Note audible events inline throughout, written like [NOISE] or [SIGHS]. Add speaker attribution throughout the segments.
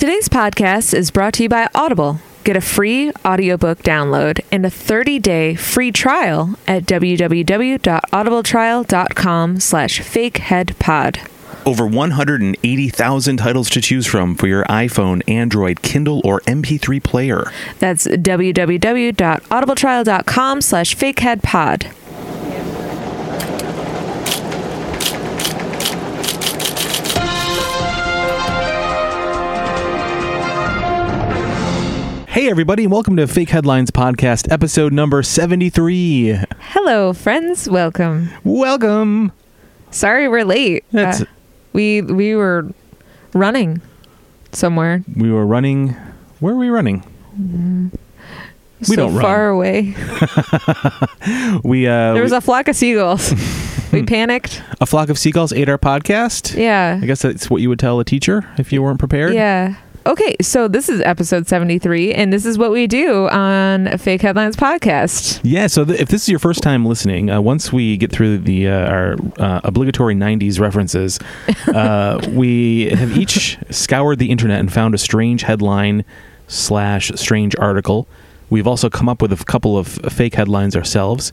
Speaker 1: Today's podcast is brought to you by Audible. Get a free audiobook download and a 30-day free trial at www.audibletrial.com slash fakeheadpod.
Speaker 2: Over 180,000 titles to choose from for your iPhone, Android, Kindle, or MP3 player.
Speaker 1: That's www.audibletrial.com slash fakeheadpod.
Speaker 2: Hey, everybody, and welcome to Fake Headlines Podcast, episode number 73.
Speaker 1: Hello, friends. Welcome.
Speaker 2: Welcome.
Speaker 1: Sorry we're late. Uh,
Speaker 2: That's-
Speaker 1: we we were running somewhere
Speaker 2: We were running. Where were we running?
Speaker 1: Mm-hmm. so
Speaker 2: don't run.
Speaker 1: far away.
Speaker 2: We, uh,
Speaker 1: There was
Speaker 2: we-
Speaker 1: a flock of
Speaker 2: [LAUGHS]
Speaker 1: seagulls. we panicked.
Speaker 2: a flock of seagulls ate our podcast.
Speaker 1: Yeah.
Speaker 2: I guess that's what you would tell a teacher if you weren't prepared.
Speaker 1: Yeah. Okay, so this is episode 73, and this is what we do on Fake Headlines Podcast.
Speaker 2: Yeah, so th- if this is your first time listening, uh, once we get through the uh, our uh, obligatory '90s references, uh, we have each scoured the internet and found a strange headline slash strange article. We've also come up with a couple of fake headlines ourselves,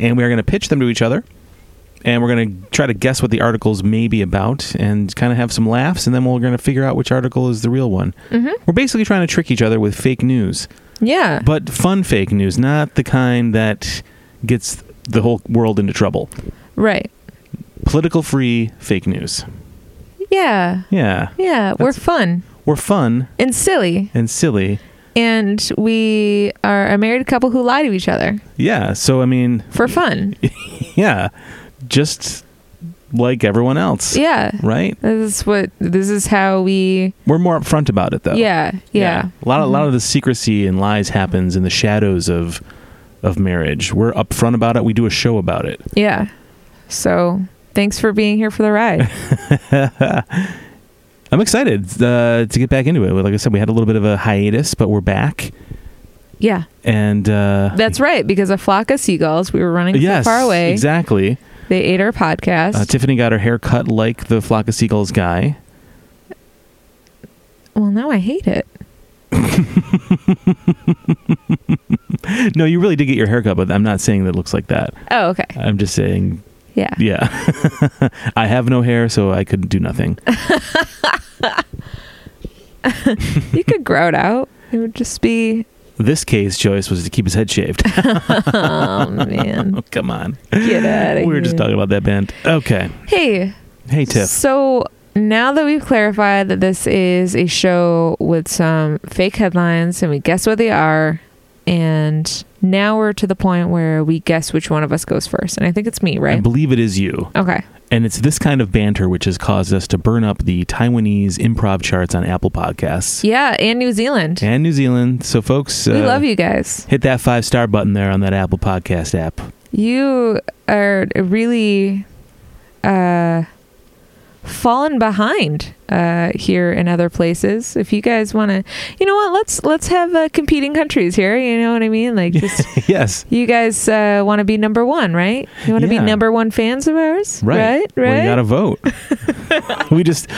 Speaker 2: and we are going to pitch them to each other, and we're going to try to guess what the articles may be about, and kind of have some laughs, and then we're going to figure out which article is the real one.
Speaker 1: Mm-hmm.
Speaker 2: We're basically trying to trick each other with fake news
Speaker 1: Yeah.
Speaker 2: but fun fake news, not the kind that gets the whole world into trouble.
Speaker 1: Right.
Speaker 2: Political free fake news.
Speaker 1: Yeah.
Speaker 2: Yeah.
Speaker 1: Yeah. We're
Speaker 2: That's-
Speaker 1: fun
Speaker 2: We're fun
Speaker 1: and silly,
Speaker 2: and silly.
Speaker 1: and we are a married couple who lie to each other
Speaker 2: Yeah. So, I mean, [LAUGHS]
Speaker 1: for fun.
Speaker 2: yeah, just like everyone else.
Speaker 1: Yeah.
Speaker 2: Right?
Speaker 1: This is what, this is how we,
Speaker 2: We're more upfront about it, though.
Speaker 1: yeah, Mm-hmm. yeah.
Speaker 2: A lot, of, a lot of the secrecy and lies happens in the shadows of of marriage. We're upfront about it. We do a show about it.
Speaker 1: Yeah. So thanks for being here for the
Speaker 2: [LAUGHS]
Speaker 1: ride.
Speaker 2: I'm excited uh, to get back into it. Like I said, we had a little bit of a hiatus, but we're back.
Speaker 1: yeah.
Speaker 2: And uh,
Speaker 1: That's right, because a flock of seagulls, we were running
Speaker 2: yes,
Speaker 1: so far away.
Speaker 2: Exactly.
Speaker 1: They ate our podcast.
Speaker 2: Uh, Tiffany got her hair cut like the flock of seagulls guy. [LAUGHS]
Speaker 1: well, now I hate it.
Speaker 2: No, you really did get your hair cut, but I'm not saying that it looks like that.
Speaker 1: Oh, okay.
Speaker 2: I'm just saying,
Speaker 1: Yeah.
Speaker 2: yeah. [LAUGHS] I have no hair, so I could do
Speaker 1: [LAUGHS]
Speaker 2: nothing.
Speaker 1: You could grow it out. It would just be,
Speaker 2: This case choice was to keep his head shaved. [LAUGHS]
Speaker 1: oh, man.
Speaker 2: oh, come on.
Speaker 1: Get out of
Speaker 2: We
Speaker 1: here.
Speaker 2: were just talking about that band. Okay.
Speaker 1: Hey,
Speaker 2: Hey, Tiff.
Speaker 1: so now that we've clarified that this is a show with some fake headlines and we guess what they are, and now we're to the point where we guess which one of us goes first. And I think it's me,
Speaker 2: I
Speaker 1: right?
Speaker 2: believe it is you.
Speaker 1: Okay.
Speaker 2: And it's this kind of banter which has caused us to burn up the Taiwanese improv charts on Apple Podcasts
Speaker 1: Yeah, and New Zealand.
Speaker 2: and New Zealand. So, folks,
Speaker 1: we
Speaker 2: uh,
Speaker 1: love you guys.
Speaker 2: hit that five star button there on that Apple Podcast app. [LAUGHS]
Speaker 1: you are really uh fallen behind uh here in other places if you guys want to you know what let's let's have uh, competing countries here you know what i mean like just
Speaker 2: yes.
Speaker 1: you guys uh want to be number one right you want to
Speaker 2: Yeah.
Speaker 1: be number one fans of ours
Speaker 2: Right.
Speaker 1: right
Speaker 2: Well, you
Speaker 1: Right?
Speaker 2: gotta [LAUGHS] vote. we just.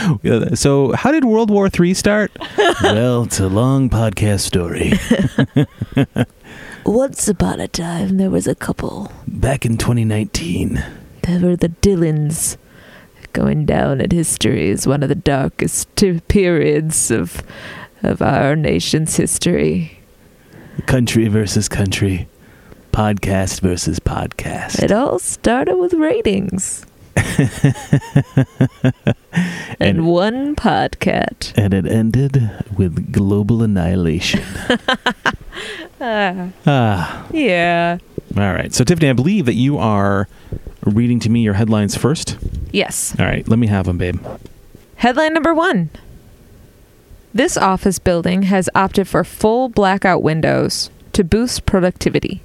Speaker 2: So, how did World War Three start? [LAUGHS] well, it's a long podcast story.
Speaker 3: Once upon a time, there was a couple.
Speaker 2: Back in 2019.
Speaker 1: there were the dillons going down in history is one of the darkest t- periods of of our nation's history
Speaker 2: Country versus country. Podcast versus podcast.
Speaker 1: It all started with
Speaker 2: [LAUGHS]
Speaker 1: ratings. and,
Speaker 2: And-
Speaker 1: one podcat.
Speaker 2: And it ended with global annihilation. ah.
Speaker 1: yeah.
Speaker 2: All right. So, Tiffany, I believe that you are reading to me your headlines first.
Speaker 1: Yes.
Speaker 2: All right. Let me have them, babe.
Speaker 1: Headline number one This office building has opted for full blackout windows to boost productivity.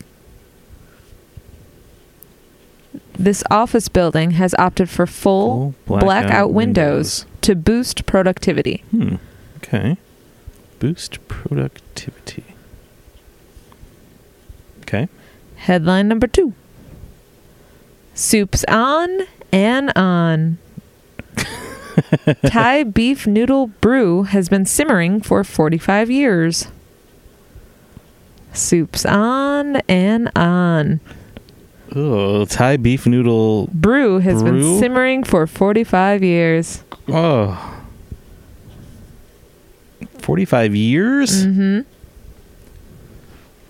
Speaker 1: This office building has opted for full,
Speaker 2: Full
Speaker 1: blackout,
Speaker 2: blackout
Speaker 1: windows to boost productivity.
Speaker 2: Hmm. Okay. Boost productivity. Okay.
Speaker 1: Headline number two Soup's on and on. Thai beef noodle brew has been simmering for 45 years. Soups on and on.
Speaker 2: Oh, Thai beef noodle.
Speaker 1: Brew has
Speaker 2: Brew?
Speaker 1: been simmering for 45 years.
Speaker 2: Oh. 45 years?
Speaker 1: hmm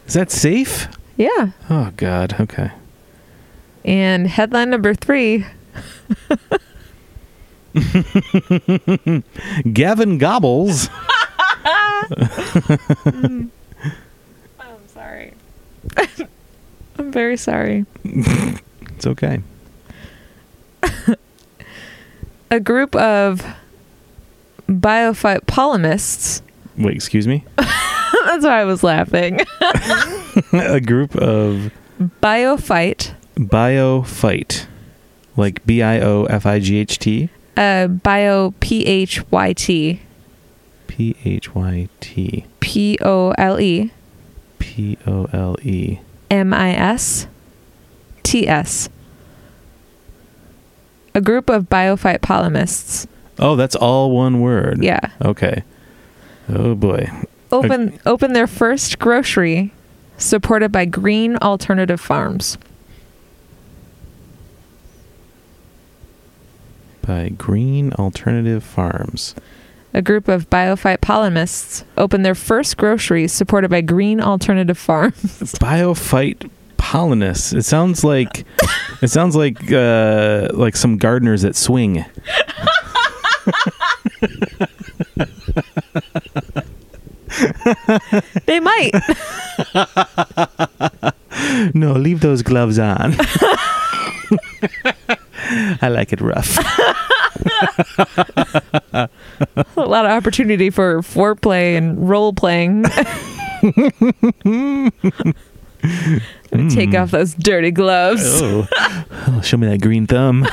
Speaker 2: Is that safe?
Speaker 1: Yeah.
Speaker 2: Oh, God. Okay.
Speaker 1: And headline number three
Speaker 2: Gavin Gobbles.
Speaker 1: Oh, I'm sorry. [LAUGHS] I'm very sorry.
Speaker 2: It's okay.
Speaker 1: A group of biophyte polymists.
Speaker 2: Wait, excuse me? [LAUGHS]
Speaker 1: [LAUGHS] That's why I was laughing.
Speaker 2: A group of
Speaker 1: Biophyte,
Speaker 2: biophyte, like B I O F I G H T,
Speaker 1: uh, bio P H Y T,
Speaker 2: P H Y T,
Speaker 1: P O L E,
Speaker 2: P O L E.
Speaker 1: M I S T S. A group of biophyte polymists.
Speaker 2: Oh, that's all one word.
Speaker 1: Yeah.
Speaker 2: Okay. Oh, boy.
Speaker 1: Open open their first grocery supported by green alternative farms.
Speaker 2: By Green Alternative Farms.
Speaker 1: A group of biophyte polymists opened their first grocery supported by green alternative farms. [LAUGHS]
Speaker 2: biophyte pollinus. It
Speaker 1: [LAUGHS]
Speaker 2: sounds like it sounds like uh, like some gardeners at swing.
Speaker 1: they might.
Speaker 2: No, leave those
Speaker 1: [LAUGHS]
Speaker 2: gloves on. [LAUGHS] I like
Speaker 1: [LAUGHS]
Speaker 2: it rough.
Speaker 1: a lot of opportunity for foreplay and role playing. [LAUGHS]
Speaker 2: Hmm.
Speaker 1: Take off those dirty gloves.
Speaker 2: Oh. Oh, show me that green thumb.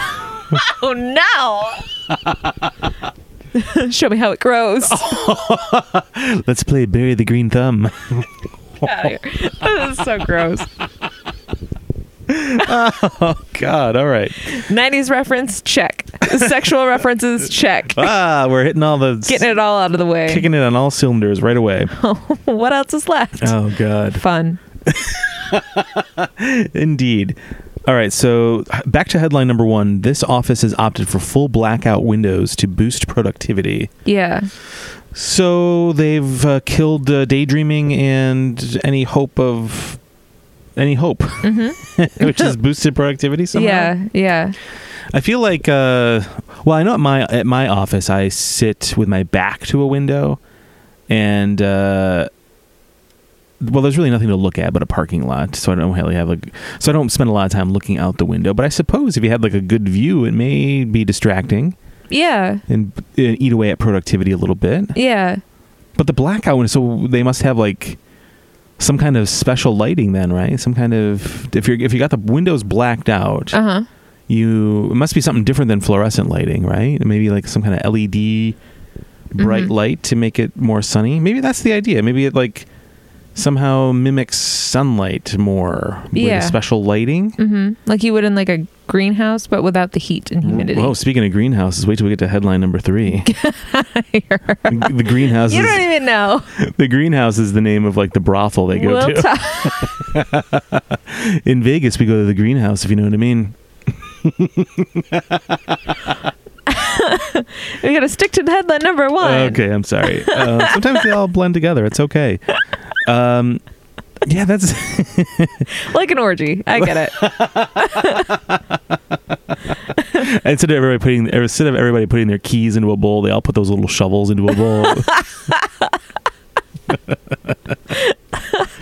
Speaker 1: Oh no! [LAUGHS] Show me how it
Speaker 2: [LAUGHS]
Speaker 1: grows.
Speaker 2: Let's play bury the green thumb.
Speaker 1: Get outta here. This is so gross.
Speaker 2: God, all right.
Speaker 1: 90s reference, check. Sexual references, check.
Speaker 2: Ah, we're hitting all the
Speaker 1: Getting it all out of the way.
Speaker 2: kicking it on all cylinders right away.
Speaker 1: [LAUGHS] what else is
Speaker 2: [LAUGHS]
Speaker 1: left?
Speaker 2: Oh God,
Speaker 1: Fun.
Speaker 2: indeed. All right, so back to headline number one. This office has opted for full blackout windows to boost productivity.
Speaker 1: Yeah.
Speaker 2: So they've uh, killed uh, daydreaming and any hope of any hope, [LAUGHS] which [LAUGHS] is boosted productivity. Somehow.
Speaker 1: Yeah. Yeah.
Speaker 2: I feel like. Uh, well, I know at my at my office, I sit with my back to a window, and uh, well, there's really nothing to look at but a parking lot. So I don't really have like. So I don't spend a lot of time looking out the window. But I suppose if you had like a good view, it may be distracting
Speaker 1: Yeah.
Speaker 2: and uh, eat away at productivity a little bit.
Speaker 1: Yeah.
Speaker 2: But the blackout one, so they must have like some kind of special lighting then, right? Some kind of if you're if you got the windows blacked out,
Speaker 1: Uh huh.
Speaker 2: you it must be something different than fluorescent lighting, right? Maybe like some kind of LED bright
Speaker 1: Mhm.
Speaker 2: light to make it more sunny. Maybe that's the idea. Maybe it like somehow mimics sunlight more with
Speaker 1: Yeah.
Speaker 2: a special lighting.
Speaker 1: hmm Like you would in like a greenhouse, but without the heat and humidity. [LAUGHS]
Speaker 2: Whoa, speaking of greenhouses, wait till we get to headline number three. the greenhouse
Speaker 1: You
Speaker 2: is
Speaker 1: don't even know.
Speaker 2: the greenhouse is the name of like the brothel they go
Speaker 1: we'll
Speaker 2: to.
Speaker 1: talk.
Speaker 2: [LAUGHS] in Vegas, we go to the greenhouse, if you know what I mean.
Speaker 1: We got to stick to the headline number one.
Speaker 2: Okay,
Speaker 1: [LAUGHS]
Speaker 2: I'm sorry. Uh, sometimes they all blend together. It's okay. Um, yeah, that's
Speaker 1: Like an orgy. I get
Speaker 2: [LAUGHS]
Speaker 1: it.
Speaker 2: instead of everybody putting instead of everybody putting their keys into a bowl, they all put those little shovels into a bowl. [LAUGHS]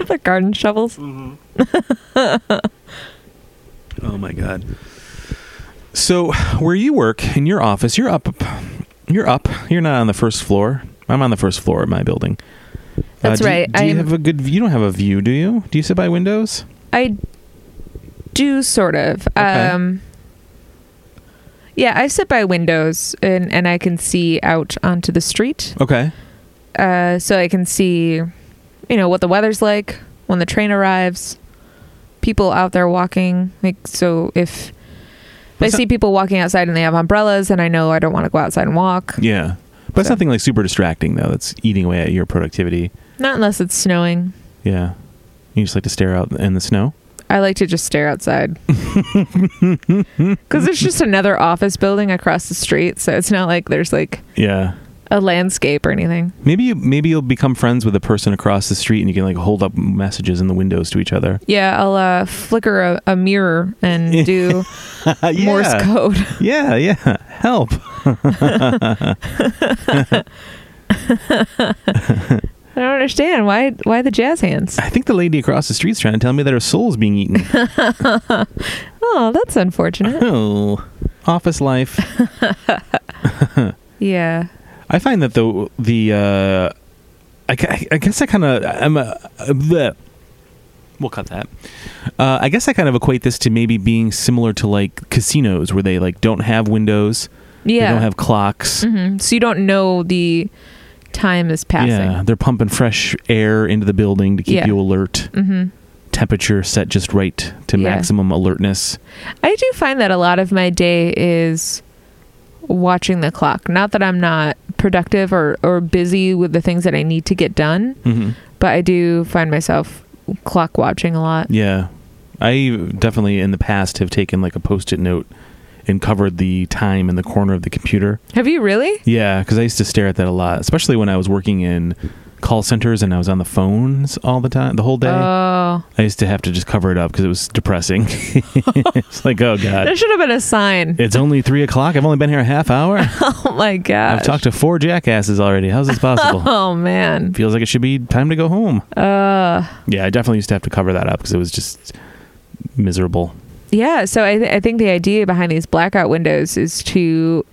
Speaker 1: the garden shovels.
Speaker 2: oh my god. So where you work in your office, you're up, you're up. You're not on the first floor. I'm on the first floor at my building. Uh,
Speaker 1: That's
Speaker 2: do you-
Speaker 1: right.
Speaker 2: Do you
Speaker 1: I'm-
Speaker 2: have a good? You don't have a view, do you? Do you sit by windows?
Speaker 1: I do sort of.
Speaker 2: Okay.
Speaker 1: Um, yeah, I sit by windows and, and I can see out onto the street.
Speaker 2: Okay.
Speaker 1: Uh, so I can see, you know, what the weather's like when the train arrives, people out there walking. Like, so if But I
Speaker 2: it's
Speaker 1: see people walking outside and they have umbrellas, and I know I don't want to go outside and walk.
Speaker 2: Yeah. But it's
Speaker 1: So-
Speaker 2: nothing like super distracting though. That's eating away at your productivity.
Speaker 1: Not unless it's snowing.
Speaker 2: Yeah. You just like to stare out in the snow.
Speaker 1: I like to just stare outside. Because there's just another office building across the street, so it's not like there's like
Speaker 2: Yeah.
Speaker 1: a landscape or anything.
Speaker 2: Maybe you, maybe you'll become friends with a person across the street and you can like hold up messages in the windows to each other.
Speaker 1: Yeah, I'll uh, flicker a, a mirror and do
Speaker 2: [LAUGHS] yeah.
Speaker 1: Morse code. [LAUGHS]
Speaker 2: Yeah, yeah. Help.
Speaker 1: I don't understand why why the jazz hands.
Speaker 2: I think the lady across the street's trying to tell me that her soul's being
Speaker 1: [LAUGHS]
Speaker 2: eaten.
Speaker 1: Oh, that's
Speaker 2: [LAUGHS]
Speaker 1: unfortunate.
Speaker 2: oh. Office life.
Speaker 1: Yeah,
Speaker 2: I find that the the uh I, ca- I guess I kind of I'm a, a bleh. we'll cut that. Uh, I guess I kind of equate this to maybe being similar to like casinos where they like don't have windows, they
Speaker 1: yeah.
Speaker 2: don't have clocks.
Speaker 1: Mhm. So you don't know the time is passing.
Speaker 2: Yeah, they're pumping fresh air into the building to keep
Speaker 1: Yeah.
Speaker 2: you alert.
Speaker 1: hmm
Speaker 2: Temperature set just right to
Speaker 1: Yeah.
Speaker 2: maximum alertness.
Speaker 1: I do find that a lot of my day is watching the clock. Not that I'm not productive or, or busy with the things that I need to get done,
Speaker 2: Mm-hmm.
Speaker 1: but I do find myself clock watching a lot.
Speaker 2: Yeah. I definitely in the past have taken like a post it note and covered the time in the corner of the computer.
Speaker 1: Have you really?
Speaker 2: Yeah, because I used to stare at that a lot, especially when I was working in call centers and I was on the phones all the time, the whole day.
Speaker 1: Oh,
Speaker 2: I used to have to just cover it up because it was [LAUGHS] depressing. it's like, oh
Speaker 1: there
Speaker 2: god,
Speaker 1: should have been a sign.
Speaker 2: it's only three o'clock. I've only been here a half [LAUGHS] hour.
Speaker 1: [LAUGHS] Oh my god.
Speaker 2: I've talked to four jackasses already. How's this [LAUGHS] possible?
Speaker 1: Oh man.
Speaker 2: Feels like it should be time to go home.
Speaker 1: Uh,
Speaker 2: Yeah, I definitely used to have to cover that up because it was just miserable.
Speaker 1: yeah. So I, th- I think the idea behind these blackout windows is to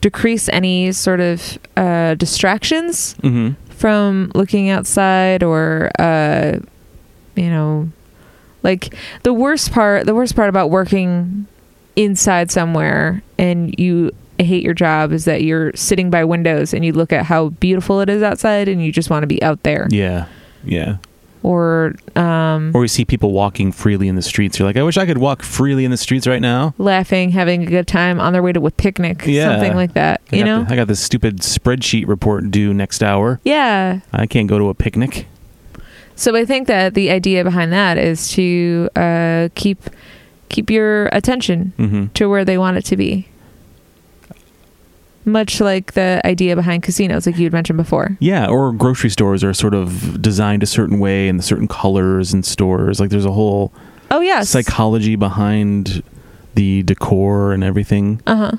Speaker 1: decrease any sort of uh, distractions
Speaker 2: Mm-hmm.
Speaker 1: from looking outside or uh you know like the worst part the worst part about working inside somewhere and you hate your job is that you're sitting by windows and you look at how beautiful it is outside and you just want to be out there
Speaker 2: Yeah, yeah.
Speaker 1: or um
Speaker 2: Or you see people walking freely in the streets. You're like, I wish I could walk freely in the streets right now.
Speaker 1: laughing having a good time on their way to a picnic
Speaker 2: Yeah.
Speaker 1: something like that
Speaker 2: I
Speaker 1: you
Speaker 2: got
Speaker 1: know
Speaker 2: the- I got this stupid spreadsheet report due next hour.
Speaker 1: yeah
Speaker 2: I can't go to a picnic.
Speaker 1: So I think that the idea behind that is to uh, keep keep your attention
Speaker 2: Mhm.
Speaker 1: to where they want it to be. Much like the idea behind casinos, like you had mentioned before.
Speaker 2: Yeah, or grocery stores are sort of designed a certain way and certain colors and stores. Like there's a whole
Speaker 1: Oh yes.
Speaker 2: psychology behind the decor and everything
Speaker 1: uh huh.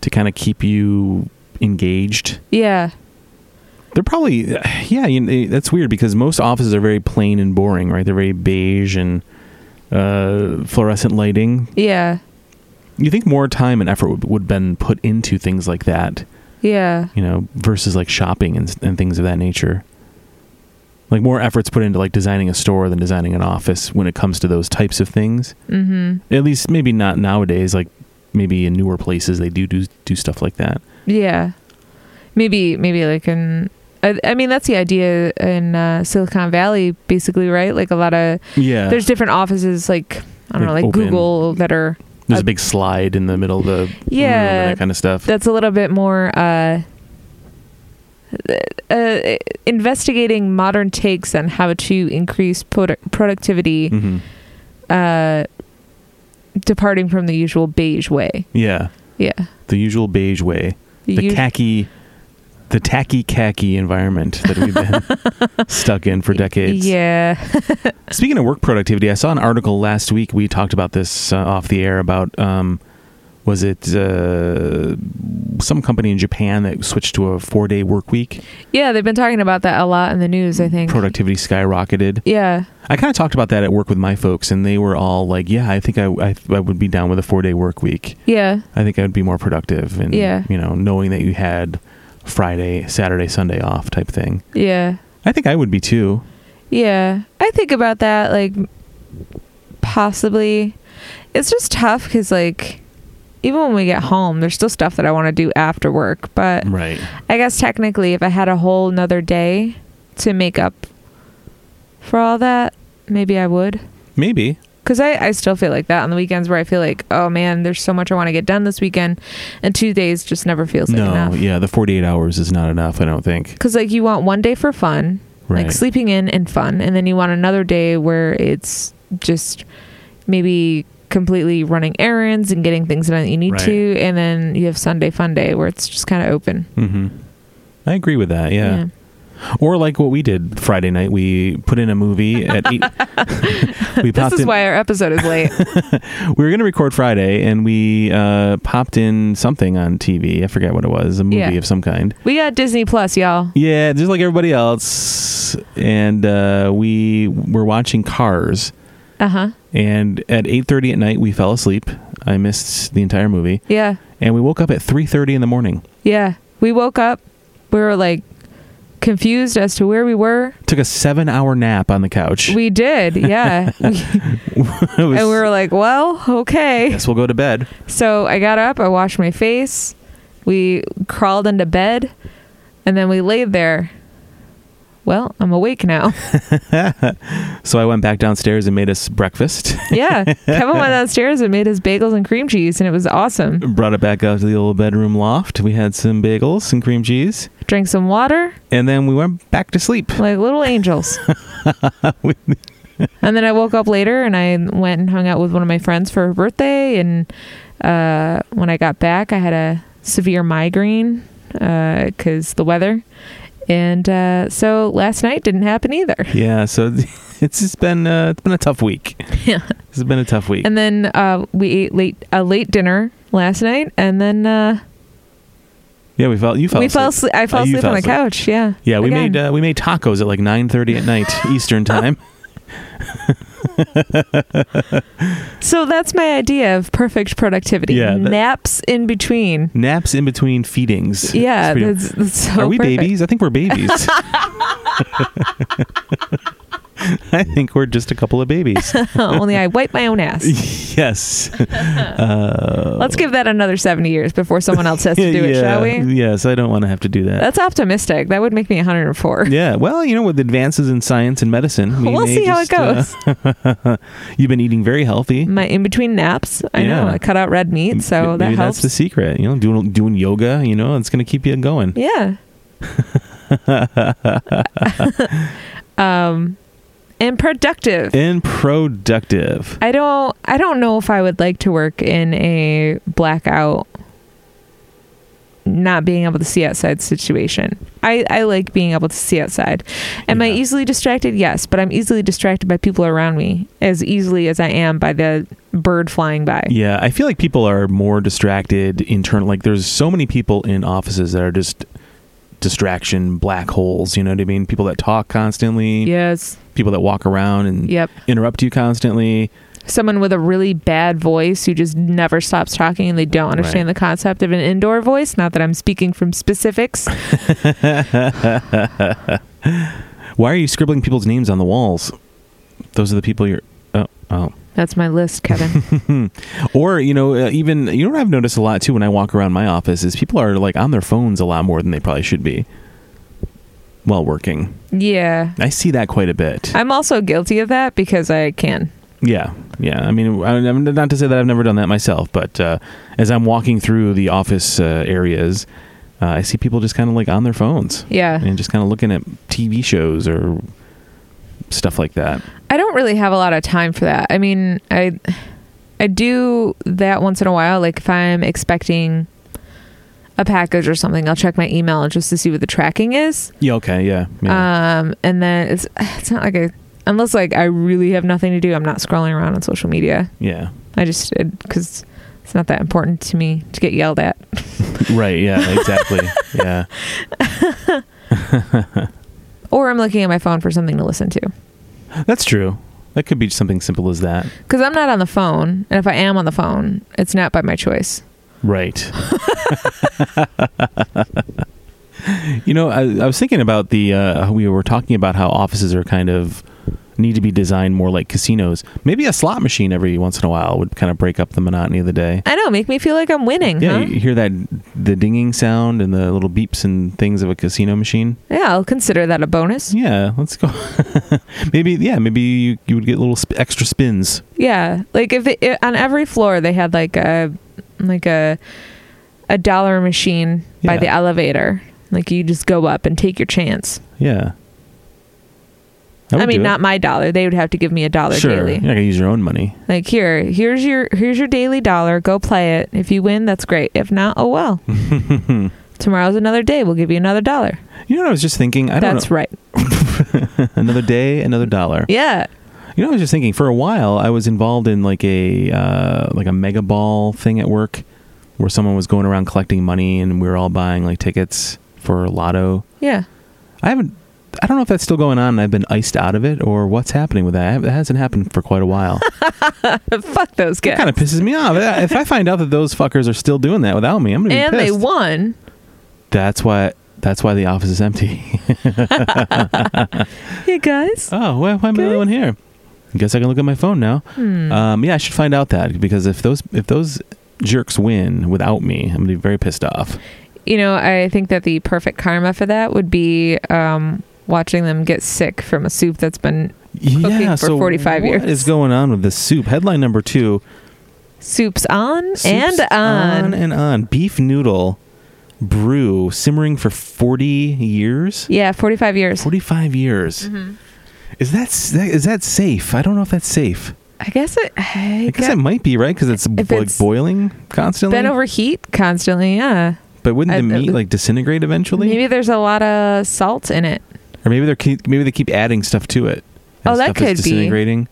Speaker 2: to kind of keep you engaged.
Speaker 1: Yeah.
Speaker 2: They're probably yeah, you know, that's weird because most offices are very plain and boring, right? They're very beige and uh, fluorescent lighting.
Speaker 1: Yeah.
Speaker 2: You think more time and effort would, would have been put into things like that.
Speaker 1: Yeah.
Speaker 2: you know, versus like shopping and, and things of that nature. Like more efforts put into like designing a store than designing an office when it comes to those types of things.
Speaker 1: Mm-hmm.
Speaker 2: At least maybe not nowadays. Like maybe in newer places they do do, do stuff like that.
Speaker 1: Yeah. Maybe maybe like in I, I mean that's the idea in uh, Silicon Valley basically, right? Like a lot of
Speaker 2: Yeah,
Speaker 1: there's different offices like I don't know,
Speaker 2: Like
Speaker 1: like
Speaker 2: open.
Speaker 1: Google that are
Speaker 2: there's
Speaker 1: a-
Speaker 2: a big slide in the middle of the room
Speaker 1: Yeah.
Speaker 2: and that kind of stuff.
Speaker 1: that's a little bit more uh, uh, investigating modern takes on how to increase produ- productivity,
Speaker 2: hmm
Speaker 1: uh, departing from the usual beige way.
Speaker 2: Yeah,
Speaker 1: Yeah,
Speaker 2: the usual beige way,
Speaker 1: The
Speaker 2: the
Speaker 1: us-
Speaker 2: khaki, the tacky khaki environment that we've
Speaker 1: [LAUGHS]
Speaker 2: been stuck in for decades.
Speaker 1: yeah,
Speaker 2: Speaking of work productivity, I saw an article last week. We talked about this uh, off the air about um, was it uh, some company in Japan that switched to a four day work week?
Speaker 1: yeah. They've been talking about that a lot in the news. I think.
Speaker 2: Productivity skyrocketed.
Speaker 1: yeah,
Speaker 2: I kind of talked about that at work with my folks, and they were all like, "Yeah, I think I I, I would be down with a four day work week.
Speaker 1: yeah,
Speaker 2: I think I would be more productive, and
Speaker 1: Yeah.
Speaker 2: you know, knowing that you had Friday, Saturday, Sunday off type thing.
Speaker 1: yeah,
Speaker 2: I think I would be too.
Speaker 1: yeah. I think about that like possibly. It's just tough because like even when we get home, there's still stuff that I want to do after work, but.
Speaker 2: Right.
Speaker 1: I guess technically, if I had a whole nother day to make up for all that, maybe I would.
Speaker 2: Maybe.
Speaker 1: because I, I still feel like that on the weekends where I feel like, oh man, there's so much I want to get done this weekend, and two days just never feels like
Speaker 2: no,
Speaker 1: enough.
Speaker 2: yeah, the 48 hours is not enough, I don't think.
Speaker 1: Because like you want one day for fun,
Speaker 2: Right.
Speaker 1: like sleeping in and fun, and then you want another day where it's just maybe completely running errands and getting things done that you need
Speaker 2: Right.
Speaker 1: to, and then you have Sunday fun day where it's just kind of open.
Speaker 2: hmm I agree with that, yeah. Or like what we did Friday night, we put in a movie
Speaker 1: [LAUGHS]
Speaker 2: at 8 [LAUGHS] we
Speaker 1: This
Speaker 2: popped
Speaker 1: is
Speaker 2: in
Speaker 1: why our episode is
Speaker 2: [LAUGHS]
Speaker 1: late.
Speaker 2: we were going to record Friday and we uh, popped in something on TV. I forget what it was, a movie
Speaker 1: Yeah.
Speaker 2: of some kind.
Speaker 1: we got Disney Plus, y'all.
Speaker 2: Yeah, just like everybody else. And uh, we were watching Cars.
Speaker 1: Uh huh.
Speaker 2: And at 8:30 at night, we fell asleep. I missed the entire movie,
Speaker 1: Yeah.
Speaker 2: and we woke up at 3:30 in the morning.
Speaker 1: Yeah. We woke up. We were like confused as to where we were.
Speaker 2: Took a seven-hour nap on the couch.
Speaker 1: We did. Yeah. We-
Speaker 2: [LAUGHS] It was-
Speaker 1: and we were like, well, okay.
Speaker 2: guess we'll go to bed.
Speaker 1: So I got up. I washed my face. We crawled into bed. And then we laid there. Well, I'm awake now.
Speaker 2: So I went back downstairs and made us breakfast. [LAUGHS]
Speaker 1: Yeah. Kevin went downstairs and made his bagels and cream cheese, and it was awesome.
Speaker 2: Brought it back up to the old bedroom loft. We had some bagels and cream cheese,
Speaker 1: Drank some water
Speaker 2: and then we went back to sleep.
Speaker 1: like little angels. [LAUGHS] and then I woke up later and I went and hung out with one of my friends for her birthday. And uh, when I got back, I had a severe migraine because the weather. And uh, so last night didn't happen either.
Speaker 2: Yeah, so [LAUGHS] it's just been uh, it's been a tough week.
Speaker 1: [LAUGHS] Yeah.
Speaker 2: It's been a tough week.
Speaker 1: And then uh, we ate late a late dinner last night, and then uh,
Speaker 2: yeah, we fell. You fell.
Speaker 1: we
Speaker 2: asleep.
Speaker 1: fell. Asleep. I fell
Speaker 2: Oh, you
Speaker 1: asleep
Speaker 2: fell
Speaker 1: on the
Speaker 2: asleep.
Speaker 1: couch. Yeah.
Speaker 2: Yeah, we
Speaker 1: Again.
Speaker 2: made uh, we made tacos at like nine thirty
Speaker 1: [LAUGHS]
Speaker 2: at night Eastern time.
Speaker 1: So that's my idea of perfect productivity.
Speaker 2: uh, Yeah, that-
Speaker 1: Naps in
Speaker 2: [LAUGHS]
Speaker 1: between.
Speaker 2: Naps in between feedings. It's
Speaker 1: Yeah.
Speaker 2: pretty-
Speaker 1: That's, that's so
Speaker 2: [LAUGHS] Are we
Speaker 1: perfect.
Speaker 2: babies? I think we're babies. [LAUGHS] I think we're just a couple
Speaker 1: [LAUGHS]
Speaker 2: of babies.
Speaker 1: [LAUGHS] Only I wipe my own ass. [LAUGHS]
Speaker 2: [LAUGHS] yes. Uh,
Speaker 1: Let's give that another 70 years before someone else has to do it, shall
Speaker 2: [LAUGHS] yeah,
Speaker 1: we?
Speaker 2: Yes, I don't want to have to do that.
Speaker 1: That's optimistic. That would make me 104.
Speaker 2: yeah, well, you know, with advances in science and medicine, we
Speaker 1: we'll
Speaker 2: may
Speaker 1: see how it
Speaker 2: just, [LAUGHS]
Speaker 1: goes.
Speaker 2: uh, you've been eating very healthy.
Speaker 1: My in between naps, I know
Speaker 2: Yeah.
Speaker 1: I cut out red meat, so
Speaker 2: M-
Speaker 1: that
Speaker 2: maybe
Speaker 1: helps.
Speaker 2: that's the secret. You know, doing doing yoga. You know, it's going to keep you going. [LAUGHS]
Speaker 1: yeah. um, and productive.
Speaker 2: And productive.
Speaker 1: I don't. I don't know if I would like to work in a blackout, not being able to see outside situation. I I like being able to see outside. Am I
Speaker 2: Yeah.
Speaker 1: easily distracted? Yes, but I'm easily distracted by people around me as easily as I am by the bird flying by.
Speaker 2: Yeah, I feel like people are more distracted internal. Like, there's so many people in offices that are just distraction black holes. You know what I mean? People that talk constantly.
Speaker 1: Yes.
Speaker 2: People that walk around and
Speaker 1: Yep.
Speaker 2: interrupt you constantly.
Speaker 1: Someone with a really bad voice who just never stops talking and they don't understand the concept of an indoor voice. Not that I'm speaking from specifics.
Speaker 2: Why are you scribbling people's names on the walls? Those are the people you're. Oh, oh.
Speaker 1: That's my list, Kevin.
Speaker 2: Or you know, uh, even you know what I've noticed a lot too when I walk around my office is people are like on their phones a lot more than they probably should be while working.
Speaker 1: yeah.
Speaker 2: I see that quite a bit.
Speaker 1: I'm also guilty of that because I can.
Speaker 2: yeah, yeah. I mean, I, I'm not to say that I've never done that myself, but uh, as I'm walking through the office uh, areas, uh, I see people just kind of like on their phones
Speaker 1: Yeah.
Speaker 2: and just kind of looking at TV shows or stuff like that.
Speaker 1: I don't really have a lot of time for that. I mean, I I do that once in a while like if I'm expecting a package or something, I'll check my email just to see what the tracking is.
Speaker 2: Yeah. Okay. Yeah. yeah.
Speaker 1: Um and then it's [SIGHS] it's not like I unless like I really have nothing to do, I'm not scrolling around on social media.
Speaker 2: yeah.
Speaker 1: I just cuz it's not that important to me to get yelled at.
Speaker 2: Right. Yeah. Exactly. yeah.
Speaker 1: Or I'm looking at my phone for something to listen to.
Speaker 2: That's true. That could be something simple as that.
Speaker 1: Cuz I'm not on the phone, and if I am on the phone, it's not by my choice. [LAUGHS]
Speaker 2: Right. you know, I, I was thinking about the uh, we were talking about how offices are kind of need to be designed more like casinos. Maybe a slot machine every once in a while would kind of break up the monotony of the day.
Speaker 1: I know, make me feel like I'm winning, huh?
Speaker 2: Yeah, you hear that the dinging sound and the little beeps and things of a casino machine.
Speaker 1: Yeah, I'll consider that a bonus.
Speaker 2: Yeah, let's go. [LAUGHS] maybe yeah, maybe you, you would get little sp- extra spins.
Speaker 1: Yeah, like if it, it- on every floor they had like a like a a dollar machine by
Speaker 2: Yeah.
Speaker 1: the elevator. Like you just go up and take your chance.
Speaker 2: Yeah. That
Speaker 1: I
Speaker 2: would
Speaker 1: mean,
Speaker 2: do it.
Speaker 1: not my dollar. They would have to give me a dollar
Speaker 2: sure.
Speaker 1: daily.
Speaker 2: You're not gonna use your own money.
Speaker 1: Like here, here's your here's your daily dollar. Go play it. If you win, that's great. If not, oh
Speaker 2: [LAUGHS]
Speaker 1: well. Tomorrow's another day. We'll give you another dollar.
Speaker 2: You know what I was just thinking? I don't
Speaker 1: That's
Speaker 2: know.
Speaker 1: right.
Speaker 2: another day, another dollar.
Speaker 1: Yeah.
Speaker 2: You know, I was just thinking. For a while, I was involved in like a uh, like a mega ball thing at work, where someone was going around collecting money, and we were all buying like tickets for lotto.
Speaker 1: Yeah.
Speaker 2: I haven't. I don't know if that's still going on. and I've been iced out of it, or what's happening with that. That hasn't happened for quite
Speaker 1: [LAUGHS]
Speaker 2: a while.
Speaker 1: Fuck those
Speaker 2: That
Speaker 1: guys.
Speaker 2: kind of pisses me off. If I find out that those fuckers are still doing that without me, I'm gonna be
Speaker 1: and
Speaker 2: pissed.
Speaker 1: they won.
Speaker 2: that's why. That's why the office is empty.
Speaker 1: Hey guys.
Speaker 2: oh, well, [LAUGHS] why am I the only one here? I guess I can look at my phone now.
Speaker 1: Hmm.
Speaker 2: Um, yeah, I should find out that because if those if those jerks win without me, I'm gonna be very pissed off.
Speaker 1: you know, I think that the perfect karma for that would be um, watching them get sick from a soup that's been
Speaker 2: yeah,
Speaker 1: for
Speaker 2: so
Speaker 1: 45
Speaker 2: what
Speaker 1: years.
Speaker 2: is going on with this soup? Headline number two:
Speaker 1: soups on and
Speaker 2: Soups
Speaker 1: on.
Speaker 2: and on. Beef noodle brew simmering for 40 years,
Speaker 1: yeah, 45 years.
Speaker 2: 45
Speaker 1: Mm-hmm.
Speaker 2: years. Is that s- that is that safe? I don't know if that's safe.
Speaker 1: I guess it. I
Speaker 2: I guess
Speaker 1: guess
Speaker 2: it might be right because it's
Speaker 1: If
Speaker 2: like
Speaker 1: it's
Speaker 2: boiling constantly.
Speaker 1: been overheat constantly. Yeah.
Speaker 2: but wouldn't
Speaker 1: I-
Speaker 2: the
Speaker 1: I- uh,
Speaker 2: meat like disintegrate eventually?
Speaker 1: Maybe there's a lot of salt in it.
Speaker 2: Or maybe they're keep, maybe they keep adding stuff to it. and
Speaker 1: Oh, that
Speaker 2: stuff
Speaker 1: could be.
Speaker 2: is disintegrating.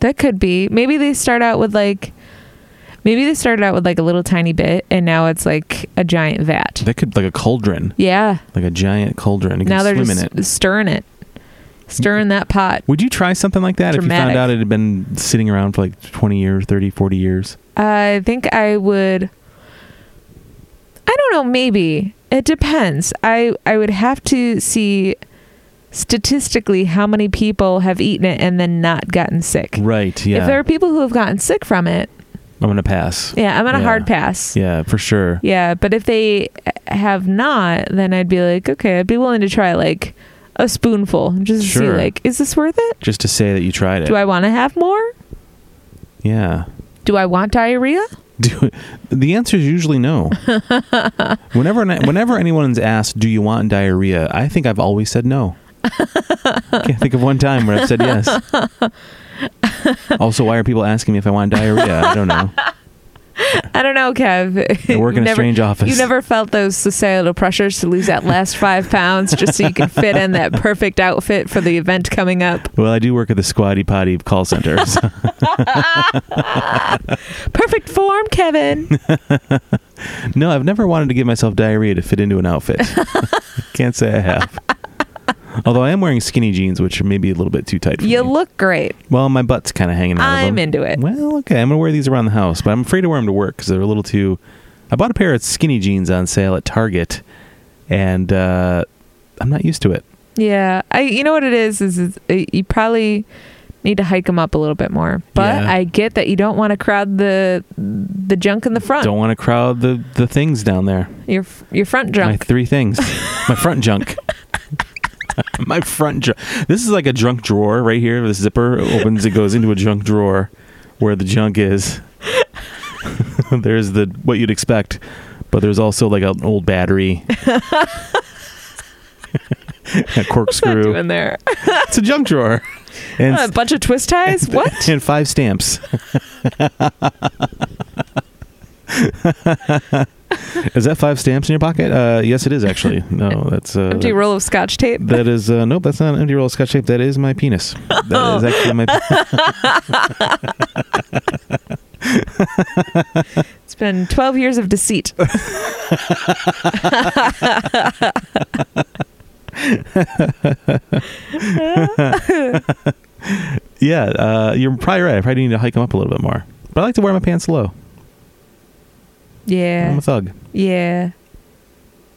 Speaker 1: That could be. Maybe they start out with like. Maybe they started out with like a little tiny bit and now it's like a giant vat.
Speaker 2: That could like a cauldron,
Speaker 1: Yeah.
Speaker 2: like a giant cauldron. You
Speaker 1: Now they're
Speaker 2: can swim
Speaker 1: just
Speaker 2: in it.
Speaker 1: stirring it, stirring that pot.
Speaker 2: Would you try something like that if you found
Speaker 1: Dramatic.
Speaker 2: out it had been sitting around for like 20 years, 30, 40 years?
Speaker 1: I think I would. I don't know. Maybe it depends. I I would have to see statistically how many people have eaten it and then not gotten sick.
Speaker 2: Right. Yeah.
Speaker 1: If there are people who have gotten sick from it,
Speaker 2: I'm going to pass.
Speaker 1: yeah, I'm on a
Speaker 2: Yeah.
Speaker 1: hard pass.
Speaker 2: Yeah, for sure.
Speaker 1: Yeah, but if they have not, then I'd be like, okay, I'd be willing to try like a spoonful just to
Speaker 2: Sure.
Speaker 1: see like, is this worth it?
Speaker 2: Just to say that you tried it.
Speaker 1: Do I want to have more?
Speaker 2: yeah. [LAUGHS]
Speaker 1: Do I want diarrhea?
Speaker 2: Do, the answer is
Speaker 1: [LAUGHS]
Speaker 2: usually no. whenever whenever anyone's asked, "Do you want diarrhea?" I think I've always
Speaker 1: [LAUGHS]
Speaker 2: said no. Can't think of one time where I've said yes. also, why are people asking me if I want diarrhea? I
Speaker 1: [LAUGHS]
Speaker 2: don't know.
Speaker 1: I don't know, Kev.
Speaker 2: I
Speaker 1: [LAUGHS]
Speaker 2: work in
Speaker 1: You
Speaker 2: a
Speaker 1: never-
Speaker 2: strange office.
Speaker 1: You never felt those societal pressures to lose that last five pounds just so you can fit in
Speaker 2: [LAUGHS]
Speaker 1: that perfect outfit for the event coming up.
Speaker 2: Well, I do work at the Squatty Potty call center. so-
Speaker 1: [LAUGHS] Perfect form,
Speaker 2: [LAUGHS]
Speaker 1: Kevin.
Speaker 2: no, I've never wanted to give myself diarrhea to fit into an
Speaker 1: [LAUGHS]
Speaker 2: outfit. Can't say I have. Although I am wearing skinny jeans, which are maybe a little bit too tight for
Speaker 1: You
Speaker 2: me.
Speaker 1: look great.
Speaker 2: Well, my butt's kind of hanging out. of
Speaker 1: I'm
Speaker 2: them.
Speaker 1: into it.
Speaker 2: Well, okay, I'm gonna wear these around the house, but I'm afraid to wear them to work because they're a little too. I bought a pair of skinny jeans on sale at Target, and uh, I'm not used to it.
Speaker 1: Yeah, I. You know what it is is, is uh, you probably need to hike them up a little bit more. But
Speaker 2: Yeah.
Speaker 1: I get that you don't want to crowd the the junk in the front.
Speaker 2: Don't want to crowd the the things down there.
Speaker 1: Your your front
Speaker 2: My
Speaker 1: junk.
Speaker 2: three things, my front junk. My front junk. This is like a junk drawer right here. The zipper opens, it goes into a junk drawer where the junk is. [LAUGHS] there's the what you'd expect, but there's also like an old battery, a
Speaker 1: What you
Speaker 2: corkscrew.
Speaker 1: doing [LAUGHS] there?
Speaker 2: It's a junk drawer, and
Speaker 1: [LAUGHS] a bunch of twist [LAUGHS] ties. What?
Speaker 2: and five stamps. [LAUGHS] is that five stamps in your pocket? Uh, yes, it is actually.
Speaker 1: [LAUGHS]
Speaker 2: No, that's uh,
Speaker 1: Empty roll of scotch tape.
Speaker 2: that is uh, nope. That's not an empty roll of scotch tape. That is my
Speaker 1: [LAUGHS]
Speaker 2: penis. That is actually my.
Speaker 1: Oh. It's been 12 years of [LAUGHS] deceit.
Speaker 2: [LAUGHS] yeah, uh, you're probably right. I probably need to hike them up a little bit more. But I like to wear my pants low. I'm
Speaker 1: Yeah.
Speaker 2: a thug.
Speaker 1: Yeah.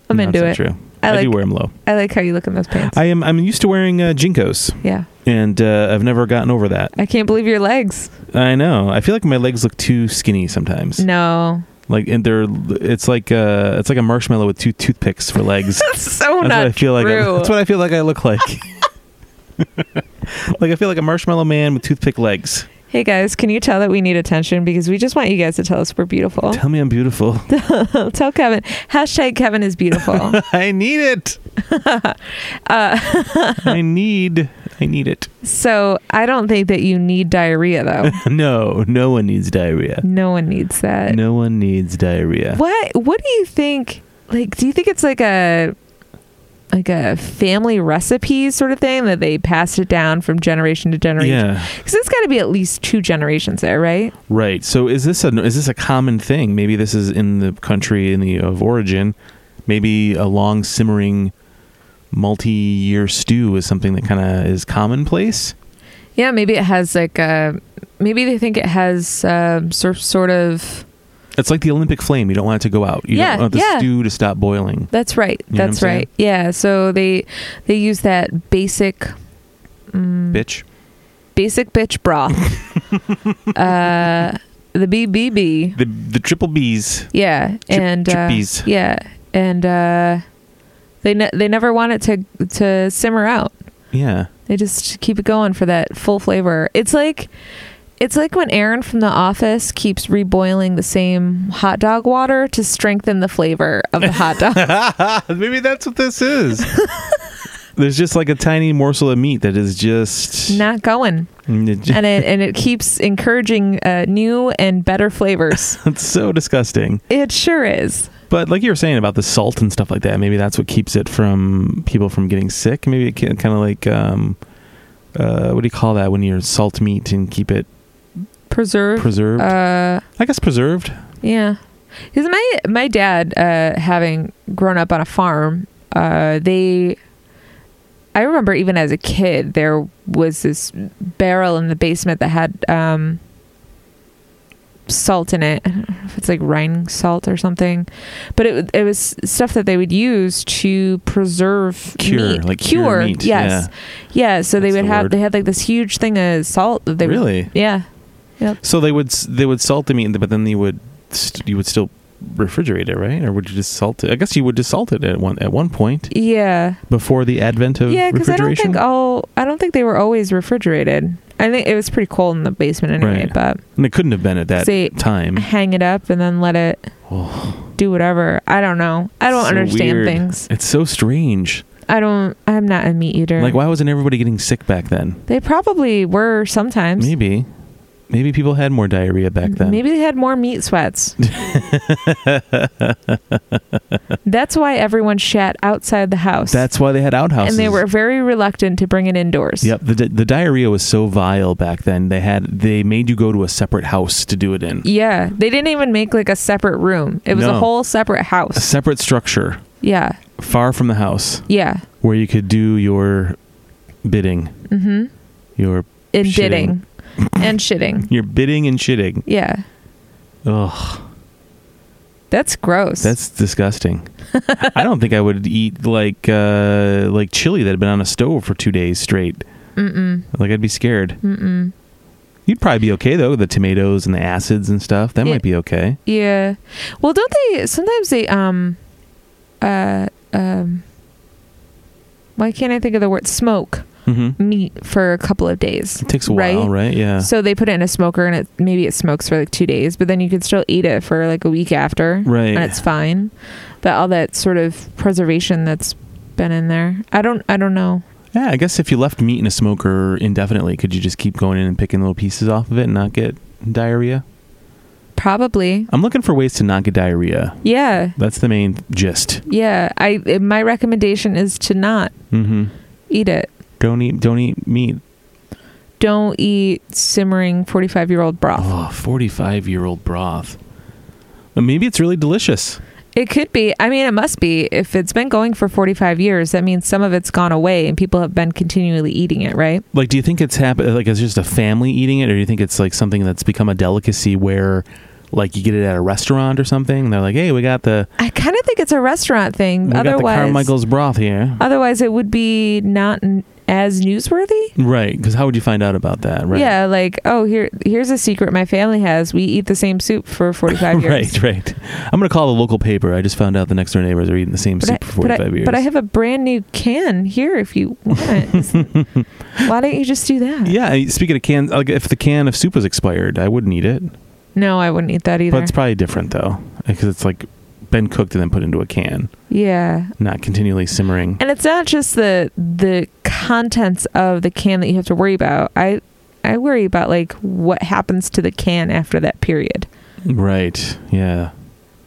Speaker 1: I'm
Speaker 2: No,
Speaker 1: into it.
Speaker 2: that's not True.
Speaker 1: I
Speaker 2: I, do
Speaker 1: like-
Speaker 2: wear them low.
Speaker 1: I like how you look in those pants.
Speaker 2: I am. I'm used to wearing uh, jinkos.
Speaker 1: yeah.
Speaker 2: and uh, I've never gotten over that.
Speaker 1: I can't believe your legs.
Speaker 2: I know. I feel like my legs look too skinny sometimes.
Speaker 1: No.
Speaker 2: Like and they're it's like uh it's like a marshmallow with two toothpicks for [LAUGHS] legs.
Speaker 1: so
Speaker 2: that's
Speaker 1: not
Speaker 2: what I feel like. I,
Speaker 1: [LAUGHS] true.
Speaker 2: that's what I feel like I look [LAUGHS] like. like I feel like a marshmallow man with toothpick legs.
Speaker 1: hey guys, can you tell that we need attention because we just want you guys to tell us we're beautiful.
Speaker 2: Tell me I'm beautiful.
Speaker 1: tell Kevin. Hashtag Kevin is beautiful.
Speaker 2: [LAUGHS]
Speaker 1: Uh,
Speaker 2: I need it. [LAUGHS] I need I need it.
Speaker 1: so I don't think that you need diarrhea
Speaker 2: [LAUGHS]
Speaker 1: though.
Speaker 2: No, no one needs diarrhea.
Speaker 1: no one needs that.
Speaker 2: No one needs diarrhea.
Speaker 1: What what do you think like do you think it's like a like a family recipe sort of thing that they passed it down from generation to generation?
Speaker 2: Yeah,
Speaker 1: Because it's got to be at least two generations there, right?
Speaker 2: right. So is this a is this a common thing? Maybe this is in the country in the of origin. Maybe a long simmering multi-year stew is something that kind of is commonplace.
Speaker 1: Yeah, maybe it has like a maybe they think it has um, sor- sort of
Speaker 2: It's like the Olympic flame. You don't want it to go out. You
Speaker 1: Yeah,
Speaker 2: don't want the
Speaker 1: yeah.
Speaker 2: stew to stop boiling.
Speaker 1: that's right
Speaker 2: You know what
Speaker 1: that's
Speaker 2: I'm saying?
Speaker 1: right yeah so they they use that basic mm,
Speaker 2: Bitch.
Speaker 1: basic bitch broth uh the bbb
Speaker 2: The the triple B's.
Speaker 1: yeah and uh,
Speaker 2: chippies.
Speaker 1: yeah and uh they ne- they never want it to to simmer out
Speaker 2: Yeah.
Speaker 1: They just keep it going for that full flavor. It's like it's like when Aaron from the office keeps reboiling the same hot dog water to strengthen the flavor of the hot
Speaker 2: [LAUGHS]
Speaker 1: dog.
Speaker 2: [LAUGHS] Maybe that's what this is. [LAUGHS] There's just like a tiny morsel of meat that is just [LAUGHS]
Speaker 1: Not going. And it and it keeps encouraging uh, new and better flavors.
Speaker 2: it's so disgusting.
Speaker 1: It sure is.
Speaker 2: But like you were saying about the salt and stuff like that, maybe that's what keeps it from people from getting sick. Maybe it can kind of like um, uh, what do you call that when you salt meat and keep it
Speaker 1: Preserve.
Speaker 2: preserved?
Speaker 1: Uh,
Speaker 2: I guess preserved.
Speaker 1: yeah. Because my my dad, uh, having grown up on a farm, uh, they I remember even as a kid there was this barrel in the basement that had um salt in it. I don't know if it's like Rhine salt or something. But it it was stuff that they would use to preserve
Speaker 2: Cure,
Speaker 1: meat.
Speaker 2: like cure meat,
Speaker 1: Yes. Yeah, so
Speaker 2: That's
Speaker 1: they would
Speaker 2: the
Speaker 1: have
Speaker 2: word.
Speaker 1: they had like this huge thing of salt that they would
Speaker 2: really?
Speaker 1: Yeah. Yep.
Speaker 2: So they would s- they would salt the meat, but then you would st- you would still refrigerate it, right? Or would you just salt it? I guess you would just salt it at one at one point
Speaker 1: Yeah.
Speaker 2: before the advent of
Speaker 1: yeah because i don't
Speaker 2: refrigeration.
Speaker 1: think all i don't think they were always refrigerated i think it was pretty cold in the basement anyway
Speaker 2: Right.
Speaker 1: but
Speaker 2: and it couldn't have been at that
Speaker 1: See-
Speaker 2: time.
Speaker 1: hang it up and then let it
Speaker 2: Oh,
Speaker 1: do whatever i don't know i don't
Speaker 2: So
Speaker 1: understand
Speaker 2: weird.
Speaker 1: things
Speaker 2: It's so strange.
Speaker 1: i don't i'm not a meat eater
Speaker 2: Like, why wasn't everybody getting sick back then?
Speaker 1: they probably were sometimes
Speaker 2: Maybe. Maybe people had more diarrhea back then.
Speaker 1: Maybe they had more meat
Speaker 2: [LAUGHS]
Speaker 1: sweats. That's why everyone shat outside the house.
Speaker 2: That's why they had outhouses.
Speaker 1: and they were very reluctant to bring it indoors.
Speaker 2: Yep. The, the diarrhea was so vile back then. They had they made you go to a separate house to do it in.
Speaker 1: Yeah. They didn't even make like a separate room. It was
Speaker 2: No.
Speaker 1: a whole separate
Speaker 2: A
Speaker 1: house.
Speaker 2: separate structure
Speaker 1: Yeah.
Speaker 2: far from the house
Speaker 1: Yeah.
Speaker 2: where you could do your bidding,
Speaker 1: Mm-hmm.
Speaker 2: your
Speaker 1: And
Speaker 2: Shitting.
Speaker 1: bidding. and shitting.
Speaker 2: your bidding and shitting.
Speaker 1: Yeah.
Speaker 2: Ugh,
Speaker 1: That's gross.
Speaker 2: that's
Speaker 1: [LAUGHS]
Speaker 2: disgusting. I don't think I would eat like uh like chili that had been on a stove for 2 days straight.
Speaker 1: Mm-mm.
Speaker 2: Like I'd be scared.
Speaker 1: Mm-mm.
Speaker 2: You'd probably be okay though, with the tomatoes and the acids and stuff. That
Speaker 1: Yeah.
Speaker 2: might be okay.
Speaker 1: Yeah. Well, don't they sometimes they um uh um why can't I think of the word smoke
Speaker 2: Mhm.
Speaker 1: meat for a couple of days?
Speaker 2: It takes a while, right? Yeah.
Speaker 1: So they put it in a smoker and it maybe it smokes for like 2 days, but then you can still eat it for like a week after.
Speaker 2: Right.
Speaker 1: And it's fine. But all that sort of preservation that's been in there. I don't I don't know.
Speaker 2: yeah, I guess if you left meat in a smoker indefinitely, could you just keep going in and picking little pieces off of it and not get diarrhea?
Speaker 1: Probably.
Speaker 2: I'm looking for ways to not get diarrhea.
Speaker 1: Yeah.
Speaker 2: That's the main gist.
Speaker 1: Yeah, I it- my recommendation is to not
Speaker 2: Mm-hmm.
Speaker 1: eat it.
Speaker 2: Don't eat. Don't eat meat.
Speaker 1: Don't eat simmering 45-year-old broth.
Speaker 2: Oh, 45 year old broth. But maybe it's really delicious.
Speaker 1: It could be. I mean, it must be. If it's been going for 45 years, that means some of it's gone away and people have been continually eating it, right?
Speaker 2: Like, do you think it's happened? Like, it's just a family eating it, or do you think it's like something that's become a delicacy where, like, you get it at a restaurant or something? And they're like, "Hey, we got the
Speaker 1: I kind of think it's a restaurant thing.
Speaker 2: we got the
Speaker 1: otherwise,
Speaker 2: Carmichael's broth here."
Speaker 1: otherwise it would be not n- as newsworthy.
Speaker 2: Right. Because how would you find out about that? Right. [LAUGHS]
Speaker 1: Yeah, like oh here here's a secret my family has. We eat the same soup for 45 years.
Speaker 2: [LAUGHS] Right, right. I'm gonna call the local paper. I just found out the next door neighbors are eating the same
Speaker 1: But
Speaker 2: soup
Speaker 1: I,
Speaker 2: for
Speaker 1: but,
Speaker 2: 45
Speaker 1: I,
Speaker 2: years.
Speaker 1: but I have a brand new can here if
Speaker 2: [LAUGHS]
Speaker 1: you want it. Why don't you just do that?
Speaker 2: yeah. I- Speaking of cans, like if the can of soup was expired, I wouldn't eat it.
Speaker 1: No, I wouldn't eat that either.
Speaker 2: But it's probably different though, because it's like been cooked and then put into a can,
Speaker 1: yeah.
Speaker 2: not continually simmering.
Speaker 1: And it's not just the the contents of the can that you have to worry about. I I worry about like what happens to the can after that period.
Speaker 2: Right. Yeah.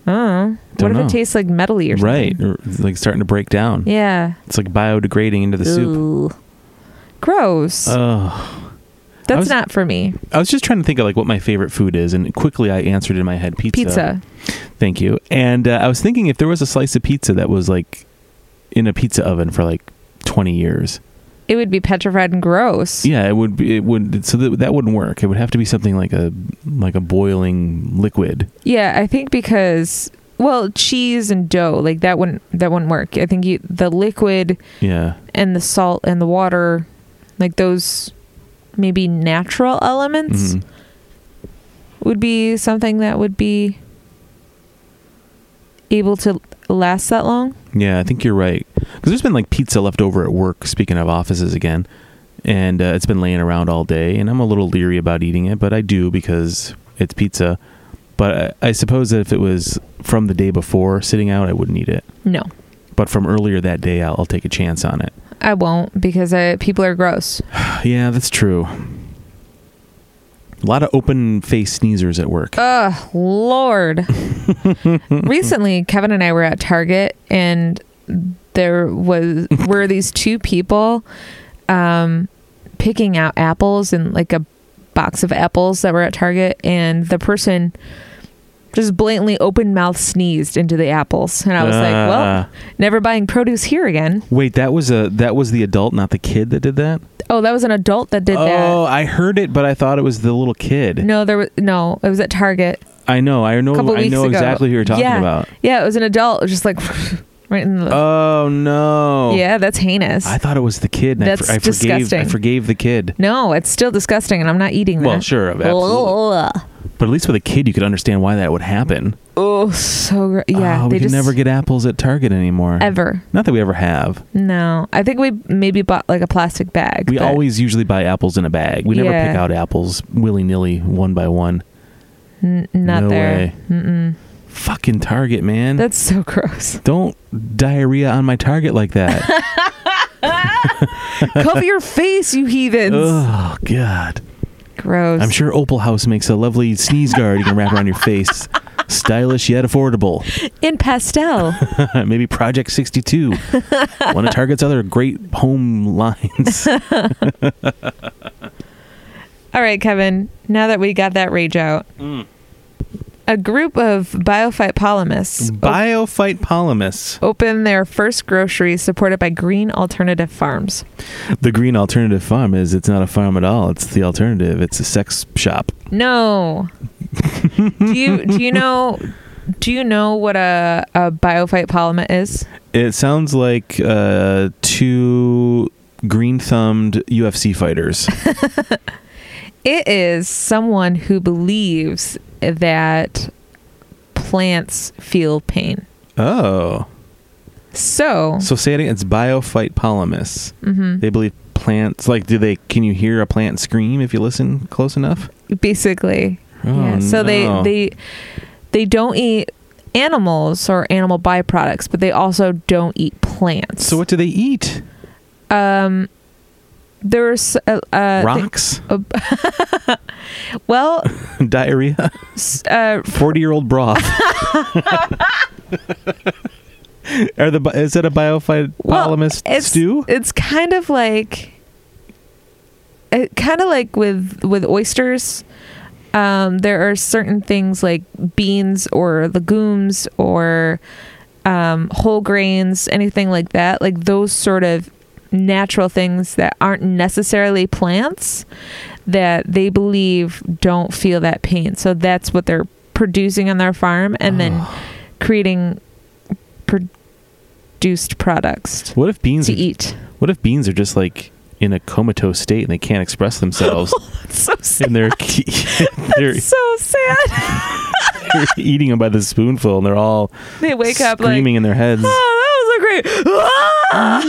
Speaker 1: Oh, what
Speaker 2: Don't
Speaker 1: if
Speaker 2: know.
Speaker 1: it tastes like metally or
Speaker 2: Right.
Speaker 1: something?
Speaker 2: Or it's, like starting to break down.
Speaker 1: Yeah.
Speaker 2: It's like biodegrading into the soup.
Speaker 3: Ooh.
Speaker 1: Gross.
Speaker 2: Oh.
Speaker 1: That's
Speaker 2: was-
Speaker 1: not for me.
Speaker 2: I was just trying to think of like what my favorite food is, and quickly I answered in my head pizza.
Speaker 1: Pizza.
Speaker 2: Thank you. And uh, I was thinking if there was a slice of pizza that was like in a pizza oven for like 20 years.
Speaker 1: It would be petrified and gross.
Speaker 2: Yeah, it would be it would so that, that wouldn't work. It would have to be something like a like a boiling liquid.
Speaker 1: Yeah, I think because well, cheese and dough, like that wouldn't that wouldn't work. I think you the liquid
Speaker 2: Yeah.
Speaker 1: and the salt and the water, like those maybe natural elements
Speaker 2: Mhm.
Speaker 1: would be something that would be able to last that long.
Speaker 2: Yeah, I think you're right. Cuz there's been like pizza left over at work speaking of offices again. And uh, it's been laying around all day and I'm a little leery about eating it, but I do because it's pizza. But I, I suppose that if it was from the day before sitting out, I wouldn't eat it.
Speaker 1: No,
Speaker 2: But from earlier that day, I'll, I'll take a chance on it. [SIGHS]
Speaker 1: I won't because I, people are gross.
Speaker 2: Yeah, that's true. A lot of open face sneezers at work.
Speaker 1: Ugh,
Speaker 2: [LAUGHS]
Speaker 1: Lord. Recently, Kevin and I were at Target, and there was were these two people um, picking out apples and like a box of apples that were at Target, and the person just blatantly open mouth sneezed into the apples, and I was like,
Speaker 2: Ah.
Speaker 1: "Well, never buying produce here again."
Speaker 2: Wait, that was a that was the adult, not the kid that did that.
Speaker 1: Oh, that was an adult that did
Speaker 2: oh,
Speaker 1: that.
Speaker 2: I heard it, but I thought it was the little kid.
Speaker 1: No, there was no. It was at Target.
Speaker 2: I know, I know,
Speaker 1: couple
Speaker 2: I
Speaker 1: weeks
Speaker 2: know
Speaker 1: ago.
Speaker 2: exactly who you're talking
Speaker 1: Yeah.
Speaker 2: about.
Speaker 1: Yeah, it was an adult, just like [LAUGHS] right in the.
Speaker 2: Oh no!
Speaker 1: yeah, that's heinous.
Speaker 2: I thought it was the kid. And I
Speaker 1: That's
Speaker 2: for- I, forgave. I
Speaker 1: disgusting.
Speaker 2: forgave the kid.
Speaker 1: No, it's still disgusting, and I'm not eating that.
Speaker 2: Well, sure,
Speaker 1: Oh.
Speaker 2: absolutely. But at least with a kid, you could understand why that would happen.
Speaker 1: Oh, so gr- yeah.
Speaker 2: oh, we
Speaker 1: they
Speaker 2: can
Speaker 1: just
Speaker 2: never get apples at Target anymore.
Speaker 1: ever.
Speaker 2: Not that we ever have.
Speaker 1: No, I think we maybe bought like a plastic bag.
Speaker 2: We
Speaker 1: but-
Speaker 2: always usually buy apples in a bag. We never
Speaker 1: Yeah.
Speaker 2: pick out apples willy nilly, one by one.
Speaker 1: N- not
Speaker 2: No
Speaker 1: there.
Speaker 2: way.
Speaker 1: Mm-mm.
Speaker 2: Fucking Target, man.
Speaker 1: That's so
Speaker 2: [LAUGHS]
Speaker 1: gross.
Speaker 2: Don't diarrhea on my Target
Speaker 1: [LAUGHS]
Speaker 2: like that.
Speaker 1: Cover your face, you heathens.
Speaker 2: oh, God.
Speaker 1: Gross.
Speaker 2: I'm sure Opal House makes a lovely sneeze guard you can wrap around
Speaker 1: [LAUGHS]
Speaker 2: your face. Stylish yet affordable. [LAUGHS]
Speaker 1: in pastel.
Speaker 2: Maybe Project
Speaker 1: [LAUGHS]
Speaker 2: 62. One of Target's other great home
Speaker 1: [LAUGHS]
Speaker 2: lines.
Speaker 1: All right, Kevin. Now that we got that rage out, a group of biophyte polymists
Speaker 2: Biophyte polymus.
Speaker 1: opened their first grocery supported by Green Alternative Farms.
Speaker 2: The green alternative farm is it's not a farm at all. It's the alternative. It's a sex shop.
Speaker 1: No. do you do you know do you know what a, a biophyte polymer is?
Speaker 2: It sounds like uh, two green thumbed
Speaker 1: [LAUGHS]
Speaker 2: UFC fighters.
Speaker 1: It is someone who believes that plants feel pain.
Speaker 2: oh.
Speaker 1: So
Speaker 2: So say it again. It's biophyte polymus.
Speaker 1: mhm.
Speaker 2: They believe plants, like, do they, can you hear a plant scream if you listen close enough?
Speaker 1: basically
Speaker 2: Oh,
Speaker 1: yeah. so they
Speaker 2: no.
Speaker 1: they they don't eat animals or animal byproducts, but they also don't eat plants.
Speaker 2: So what do they eat?
Speaker 1: um there's uh, uh thi-
Speaker 2: Rocks? [LAUGHS]
Speaker 1: well
Speaker 2: Diarrhea?
Speaker 1: s- uh
Speaker 2: 40 year
Speaker 1: [LAUGHS]
Speaker 2: old broth. Are the bi- is that a biophyte
Speaker 1: Well,
Speaker 2: polymus
Speaker 1: it's,
Speaker 2: stew?
Speaker 1: It's kind of like, it, kind of like with with oysters. Um, there are certain things like beans or legumes or um, whole grains, anything like that. Like those sort of natural things that aren't necessarily plants that they believe don't feel that pain. So that's what they're producing on their farm and then creating produced products
Speaker 2: What if beans?
Speaker 1: to
Speaker 2: Are,
Speaker 1: eat.
Speaker 2: [LAUGHS] what if beans are just like in a comatose state and they can't
Speaker 1: [LAUGHS]
Speaker 2: express themselves
Speaker 1: That's
Speaker 2: [LAUGHS]
Speaker 1: so sad.
Speaker 2: and they're [LAUGHS] they're,
Speaker 1: so sad. [LAUGHS]
Speaker 2: they're eating them by the spoonful and they're all
Speaker 1: They wake up like,
Speaker 2: screaming in their heads.
Speaker 1: oh, that was a great. Ah!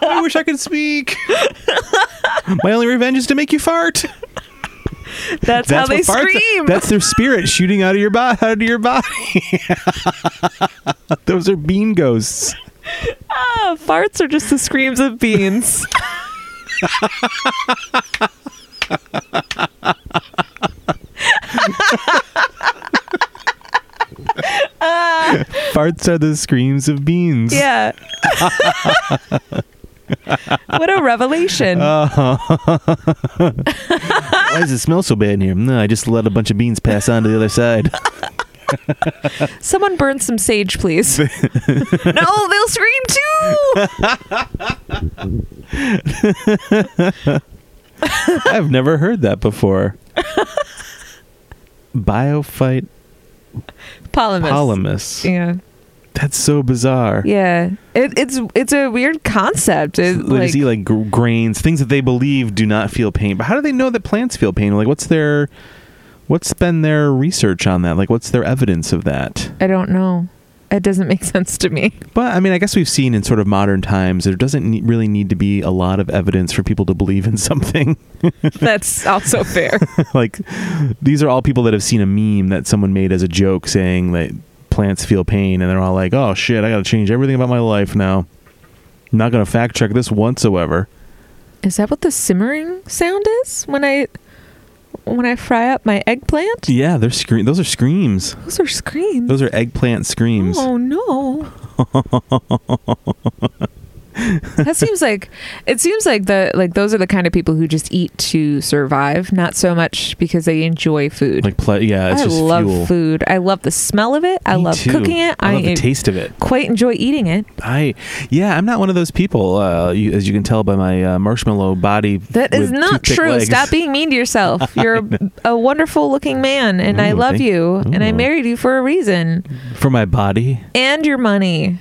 Speaker 2: no, I wish I
Speaker 1: [LAUGHS]
Speaker 2: could speak. My only revenge is to make you fart.
Speaker 1: That's, how they
Speaker 2: what farts-
Speaker 1: scream.
Speaker 2: That's their spirit shooting out of your body. Out of your body. [LAUGHS] Those are bean ghosts.
Speaker 1: Ah, farts are just the screams of
Speaker 2: [LAUGHS]
Speaker 1: beans.
Speaker 2: Farts are the screams of beans.
Speaker 1: yeah. what a revelation.
Speaker 2: Uh. Why does it smell so bad in here? No, I just let a bunch of beans pass on to the
Speaker 1: [LAUGHS]
Speaker 2: other side.
Speaker 1: Someone burn some sage,
Speaker 2: [LAUGHS]
Speaker 1: please. no, they'll scream too.
Speaker 2: I've never heard that
Speaker 1: [LAUGHS]
Speaker 2: before. Biophyte
Speaker 1: Polymus.
Speaker 2: polymus.
Speaker 1: Yeah.
Speaker 2: That's so bizarre.
Speaker 1: Yeah. It, it's it's a weird concept. It,
Speaker 2: They
Speaker 1: like,
Speaker 2: just eat like gr- grains, things that they believe do not feel pain. But how do they know that plants feel pain? Like, what's their, what's been their research on that? Like, what's their evidence of that?
Speaker 1: I don't know. It doesn't make sense to me. [LAUGHS]
Speaker 2: But I mean, I guess we've seen in sort of modern times there doesn't ne- really need to be a lot of evidence for people to believe in [LAUGHS] something.
Speaker 1: That's also fair.
Speaker 2: like these are all people that have seen a meme that someone made as a joke saying that plants feel pain and they're all like oh shit i gotta change everything about my life now not gonna fact check this whatsoever
Speaker 1: Is that what the simmering sound is when I when I fry up my eggplant?
Speaker 2: yeah they're scream those are screams
Speaker 1: Those are screams.
Speaker 2: those are eggplant screams
Speaker 1: Oh
Speaker 2: [LAUGHS]
Speaker 1: no. that seems like it seems like the like those are the kind of people who just eat to survive, not so much because they enjoy food.
Speaker 2: like ple- yeah it's
Speaker 1: I
Speaker 2: just
Speaker 1: love
Speaker 2: fuel
Speaker 1: food. I love the smell of it. I
Speaker 2: Me
Speaker 1: love
Speaker 2: too.
Speaker 1: cooking it.
Speaker 2: i, love the
Speaker 1: en-
Speaker 2: taste of it
Speaker 1: quite enjoy eating it.
Speaker 2: i yeah i'm not one of those people uh you, as you can tell by my uh, marshmallow body
Speaker 1: That is
Speaker 2: with
Speaker 1: not
Speaker 2: toothpick
Speaker 1: true.
Speaker 2: legs.
Speaker 1: Stop being mean to
Speaker 2: [LAUGHS]
Speaker 1: yourself. You're a, a wonderful looking man and I
Speaker 2: Ooh,
Speaker 1: love
Speaker 2: thank-
Speaker 1: you and I
Speaker 2: ooh.
Speaker 1: married you for a reason.
Speaker 2: [LAUGHS] for my body
Speaker 1: And your
Speaker 2: [LAUGHS]
Speaker 1: money.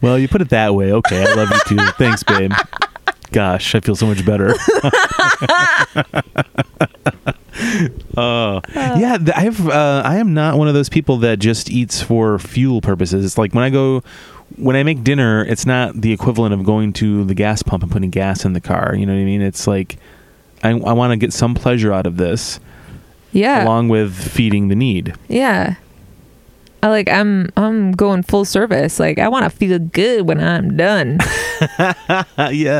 Speaker 2: Well, you put it that way. Okay, I love you too. Thanks, babe. Gosh, I feel so much better. Oh yeah, th- I've uh, I am not one of those people that just eats for fuel purposes. It's like when I go when I make dinner, it's not the equivalent of going to the gas pump and putting gas in the car. You know what I mean? It's like I, I want to get some pleasure out of this,
Speaker 1: Yeah.
Speaker 2: along with feeding the need.
Speaker 1: Yeah. I like I'm I'm going full service. Like I want to feel good when I'm
Speaker 2: [LAUGHS]
Speaker 1: done.
Speaker 2: yeah,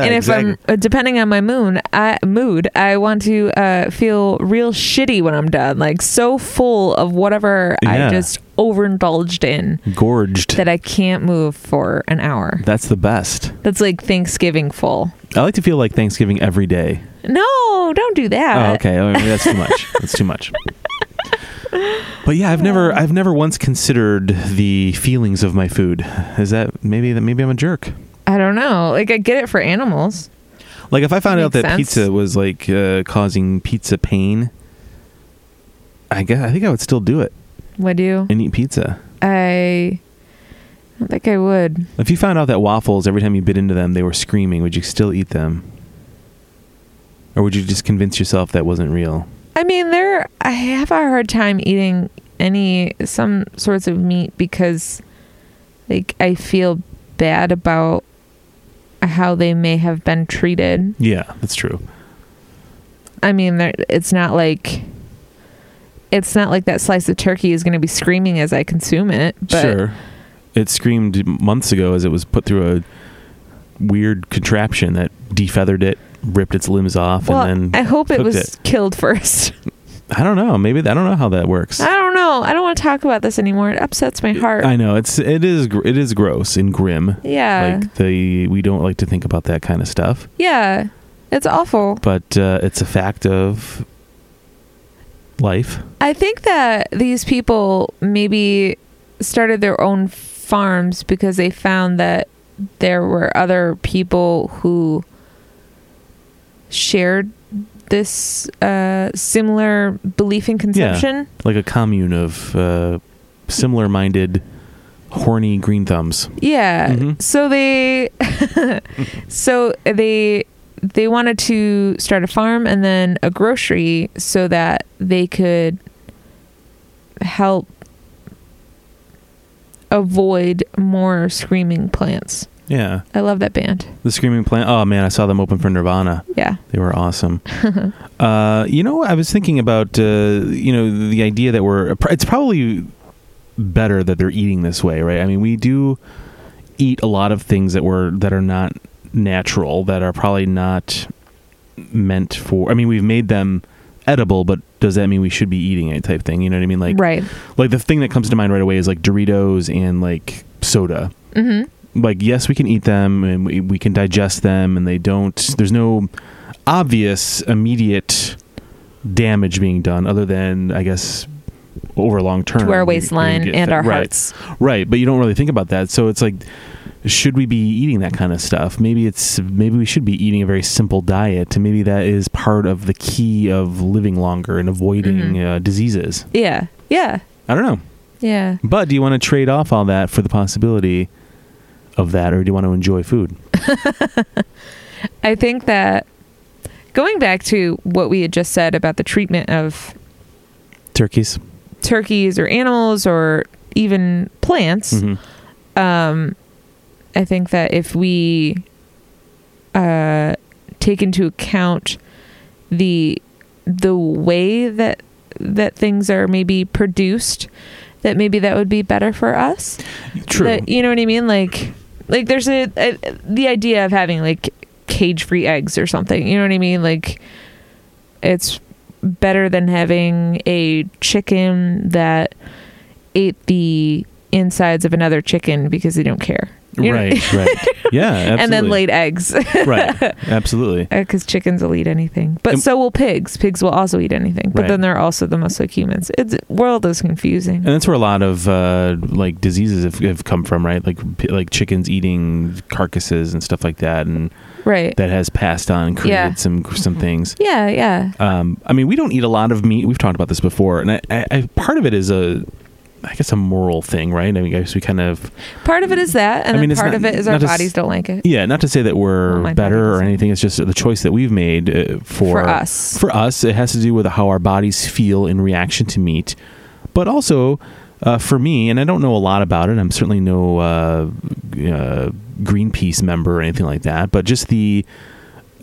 Speaker 1: and if I'm uh, depending on my moon, I mood, I want to uh, feel real shitty when I'm done. Like so full of whatever
Speaker 2: Yeah.
Speaker 1: I just overindulged in
Speaker 2: gorged.
Speaker 1: that I can't move for an hour.
Speaker 2: That's the best.
Speaker 1: That's like Thanksgiving full.
Speaker 2: I like to feel like Thanksgiving every day.
Speaker 1: No, don't do that.
Speaker 2: Oh, okay. Oh, that's too much. That's too [LAUGHS] much. But yeah, I've never, I've never once considered the feelings of my food. Is that maybe that maybe I'm a jerk?
Speaker 1: I don't know. Like I get it for animals.
Speaker 2: Like if I found out
Speaker 1: Makes
Speaker 2: that
Speaker 1: sense.
Speaker 2: pizza was like uh, causing pizza pain, I guess I think I would still do it
Speaker 1: Would you?
Speaker 2: and eat pizza.
Speaker 1: I don't think I would.
Speaker 2: If you found out that waffles every time you bit into them they were screaming, would you still eat them? Or would you just convince yourself that wasn't real?
Speaker 1: I mean, there. I have a hard time eating any some sorts of meat because, like, I feel bad about how they may have been treated.
Speaker 2: Yeah, that's true.
Speaker 1: I mean, there, it's not like it's not like that slice of turkey is going to be screaming as I consume it. But
Speaker 2: sure. It screamed months ago as it was put through a weird contraption that defeathered it, ripped its limbs off,
Speaker 1: Well,
Speaker 2: and
Speaker 1: I
Speaker 2: then
Speaker 1: hope it
Speaker 2: cooked
Speaker 1: was
Speaker 2: it.
Speaker 1: killed [LAUGHS] first.
Speaker 2: I don't know. Maybe I don't know how that works.
Speaker 1: I don't know. I don't want to talk about this anymore. It upsets my heart.
Speaker 2: I know it's it is gr- it is gross and grim.
Speaker 1: yeah.
Speaker 2: Like the we don't like to think about that kind of stuff,
Speaker 1: yeah. It's awful.
Speaker 2: but uh, it's a fact of life.
Speaker 1: I think that these people maybe started their own farms because they found that there were other people who shared this uh, similar belief in consumption.
Speaker 2: Like a commune of uh, similar minded horny green thumbs.
Speaker 1: Yeah.
Speaker 2: Mhm.
Speaker 1: So they [LAUGHS] so they they wanted to start a farm and then a grocery so that they could help avoid more screaming plants.
Speaker 2: Yeah,
Speaker 1: I love that band.
Speaker 2: the Screaming Plant. Oh man, I saw them open for Nirvana.
Speaker 1: Yeah.
Speaker 2: They were awesome. uh, you know, I was thinking about uh, you know the idea that we're. It's probably better that they're eating this way, right? I mean, we do eat a lot of things that were that are not natural, that are probably not meant for. I mean, we've made them edible, but does that mean we should be eating it? Type thing. You know what I mean? Like,
Speaker 1: right.
Speaker 2: like the thing that comes to mind right away is like Doritos and like soda
Speaker 1: Mhm.
Speaker 2: like yes we can eat them and we, we can digest them and they don't there's no obvious immediate damage being done other than i guess over long term
Speaker 1: To our
Speaker 2: we- we
Speaker 1: waistline
Speaker 2: get
Speaker 1: and
Speaker 2: that-
Speaker 1: our
Speaker 2: right,
Speaker 1: hearts.
Speaker 2: right but you don't really think about that so it's like should we be eating that kind of stuff maybe it's maybe we should be eating a very simple diet and maybe that is part of the key of living longer and avoiding
Speaker 1: Mhm.
Speaker 2: uh, diseases
Speaker 1: Yeah. Yeah.
Speaker 2: i don't know
Speaker 1: Yeah.
Speaker 2: but do you want to trade off all that for the possibility of that or do you want to enjoy food
Speaker 1: I think that going back to what we had just said about the treatment of
Speaker 2: turkeys
Speaker 1: turkeys or animals or even plants,
Speaker 2: Mhm.
Speaker 1: um, I think that if we uh, take into account the the way that that things are maybe produced, that maybe that would be better for us.
Speaker 2: True.
Speaker 1: That- you know what I mean? Like, like there's a, a the idea of having like cage free eggs or something. You know what I mean? Like, it's better than having a chicken that ate the insides of another chicken because they don't care. You know-
Speaker 2: [LAUGHS] right. Right.
Speaker 1: [LAUGHS]
Speaker 2: Yeah. Absolutely.
Speaker 1: And then laid eggs [LAUGHS]
Speaker 2: right. Absolutely.
Speaker 1: because chickens will eat anything, but
Speaker 2: And-
Speaker 1: so will pigs. Pigs will also eat anything, but
Speaker 2: Right.
Speaker 1: then they're also the most like humans. It's world is confusing.
Speaker 2: And that's where a lot of uh, like diseases have, have come from, right? Like p- like chickens eating carcasses and stuff like that, and
Speaker 1: right?
Speaker 2: that has passed on and created
Speaker 1: Yeah. Mm-hmm.
Speaker 2: some some things.
Speaker 1: yeah, yeah.
Speaker 2: Um, I mean, we don't eat a lot of meat. We've talked about this before, and I, I, I part of it is a, I guess, a moral thing, right? I mean, I guess we kind of
Speaker 1: Part of it is that, and
Speaker 2: I mean,
Speaker 1: then
Speaker 2: it's
Speaker 1: part
Speaker 2: not-
Speaker 1: of it is our
Speaker 2: not as-
Speaker 1: bodies don't like it
Speaker 2: yeah. Not to say that
Speaker 1: Well,
Speaker 2: we're
Speaker 1: my body
Speaker 2: better or
Speaker 1: doesn't.
Speaker 2: anything. It's just the choice that we've made uh, for
Speaker 1: for us.
Speaker 2: for us, it has to do with how our bodies feel in reaction to meat, but also uh, for me, and I don't know a lot about it. I'm certainly no uh, uh, Greenpeace member or anything like that, but just the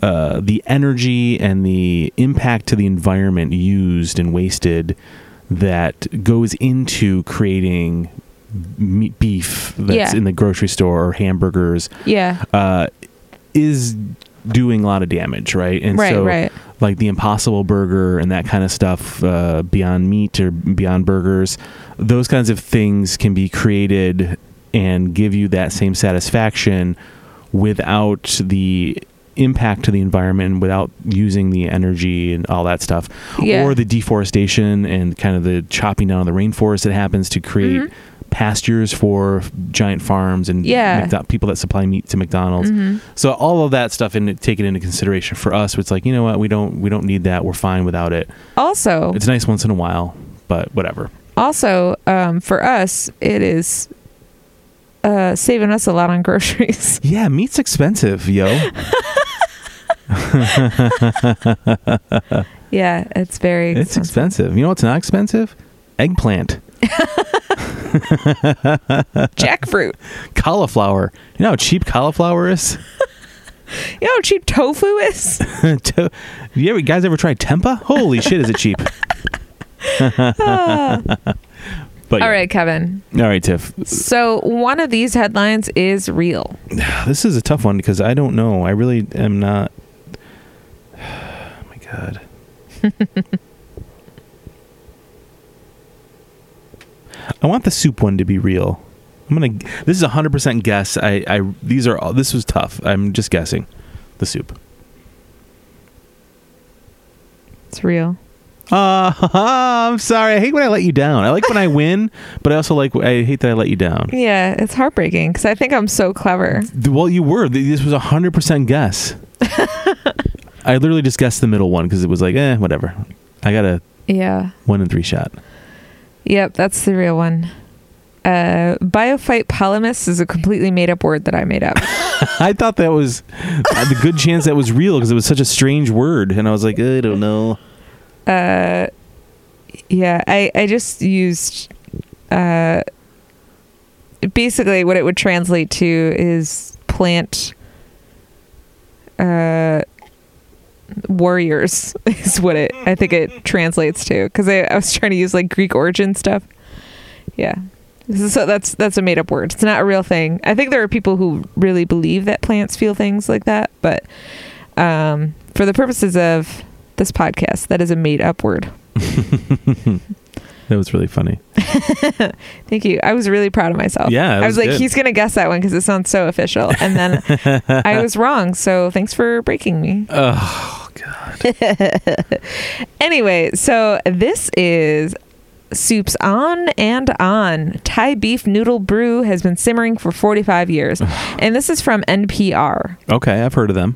Speaker 2: uh, the energy and the impact to the environment used and wasted that goes into creating meat beef that's
Speaker 1: Yeah.
Speaker 2: in the grocery store or hamburgers
Speaker 1: yeah,
Speaker 2: uh, is doing a lot of damage, right? And
Speaker 1: right,
Speaker 2: so
Speaker 1: right.
Speaker 2: like the Impossible Burger and that kind of stuff, uh, Beyond Meat or Beyond Burgers, those kinds of things can be created and give you that same satisfaction without the impact to the environment and without using the energy and all that stuff
Speaker 1: Yeah.
Speaker 2: or the deforestation and kind of the chopping down of the rainforest that happens to create
Speaker 1: Mhm.
Speaker 2: pastures for giant farms and
Speaker 1: Yeah.
Speaker 2: McDo- people that supply meat to McDonald's
Speaker 1: Mhm.
Speaker 2: so all of that stuff in taken into consideration for us, it's like you know what we don't we don't need that. We're fine without it.
Speaker 1: Also,
Speaker 2: It's nice once in a while, but whatever.
Speaker 1: also um, for us, it is uh, saving us a lot on groceries. [LAUGHS]
Speaker 2: Yeah, meat's expensive, yo.
Speaker 1: yeah, it's very.
Speaker 2: it's
Speaker 1: expensive.
Speaker 2: [LAUGHS] expensive. You know what's not expensive? Eggplant, [LAUGHS]
Speaker 1: Jackfruit.
Speaker 2: cauliflower. You know how cheap cauliflower is. [LAUGHS]
Speaker 1: You know how cheap tofu is?
Speaker 2: To- you ever, guys ever try tempa? Holy shit, is it
Speaker 1: [LAUGHS]
Speaker 2: cheap?
Speaker 1: Ah.
Speaker 2: But
Speaker 1: [LAUGHS] All
Speaker 2: yeah.
Speaker 1: right, Kevin.
Speaker 2: all right, Tiff.
Speaker 1: So one of these headlines is real.
Speaker 2: This is a tough one because I don't know. I really am not. [SIGHS] Oh my god. I want the soup one to be real. I'm gonna. This is a hundred percent guess. I, I. These are all. This was tough. I'm just guessing. The soup.
Speaker 1: It's real.
Speaker 2: Uh, [LAUGHS] I'm sorry. I hate when I let you down. I like when I win, but I also like. I hate that I let you down.
Speaker 1: Yeah, it's heartbreaking because I think I'm so clever.
Speaker 2: Well, you were. Th- This was a hundred
Speaker 1: [LAUGHS]
Speaker 2: percent guess. I literally just guessed the middle one because it was like, eh, whatever. I got a
Speaker 1: Yeah.
Speaker 2: one in three shot. [LAUGHS]
Speaker 1: Yep, that's the real one. Uh, biophyte polymus is a completely made up word that I made up.
Speaker 2: I thought that was uh, the good chance that was real because it was such a strange word, and I was like, I don't know. [LAUGHS]
Speaker 1: uh, yeah, I, I just used uh, basically what it would translate to is plant uh, warriors [LAUGHS] is what it I think it translates to because I, I was trying to use like Greek origin stuff. Yeah. So that's that's a made up word. It's not a real thing. I think there are people who really believe that plants feel things like that, but um, for the purposes of this podcast, that is a made up word.
Speaker 2: That was really funny.
Speaker 1: Thank you. I was really proud of myself.
Speaker 2: Yeah, it
Speaker 1: I was
Speaker 2: was
Speaker 1: like,
Speaker 2: good.
Speaker 1: he's gonna guess that one because it sounds so official, and then
Speaker 2: [LAUGHS]
Speaker 1: I was wrong. So thanks for breaking me.
Speaker 2: Oh god.
Speaker 1: Anyway, so this is soups on and on. Thai beef noodle brew has been simmering for 45
Speaker 2: [SIGHS]
Speaker 1: years, and this is from NPR.
Speaker 2: Okay, I've heard of them.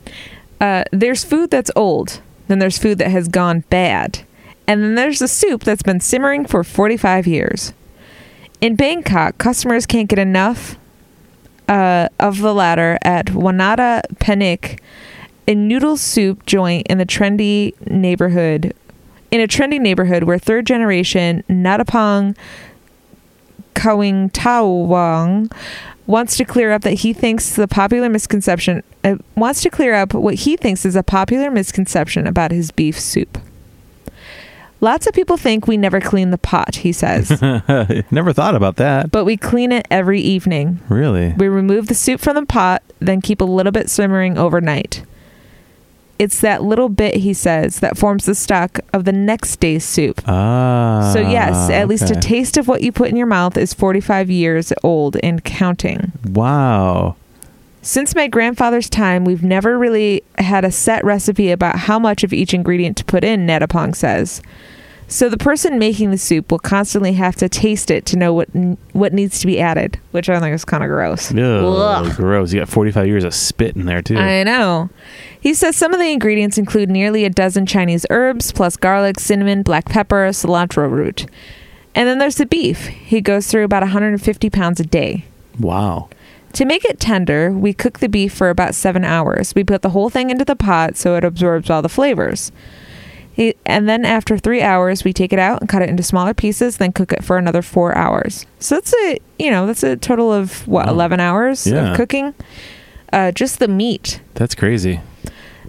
Speaker 2: [LAUGHS]
Speaker 1: uh, there's food that's old, then there's food that has gone bad, and then there's the soup that's been simmering for 45 years. In Bangkok, customers can't get enough uh, of the latter at Wanada Penik, a noodle soup joint in the trendy neighborhood. In a trendy neighborhood where third generation Natapong Kawing Tawang wants to clear up that he thinks the popular misconception uh, wants to clear up what he thinks is a popular misconception about his beef soup. Lots of people think we never clean the pot, he says,
Speaker 2: Never thought about that.
Speaker 1: but we clean it every evening.
Speaker 2: Really?
Speaker 1: We remove the soup from the pot, then keep a little bit simmering overnight. It's that little bit, he says, that forms the stock of the next day's soup.
Speaker 2: Ah.
Speaker 1: So, yes, at least a
Speaker 2: okay.
Speaker 1: taste of what you put in your mouth is 45 years old and counting.
Speaker 2: Wow.
Speaker 1: Since my grandfather's time, we've never really had a set recipe about how much of each ingredient to put in, Natapong says. So the person making the soup will constantly have to taste it to know what what needs to be added, which I think is kind of gross.
Speaker 2: Ew, gross. You got 45 years of spit in there, too.
Speaker 1: I know. He says some of the ingredients include nearly a dozen Chinese herbs, plus garlic, cinnamon, black pepper, cilantro root. And then there's the beef. He goes through about 150 pounds a day.
Speaker 2: wow.
Speaker 1: To make it tender, we cook the beef for about seven hours. We put the whole thing into the pot so it absorbs all the flavors. He- And then after three hours, we take it out and cut it into smaller pieces, then cook it for another four hours. So that's a you know that's a total of what
Speaker 2: Wow.
Speaker 1: eleven hours
Speaker 2: Yeah.
Speaker 1: of cooking, uh, just the meat.
Speaker 2: That's crazy.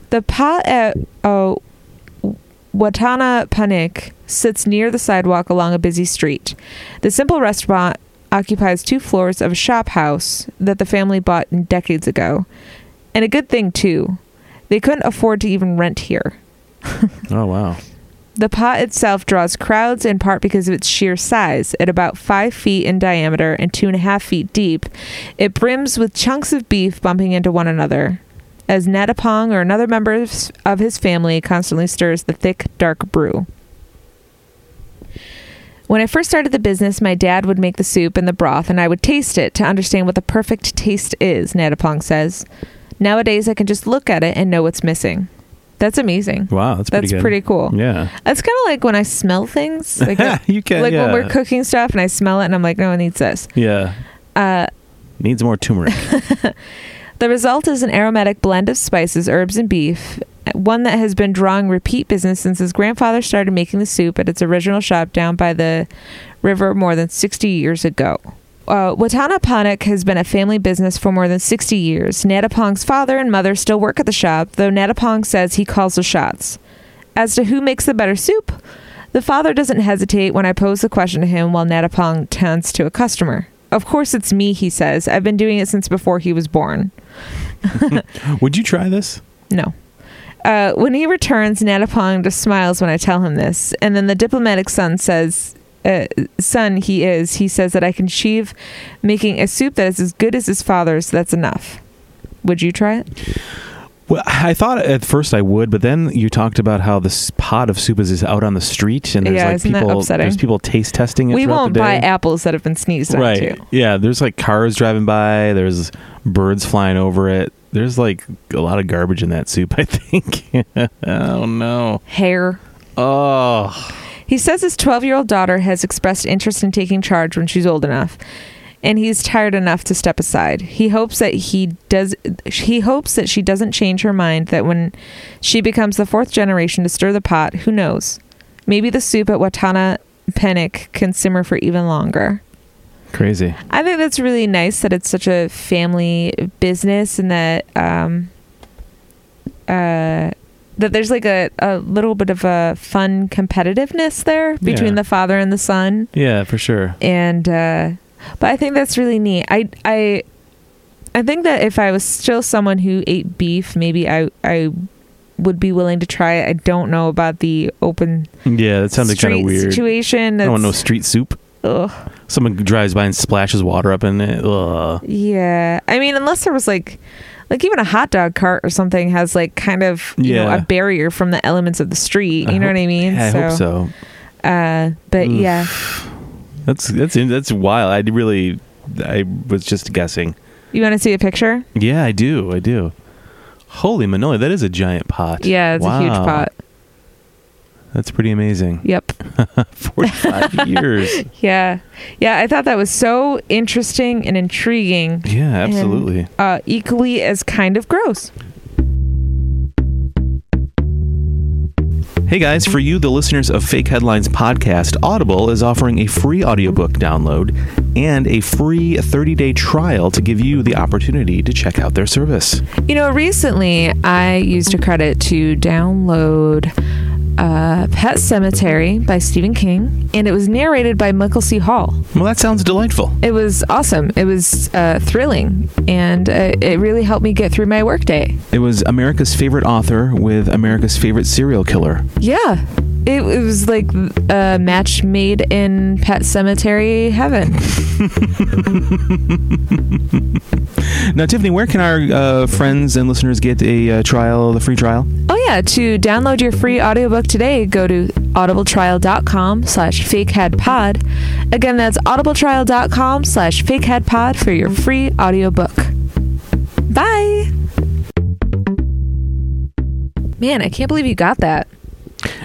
Speaker 1: The pot at uh, Watana Panik sits near the sidewalk along a busy street. The simple restaurant occupies two floors of a shop house that the family bought decades ago. And a good thing, too. They couldn't afford to even rent here.
Speaker 2: Oh, wow.
Speaker 1: The pot itself draws crowds in part because of its sheer size. At about five feet in diameter and two and a half feet deep, it brims with chunks of beef bumping into one another. As Natapong or another member of s- of his family constantly stirs the thick, dark brew. When I first started the business, my dad would make the soup and the broth, and I would taste it to understand what the perfect taste is, Natapong says. Nowadays, I can just look at it and know what's missing. That's amazing.
Speaker 2: Wow, that's pretty
Speaker 1: That's
Speaker 2: good.
Speaker 1: pretty cool. [LAUGHS]
Speaker 2: Yeah. [LAUGHS]
Speaker 1: It's kind of like when I smell things, like when-
Speaker 2: you can,
Speaker 1: like
Speaker 2: yeah.
Speaker 1: when we're cooking stuff and I smell it and I'm like, no one needs this.
Speaker 2: Yeah.
Speaker 1: Uh,
Speaker 2: Needs
Speaker 1: [LAUGHS]
Speaker 2: more turmeric.
Speaker 1: the result is an aromatic blend of spices, herbs, and beef, one that has been drawing repeat business since his grandfather started making the soup at its original shop down by the river more than 60 years ago. Uh, Watana Panik has been a family business for more than 60 years. Natapong's father and mother still work at the shop, though Natapong says he calls the shots. As to who makes the better soup, the father doesn't hesitate when I pose the question to him while Natapong tends to a customer. Of course it's me, he says. I've been doing it since before he was born.
Speaker 2: Would you try this?
Speaker 1: No. Uh, when he returns, Natapong just smiles when I tell him this, and then the diplomatic son says, uh, "Son, he is." He says that I can achieve making a soup that is as good as his father's. That's enough. Would you try it?
Speaker 2: Well, I thought at first I would, but then you talked about how this pot of soup is, is out on the street and there's
Speaker 1: Yeah,
Speaker 2: like
Speaker 1: isn't that
Speaker 2: people
Speaker 1: upsetting?
Speaker 2: there's people taste testing it
Speaker 1: We
Speaker 2: throughout
Speaker 1: won't
Speaker 2: the day.
Speaker 1: buy apples that have been sneezed
Speaker 2: right.
Speaker 1: on. Too.
Speaker 2: Yeah, there's like cars driving by, there's birds flying over it. There's like a lot of [LAUGHS] garbage in that soup, I think. oh no.
Speaker 1: Hair.
Speaker 2: Oh.
Speaker 1: He He says his 12 year old daughter has expressed interest in taking charge when she's old enough, and he's tired enough to step aside. He hopes that he does. He hopes that she doesn't change her mind. That when she becomes the fourth generation to stir the pot, who knows? Maybe the soup at Watana Pennick can simmer for even longer.
Speaker 2: Crazy.
Speaker 1: I think that's really nice that it's such a family business and that um, uh, that there's like a, a little bit of a fun competitiveness there between
Speaker 2: Yeah.
Speaker 1: the father and the son.
Speaker 2: Yeah, for sure.
Speaker 1: And uh, but I think that's really neat. I I I think that if I was still someone who ate beef, maybe I I would be willing to try it. I don't know about the open
Speaker 2: Yeah, that sounded kind
Speaker 1: street
Speaker 2: of weird.
Speaker 1: situation.
Speaker 2: I don't want no
Speaker 1: That's-
Speaker 2: street soup.
Speaker 1: ugh.
Speaker 2: Someone drives by and splashes water up in it. Ugh.
Speaker 1: Yeah. I mean, unless there was like like even a hot dog cart or something has like kind of you know
Speaker 2: Yeah.
Speaker 1: a barrier from the elements of the street. You
Speaker 2: I
Speaker 1: know
Speaker 2: hope-
Speaker 1: what I mean?
Speaker 2: yeah, I hope so.
Speaker 1: Uh but
Speaker 2: Oof.
Speaker 1: yeah.
Speaker 2: That's that's in- that's wild. I really, I was just guessing.
Speaker 1: You wanna see a picture?
Speaker 2: Yeah, I do. I do. Holy manola, that is a giant pot.
Speaker 1: Yeah, it's a huge
Speaker 2: Wow.
Speaker 1: pot.
Speaker 2: That's pretty amazing.
Speaker 1: Yep. [LAUGHS]
Speaker 2: Forty-five years.
Speaker 1: Yeah. Yeah, I thought that was so interesting and intriguing.
Speaker 2: Yeah, absolutely.
Speaker 1: Uh equally as kind of gross.
Speaker 2: Hey guys, for you, the listeners of Fake Headlines Podcast, Audible is offering a free audiobook download and a free 30 day trial to give you the opportunity to check out their service.
Speaker 1: You know, recently I used a credit to download uh, Pet Cemetery by Stephen King, and it was narrated by Michael C. Hall.
Speaker 2: Well, that sounds delightful.
Speaker 1: It was awesome. It was uh, thrilling, and uh, it really helped me get through my workday.
Speaker 2: It was America's favorite author with America's favorite serial killer.
Speaker 1: Yeah, it, it was like a match made in Pet Cemetery heaven.
Speaker 2: Now, Tiffany, where can our uh, friends and listeners get a uh, trial, the free trial?
Speaker 1: Oh yeah, to download your free audiobook today, go to audibletrial.com slash fakeheadpod. Again, that's audibletrial.com slash fakeheadpod for your free audiobook. Bye! Man, I can't believe you got that.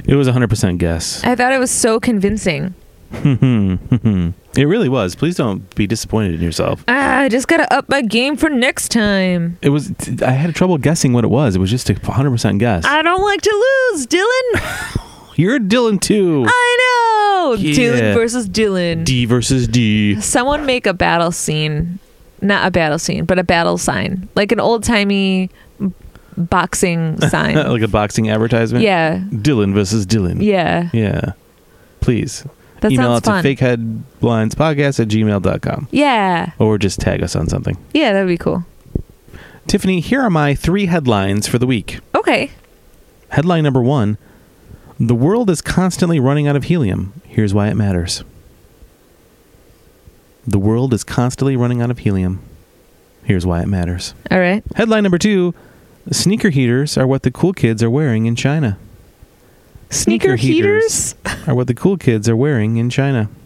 Speaker 2: It was 100% guess. [LAUGHS]
Speaker 1: I thought it was so convincing.
Speaker 2: it really was. Please don't be disappointed in yourself.
Speaker 1: Ah, I just gotta up my game for next time.
Speaker 2: It was. I had trouble guessing what it was. It was just a 100% guess.
Speaker 1: I don't like to lose, Dylan.
Speaker 2: You're a Dylan too.
Speaker 1: I know!
Speaker 2: Yeah.
Speaker 1: Dylan versus Dylan.
Speaker 2: D versus D.
Speaker 1: Someone make a battle scene, not a battle scene, but a battle sign, like an old timey
Speaker 2: [LAUGHS]
Speaker 1: boxing sign.
Speaker 2: like a boxing advertisement.
Speaker 1: yeah,
Speaker 2: Dylan versus Dylan.
Speaker 1: yeah,
Speaker 2: Yeah. Please
Speaker 1: that
Speaker 2: email
Speaker 1: sounds fun.
Speaker 2: out to fakeheadblindspodcast at gmail.com
Speaker 1: yeah,
Speaker 2: or just tag us on something.
Speaker 1: yeah, that'd be cool.
Speaker 2: Tiffany, here are my three headlines for the week.
Speaker 1: Okay,
Speaker 2: Headline number one The world is constantly running out of helium. Here's why it matters. The world is constantly running out of helium. Here's why it matters.
Speaker 1: all right.
Speaker 2: Headline number two Sneaker heaters are what the cool kids are wearing in China. Sneaker heaters. Are what the cool kids are wearing in China.
Speaker 1: [LAUGHS]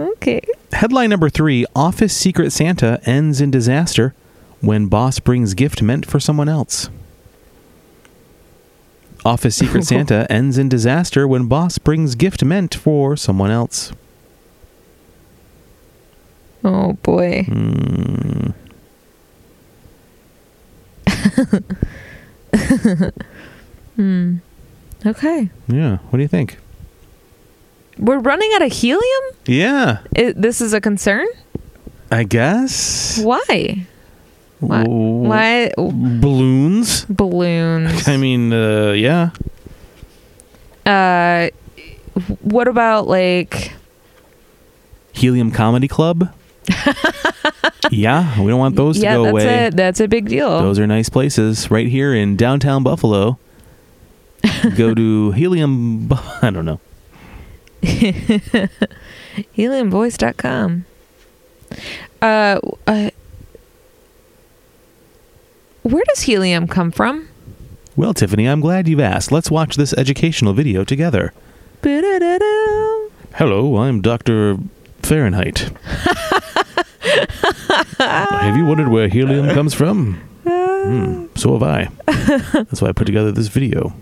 Speaker 1: Okay.
Speaker 2: Headline number three Office Secret Santa ends in disaster when boss brings gift meant for someone else. Office
Speaker 1: [LAUGHS]
Speaker 2: Secret Santa ends in disaster when boss brings gift meant for someone else.
Speaker 1: Oh boy.
Speaker 2: Hmm.
Speaker 1: Hmm. [LAUGHS] Okay.
Speaker 2: yeah, what do you think?
Speaker 1: We're running out of helium.
Speaker 2: Yeah,
Speaker 1: It, this is a concern.
Speaker 2: I guess.
Speaker 1: Why? Why?
Speaker 2: W-
Speaker 1: Why
Speaker 2: Balloons? [LAUGHS]
Speaker 1: balloons?
Speaker 2: I mean, uh, yeah.
Speaker 1: Uh, what about like?
Speaker 2: Helium Comedy
Speaker 1: [LAUGHS]
Speaker 2: Club. yeah, we don't want those
Speaker 1: yeah,
Speaker 2: to go
Speaker 1: that's
Speaker 2: away.
Speaker 1: a that's a big deal.
Speaker 2: Those are nice places right here in downtown Buffalo. go to Helium. Bu- I don't know.
Speaker 1: [LAUGHS] heliumvoice.com uh, uh where does helium come from
Speaker 2: Well, Tiffany, I'm glad you've asked. Let's watch this educational video together.
Speaker 1: Ba-da-da-da.
Speaker 2: Hello, I'm Dr. Fahrenheit. have you wondered where helium comes from? Hmm, so have I. That's why I put together this video.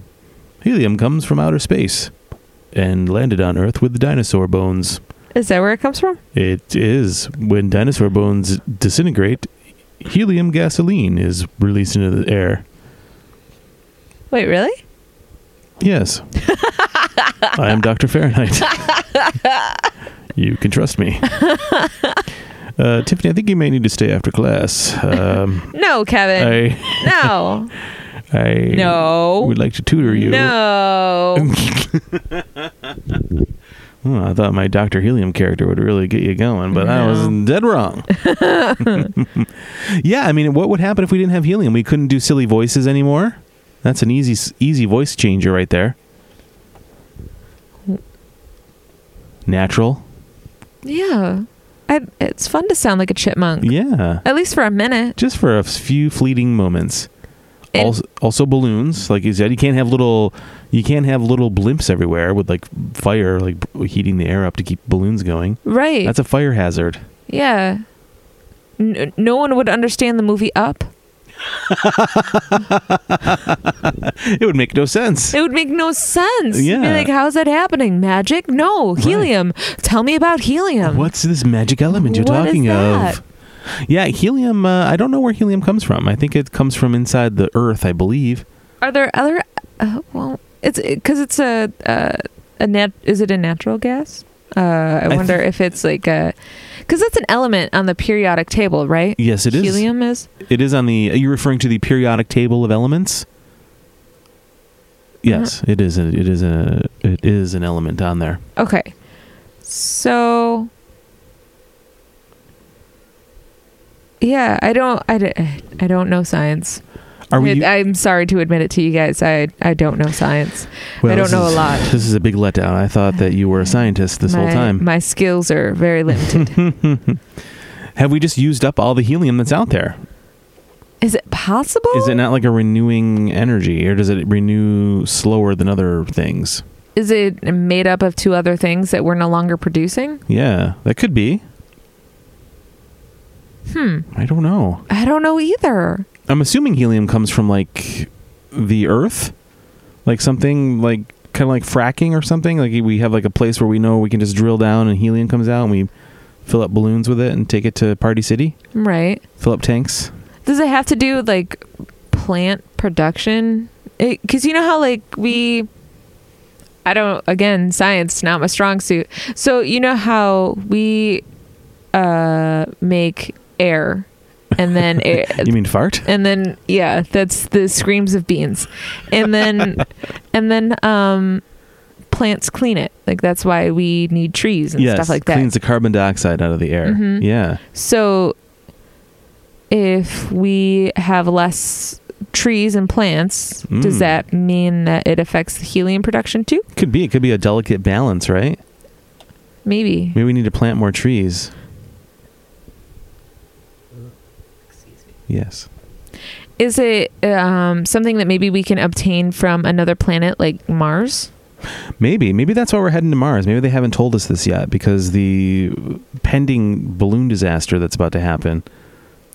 Speaker 2: Helium comes from outer space. and landed on Earth with dinosaur bones.
Speaker 1: Is that where it comes from?
Speaker 2: It is when dinosaur bones disintegrate, helium gasoline is released into the air.
Speaker 1: Wait, really? [LAUGHS]
Speaker 2: Yes. I am Dr. Fahrenheit. you can trust
Speaker 1: [LAUGHS]
Speaker 2: me. Uh, Tiffany, I think you may need to stay
Speaker 1: [LAUGHS]
Speaker 2: after class. Um,
Speaker 1: No, Kevin.
Speaker 2: I,
Speaker 1: No.
Speaker 2: [LAUGHS] I
Speaker 1: No.
Speaker 2: would like to tutor you. [LAUGHS]
Speaker 1: No.
Speaker 2: Oh, I thought my Dr. Helium character would really get you going, but I
Speaker 1: No.
Speaker 2: was dead
Speaker 1: [LAUGHS]
Speaker 2: wrong. [LAUGHS] yeah, I mean, what would happen if we didn't have helium? We couldn't do silly voices anymore. That's an easy, easy voice changer right there. Natural.
Speaker 1: yeah. I, it's fun to sound like a chipmunk.
Speaker 2: Yeah.
Speaker 1: At least for a minute.
Speaker 2: Just for a few fleeting moments.
Speaker 1: And-
Speaker 2: also, also balloons, like you said, you can't have little, you can't have little blimps everywhere with like fire, like heating the air up to keep balloons going.
Speaker 1: Right.
Speaker 2: That's a fire hazard. [LAUGHS]
Speaker 1: yeah. N- no one would understand the movie Up.
Speaker 2: It would make no sense.
Speaker 1: It would make no sense.
Speaker 2: Yeah.
Speaker 1: Be like, how's that happening? Magic? No.
Speaker 2: Right.
Speaker 1: Helium. Tell me about helium.
Speaker 2: What's this magic element you're
Speaker 1: What is
Speaker 2: talking
Speaker 1: that?
Speaker 2: of? Yeah, helium. Uh, I don't know where helium comes from. I think it comes from inside the Earth, I believe.
Speaker 1: Are there other? Uh, well, it's because it's a uh, a nat. Is it a natural gas? Uh, I,
Speaker 2: thi-
Speaker 1: wonder if it's like a because that's an element on the periodic table, right?
Speaker 2: Yes, it is.
Speaker 1: Helium is.
Speaker 2: It is on the. Are you referring to the periodic table of
Speaker 1: Uh-huh.
Speaker 2: elements? Yes, it is. A, it is a. It is an element on there.
Speaker 1: Okay, so yeah, I don't, I, d- I don't know science.
Speaker 2: Are we?
Speaker 1: I, am sorry to admit it to you guys. I I don't know science.
Speaker 2: well,
Speaker 1: I don't
Speaker 2: this
Speaker 1: know
Speaker 2: is-
Speaker 1: a lot.
Speaker 2: This is a big letdown. I thought that you were a scientist [LAUGHS] this whole
Speaker 1: My-
Speaker 2: time.
Speaker 1: my skills are very limited.
Speaker 2: [LAUGHS] Have we just used up all the helium that's out there?
Speaker 1: is it possible?
Speaker 2: Is it not like a renewing energy, or does it renew slower than other things?
Speaker 1: Is it made up of two other things that we're no longer producing?
Speaker 2: Yeah, that could be.
Speaker 1: Hmm.
Speaker 2: I don't know.
Speaker 1: I don't know either.
Speaker 2: I'm assuming helium comes from like the Earth, like something like kind of like fracking or something. Like we have like a place where we know we can just drill down and helium comes out, and we fill up balloons with it and take it to Party City,
Speaker 1: Right.
Speaker 2: fill up tanks.
Speaker 1: Does it have to do with like plant production? Because you know how like we. I don't, again, science, not my strong suit. So, you know how we uh, make air and
Speaker 2: [LAUGHS]
Speaker 1: then air,
Speaker 2: You mean fart?
Speaker 1: and then yeah that's the screams of beans and then
Speaker 2: [LAUGHS]
Speaker 1: and then um plants clean it like that's why we need trees and
Speaker 2: yes,
Speaker 1: stuff like that
Speaker 2: cleans the carbon dioxide out of the air.
Speaker 1: Mhm.
Speaker 2: Yeah,
Speaker 1: so if we have less trees and plants
Speaker 2: Mm.
Speaker 1: does that mean that it affects the helium production too
Speaker 2: could be. It could be a delicate balance, right?
Speaker 1: maybe
Speaker 2: Maybe we need to plant more trees. Yes.
Speaker 1: is it um, something that maybe we can obtain from another planet like mars
Speaker 2: Maybe. Maybe that's why we're heading to Mars. Maybe they haven't told us this yet because the pending balloon disaster that's about to happen,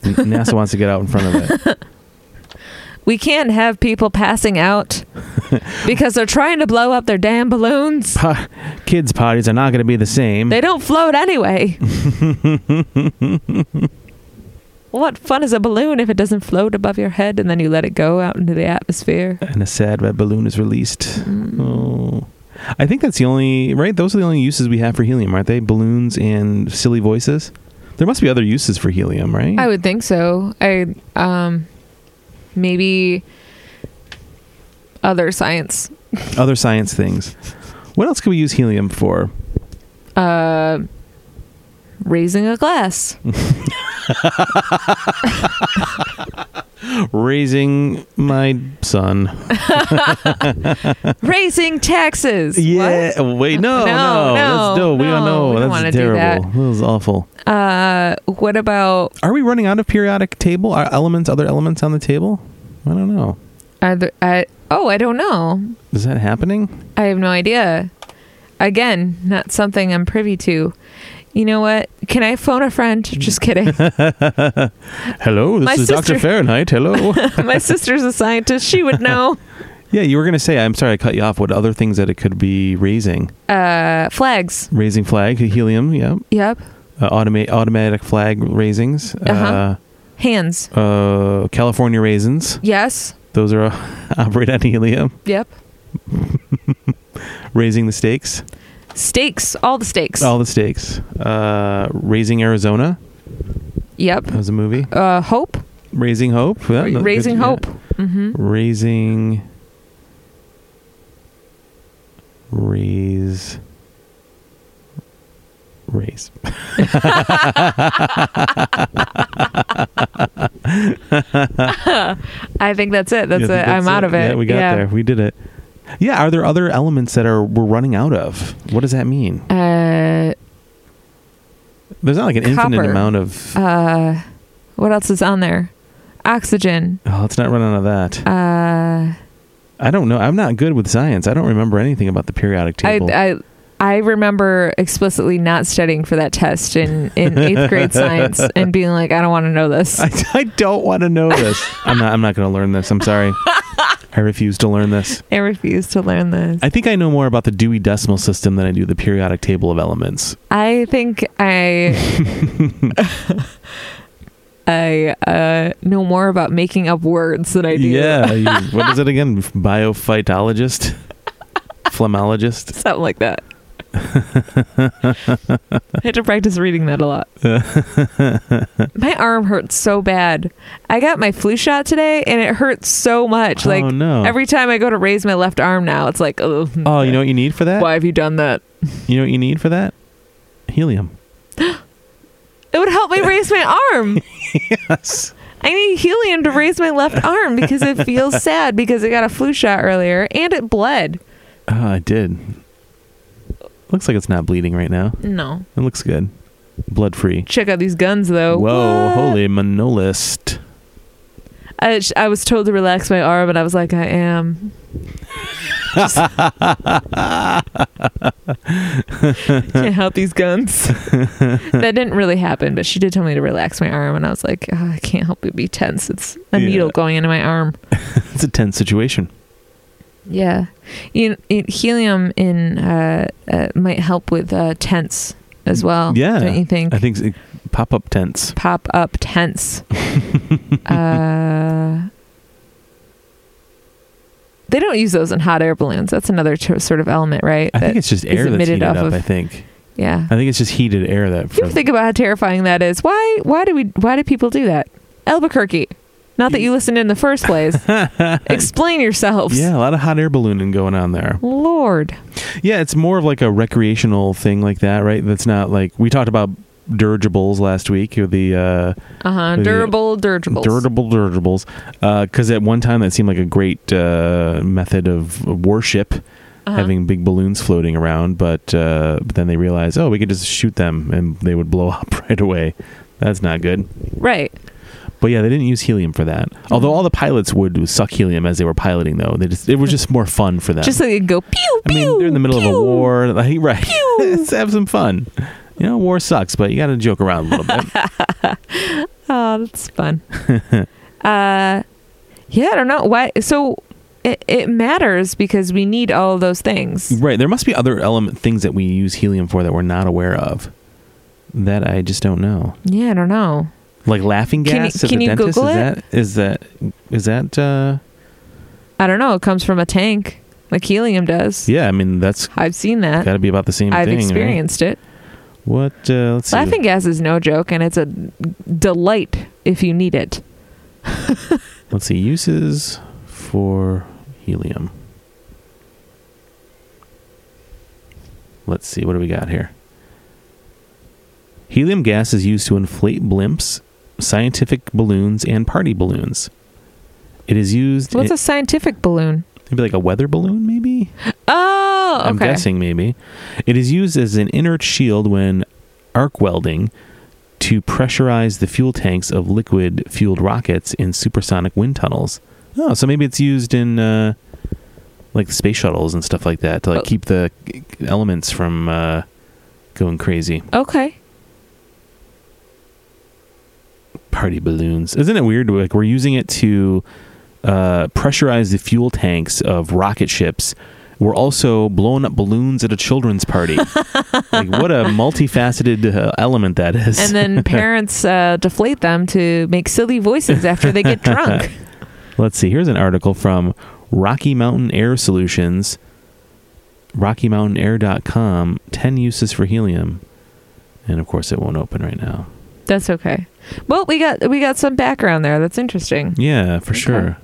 Speaker 2: N- NASA wants to get out in front
Speaker 1: [LAUGHS]
Speaker 2: of it.
Speaker 1: We can't have people passing
Speaker 2: [LAUGHS]
Speaker 1: out because they're trying to blow up their damn balloons.
Speaker 2: Pa- kids' parties are not going to be the
Speaker 1: [LAUGHS]
Speaker 2: same.
Speaker 1: They don't float anyway. what fun is a balloon if it doesn't float above your head and then you let it go out into the atmosphere?
Speaker 2: and a sad red balloon is released. Oh. I think that's the only, right? Those are the only uses we have for helium, aren't they? Balloons and silly voices. There must be other uses for helium, right?
Speaker 1: I would think so. I um maybe other science
Speaker 2: other science things. What else could we use helium for?
Speaker 1: uh raising a glass.
Speaker 2: Raising my son.
Speaker 1: raising taxes.
Speaker 2: Yeah. Wait. No. No.
Speaker 1: No, no,
Speaker 2: That's, no, we
Speaker 1: no,
Speaker 2: don't know.
Speaker 1: we don't wanna
Speaker 2: That's
Speaker 1: do that.
Speaker 2: terrible. That was awful.
Speaker 1: What? Uh what about
Speaker 2: Are we running out of periodic table? Are elements, other elements on the table? I don't know.
Speaker 1: Are there, I, oh, I don't know.
Speaker 2: Is that happening?
Speaker 1: I have no idea. Again, not something I'm privy to. You know what? Can I phone a friend?
Speaker 2: Mm.
Speaker 1: Just
Speaker 2: [LAUGHS]
Speaker 1: kidding. [LAUGHS]
Speaker 2: Hello. This
Speaker 1: My
Speaker 2: is Doctor
Speaker 1: sister- [LAUGHS]
Speaker 2: Fahrenheit. Hello. [LAUGHS]
Speaker 1: My sister's a scientist. She would know.
Speaker 2: Yeah, you were going to say, I'm sorry I cut you off. What other things that it could be raising?
Speaker 1: Uh, flags.
Speaker 2: Raising flag, helium, yeah.
Speaker 1: Yep.
Speaker 2: Uh, automate, automatic flag raisings.
Speaker 1: Uh-huh. Hands.
Speaker 2: Uh, uh, California raisins.
Speaker 1: Yes.
Speaker 2: Those are [LAUGHS] operate on helium.
Speaker 1: Yep.
Speaker 2: Raising the stakes.
Speaker 1: Stakes. All the stakes.
Speaker 2: All the stakes. Uh, Raising Arizona.
Speaker 1: Yep.
Speaker 2: That was a movie.
Speaker 1: Uh, hope.
Speaker 2: Raising Hope. Yeah, no, good-
Speaker 1: Raising
Speaker 2: yeah.
Speaker 1: hope. Mm-hmm.
Speaker 2: Raising. Raise. Raise. [LAUGHS]
Speaker 1: I think that's it. That's
Speaker 2: Yeah,
Speaker 1: it. I'm out of it.
Speaker 2: Yeah, we got there. We did it. Yeah. Are there other elements that are we're running out of? What does that mean?
Speaker 1: there.
Speaker 2: There's not like an
Speaker 1: Copper.
Speaker 2: infinite amount of.
Speaker 1: Uh, uh, what else is on there? Oxygen.
Speaker 2: oh, let's not run out of that.
Speaker 1: Uh,
Speaker 2: I don't know. I'm not good with science. I don't remember anything about the periodic
Speaker 1: I,
Speaker 2: table.
Speaker 1: I I remember explicitly not studying for that test in, in eighth
Speaker 2: [LAUGHS]
Speaker 1: grade science and being like, I don't want to know this.
Speaker 2: [LAUGHS] I, I don't want to
Speaker 1: [LAUGHS]
Speaker 2: know this. I'm not. I'm not going to learn this. I'm sorry. I refuse to learn this.
Speaker 1: I refuse to learn this.
Speaker 2: I think I know more about the Dewey Decimal System than I do the periodic table of elements.
Speaker 1: I think
Speaker 2: [LAUGHS]
Speaker 1: I [LAUGHS] I uh, know more about making up words than I do. [LAUGHS]
Speaker 2: Yeah. you- what is it again? Biophytologist,
Speaker 1: [LAUGHS]
Speaker 2: phlemologist.
Speaker 1: Something like that. I had to practice reading that a lot. my arm hurts so bad. I got my flu shot today and it hurts so much. like
Speaker 2: oh no.
Speaker 1: every time I go to raise my left arm now, it's like, oh,
Speaker 2: oh, you know what you need for that?
Speaker 1: why have you done that?
Speaker 2: You know what you need for that? Helium.
Speaker 1: It would help me raise my arm.
Speaker 2: Yes.
Speaker 1: I need helium to raise my left arm because it [LAUGHS] feels sad because I got a flu shot earlier and it bled.
Speaker 2: Oh, I did. Looks like it's not bleeding right now.
Speaker 1: No.
Speaker 2: It looks good. Blood free.
Speaker 1: Check out these guns though.
Speaker 2: Whoa,
Speaker 1: What?
Speaker 2: holy monolist.
Speaker 1: I, sh- I was told to relax my arm and I was like, I
Speaker 2: [LAUGHS]
Speaker 1: am. Can't help these guns.
Speaker 2: [LAUGHS]
Speaker 1: that didn't really happen, but she did tell me to relax my arm, and I was like, "Ah, I can't help but be tense. It's a
Speaker 2: Yeah.
Speaker 1: needle going into my arm.
Speaker 2: It's a tense situation.
Speaker 1: Yeah, you, you- helium in uh, uh, might help with uh, tense as well.
Speaker 2: Yeah.
Speaker 1: don't you think?
Speaker 2: I think pop up tents.
Speaker 1: Pop up
Speaker 2: [LAUGHS]
Speaker 1: tense. uh, they don't use those in hot air balloons. That's another t- sort of element, right?
Speaker 2: I think
Speaker 1: That-
Speaker 2: it's just
Speaker 1: is
Speaker 2: air that's
Speaker 1: emitted
Speaker 2: heated
Speaker 1: off
Speaker 2: up,
Speaker 1: of-
Speaker 2: I think.
Speaker 1: yeah.
Speaker 2: I think it's just heated air that
Speaker 1: You ever think about how terrifying that is? Why? Why do we? Why do people do that? Albuquerque. Not that you listened in the first place.
Speaker 2: [LAUGHS]
Speaker 1: Explain yourselves.
Speaker 2: Yeah, a lot of hot air ballooning going on there.
Speaker 1: Lord.
Speaker 2: Yeah, it's more of like a recreational thing like that, right? That's not like we talked about dirigibles last week or the uh
Speaker 1: Uh huh.
Speaker 2: The-
Speaker 1: Durable dirigibles.
Speaker 2: Durable dirigibles, because at one time that seemed like a great uh, method of worship,
Speaker 1: Uh-huh.
Speaker 2: having big balloons floating around. But, uh, but then they realized, oh, we could just shoot them and they would blow [LAUGHS] up right away. That's not good.
Speaker 1: Right.
Speaker 2: But yeah, they didn't use helium for that. Although all the pilots would suck helium as they were piloting, though. They just it was just more fun for them.
Speaker 1: Just so you go pew
Speaker 2: I
Speaker 1: pew.
Speaker 2: mean, they're in the middle of a
Speaker 1: pew.
Speaker 2: war. Like, [LAUGHS] right?
Speaker 1: Pew.
Speaker 2: Let's have some fun. You know, war sucks, but you got to joke around a little bit.
Speaker 1: [LAUGHS] Oh, that's
Speaker 2: [LAUGHS]
Speaker 1: fun. uh, yeah. I don't know why. So it it matters because we need all of those things.
Speaker 2: Right. There must be other element things that we use helium for that we're not aware of. That I just don't know.
Speaker 1: Yeah. I don't know.
Speaker 2: Like laughing
Speaker 1: Can you-
Speaker 2: gas at
Speaker 1: can
Speaker 2: the
Speaker 1: you
Speaker 2: dentist.
Speaker 1: Google
Speaker 2: is
Speaker 1: it?
Speaker 2: that is that is that uh
Speaker 1: I don't know. It comes from a tank, like helium does.
Speaker 2: yeah, I mean that's
Speaker 1: I've seen that.
Speaker 2: gotta be about the same
Speaker 1: I've
Speaker 2: thing. right?
Speaker 1: experienced it.
Speaker 2: What uh let's see.
Speaker 1: Laughing gas is no joke, and it's a delight if you need it.
Speaker 2: Let's see, uses for helium. Let's see, what do we got here? Helium gas is used to inflate blimps, scientific balloons, and party balloons. It is used
Speaker 1: What's
Speaker 2: in,
Speaker 1: a scientific balloon?
Speaker 2: maybe like a weather balloon, maybe?
Speaker 1: Oh, okay.
Speaker 2: I'm guessing maybe. It is used as an inert shield when arc welding to pressurize the fuel tanks of liquid fueled rockets in supersonic wind tunnels. Oh, so maybe it's used in uh, like space shuttles and stuff like that to like
Speaker 1: Oh.
Speaker 2: keep the elements from uh, going crazy.
Speaker 1: Okay.
Speaker 2: Party balloons. Isn't it weird? Like we're using it to uh, pressurized the fuel tanks of rocket ships were also blowing up balloons at a children's
Speaker 1: [LAUGHS]
Speaker 2: party. like what a multifaceted uh, element that is.
Speaker 1: and
Speaker 2: [LAUGHS]
Speaker 1: then parents uh, deflate them to make silly voices after they
Speaker 2: [LAUGHS]
Speaker 1: get drunk.
Speaker 2: Let's see. Here's an article from Rocky Mountain Air Solutions, rockymountainair.com, 10 uses for helium. And of course, it won't open right now.
Speaker 1: That's okay. Well, we got we got some background there. That's interesting.
Speaker 2: Yeah, for
Speaker 1: Okay.
Speaker 2: sure.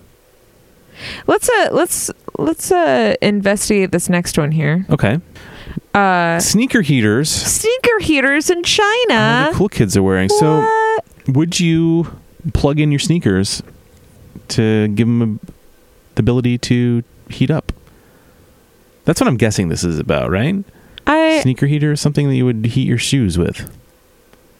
Speaker 1: Let's uh let's let's uh investigate this next one here.
Speaker 2: Okay.
Speaker 1: Uh
Speaker 2: Sneaker heaters.
Speaker 1: sneaker heaters in
Speaker 2: Oh,
Speaker 1: China.
Speaker 2: the cool kids are wearing. So,
Speaker 1: What?
Speaker 2: would you plug in your sneakers to give them a, the ability to heat up? That's what I'm guessing this is about, right?
Speaker 1: I
Speaker 2: Sneaker heater is something that you would heat your shoes with.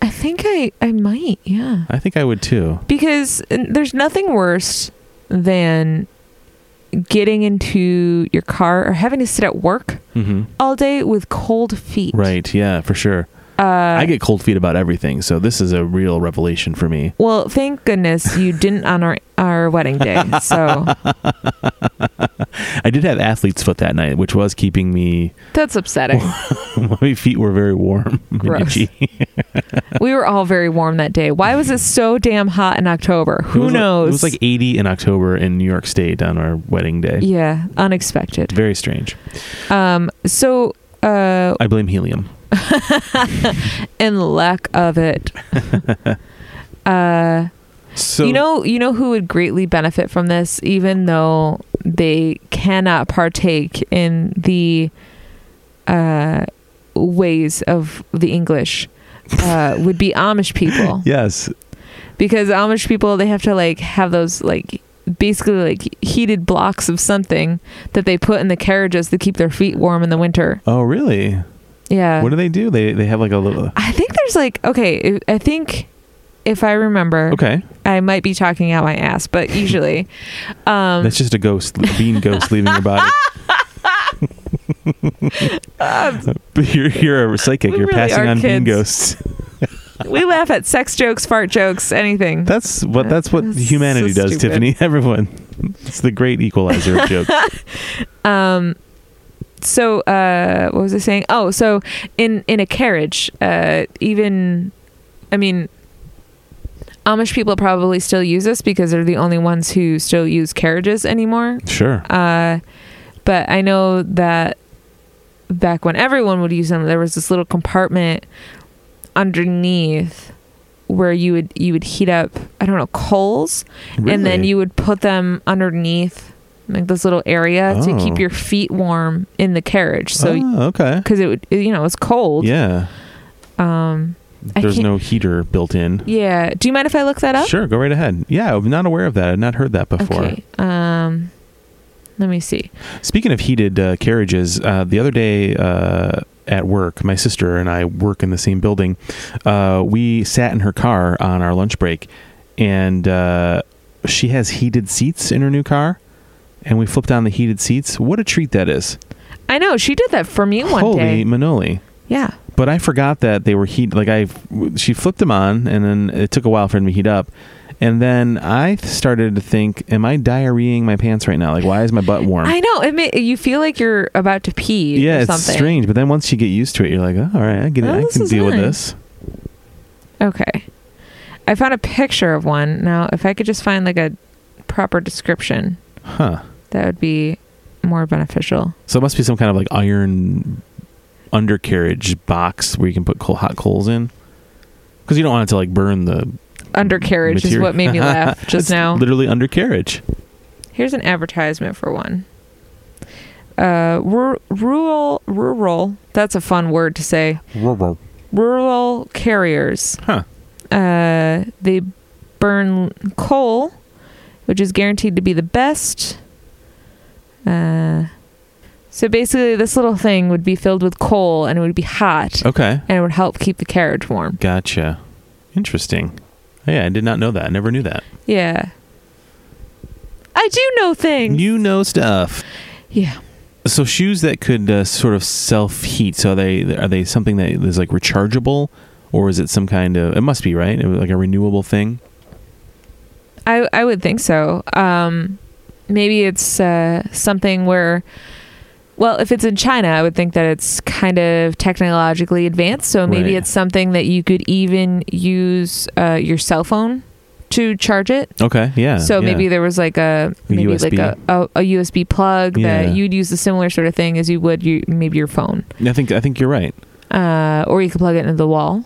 Speaker 1: I think I I might, yeah.
Speaker 2: I think I would too.
Speaker 1: Because n- there's nothing worse than getting into your car or having to sit at work
Speaker 2: Mm-hmm.
Speaker 1: all day with cold feet.
Speaker 2: Right. Yeah, for sure.
Speaker 1: Uh
Speaker 2: I get cold feet about everything, so this is a real revelation for me.
Speaker 1: Well, thank goodness you didn't on our our wedding day.
Speaker 2: [LAUGHS]
Speaker 1: So
Speaker 2: I did have athlete's foot that night, which was keeping me. [LAUGHS]
Speaker 1: that's upsetting.
Speaker 2: My feet were very warm. [LAUGHS] and
Speaker 1: Gross.
Speaker 2: itchy.
Speaker 1: we were all very warm that day. Why was it so damn hot in October?
Speaker 2: It
Speaker 1: Who
Speaker 2: was like-
Speaker 1: knows?
Speaker 2: it was like 80 in October in New York State on our wedding day.
Speaker 1: yeah, unexpected.
Speaker 2: Very strange.
Speaker 1: Um, so uh,
Speaker 2: I blame helium.
Speaker 1: in lack of
Speaker 2: [LAUGHS]
Speaker 1: it, uh,
Speaker 2: So
Speaker 1: you know, you know who would greatly benefit from this, even though they cannot partake in the uh, ways of the English. Uh, would be Amish
Speaker 2: [LAUGHS]
Speaker 1: people.
Speaker 2: Yes.
Speaker 1: because Amish people they have to like have those like basically like heated blocks of something that they put in the carriages to keep their feet warm in the winter.
Speaker 2: Oh, really?
Speaker 1: Yeah.
Speaker 2: what do they do? They they have like a little.
Speaker 1: I think there's like okay, I I think if I remember,
Speaker 2: Okay,
Speaker 1: I might be talking out my ass, but
Speaker 2: [LAUGHS]
Speaker 1: usually um
Speaker 2: that's just a ghost, a bean ghost leaving
Speaker 1: [LAUGHS]
Speaker 2: your body. But you're you're a psychic.
Speaker 1: We
Speaker 2: you're
Speaker 1: really
Speaker 2: passing
Speaker 1: are
Speaker 2: on bean
Speaker 1: kids.
Speaker 2: ghosts.
Speaker 1: we laugh at sex jokes, fart jokes, anything.
Speaker 2: That's what that's what
Speaker 1: That's
Speaker 2: humanity
Speaker 1: so
Speaker 2: does,
Speaker 1: stupid.
Speaker 2: Tiffany. [LAUGHS] Everyone, it's the great equalizer
Speaker 1: [LAUGHS]
Speaker 2: of jokes.
Speaker 1: um so uh what was i saying oh so in in a carriage uh even i mean amish people probably still use this because they're the only ones who still use carriages anymore
Speaker 2: Sure.
Speaker 1: uh but i know that back when everyone would use them there was this little compartment underneath where you would you would heat up i don't know coals and then
Speaker 2: Really?
Speaker 1: you would put them underneath like this little area to
Speaker 2: Oh.
Speaker 1: keep your feet warm in the carriage so
Speaker 2: Oh, okay.
Speaker 1: because it would you know it's cold
Speaker 2: Yeah.
Speaker 1: um I
Speaker 2: There's
Speaker 1: can't-
Speaker 2: no heater built in.
Speaker 1: yeah do you mind if i look that up
Speaker 2: Sure, go right ahead. Yeah, I'm not aware of that. I've not heard that before.
Speaker 1: okay um let me see
Speaker 2: Speaking of heated uh, carriages, uh, the other day uh, at work, my sister and I work in the same building. Uh, we sat in her car on our lunch break, and uh, she has heated seats in her new car. And we flipped on the heated seats. What a treat that is!
Speaker 1: i know she did that for me one
Speaker 2: Holy
Speaker 1: day
Speaker 2: manoli!
Speaker 1: yeah
Speaker 2: But I forgot that they were heat. Like I, she flipped them on, and then it took a while for them to heat up. And then I started to think, "Am I diarrheaing my pants right now? Like, why is my butt warm?"
Speaker 1: i know it may, you feel like you're about to pee or
Speaker 2: yeah, it's
Speaker 1: something
Speaker 2: strange. But then once you get used to it, you're like, oh, "All right, I get it.
Speaker 1: Oh,
Speaker 2: I
Speaker 1: this
Speaker 2: can
Speaker 1: is
Speaker 2: deal with
Speaker 1: nice.
Speaker 2: this."
Speaker 1: okay i found a picture of one now if i could just find like a proper description
Speaker 2: Huh?
Speaker 1: that would be more beneficial
Speaker 2: So it must be some kind of like iron undercarriage box where you can put coal, hot coals in, because you don't want it to like burn the
Speaker 1: undercarriage is
Speaker 2: material.
Speaker 1: what made me
Speaker 2: [LAUGHS]
Speaker 1: laugh
Speaker 2: It's
Speaker 1: just now.
Speaker 2: Literally undercarriage.
Speaker 1: Here's an advertisement for one. Uh, rur- rural, rural. That's a fun word to say. Rural carriers.
Speaker 2: Huh?
Speaker 1: Uh, they burn coal, which is guaranteed to be the best. Uh, so basically, this little thing would be filled with coal, and it would be hot,
Speaker 2: Okay.
Speaker 1: and it would help keep the carriage warm.
Speaker 2: Gotcha. Interesting. Oh, Yeah, I did not know that. I never knew that.
Speaker 1: Yeah. I do know things.
Speaker 2: You know stuff.
Speaker 1: yeah.
Speaker 2: So shoes that could uh, sort of self heat. So they are they something that is like rechargeable, or is it some kind of? It must be right. Like a renewable thing.
Speaker 1: I I would think so. Um, maybe it's uh, something where well if it's in china i would think that it's kind of technologically advanced so maybe
Speaker 2: Right.
Speaker 1: it's something that you could even use uh, your cell phone to charge it
Speaker 2: Okay. Yeah.
Speaker 1: so
Speaker 2: yeah.
Speaker 1: maybe there was like a
Speaker 2: A
Speaker 1: maybe
Speaker 2: USB.
Speaker 1: like a, a, a usb plug
Speaker 2: Yeah.
Speaker 1: that you'd use a similar sort of thing as you would you, maybe your phone
Speaker 2: I think I think you're right.
Speaker 1: uh, or you could plug it into the wall.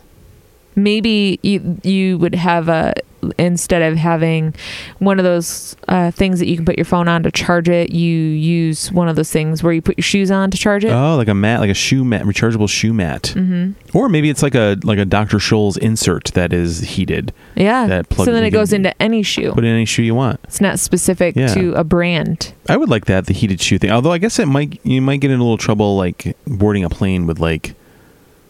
Speaker 1: Maybe you you would have a instead of having one of those uh, things that you can put your phone on to charge it, you use one of those things where you put your shoes on to charge it.
Speaker 2: Oh, like a mat, like a shoe mat, rechargeable shoe mat,
Speaker 1: hmm
Speaker 2: or maybe it's like a like a Dr. Scholl's insert that is heated.
Speaker 1: Yeah.
Speaker 2: That plug
Speaker 1: so then
Speaker 2: you
Speaker 1: it
Speaker 2: can
Speaker 1: goes into any shoe.
Speaker 2: Put in any shoe you want.
Speaker 1: It's not specific
Speaker 2: Yeah.
Speaker 1: to a brand.
Speaker 2: I would like that the heated shoe thing. Although I guess it might you might get in a little trouble like boarding a plane with like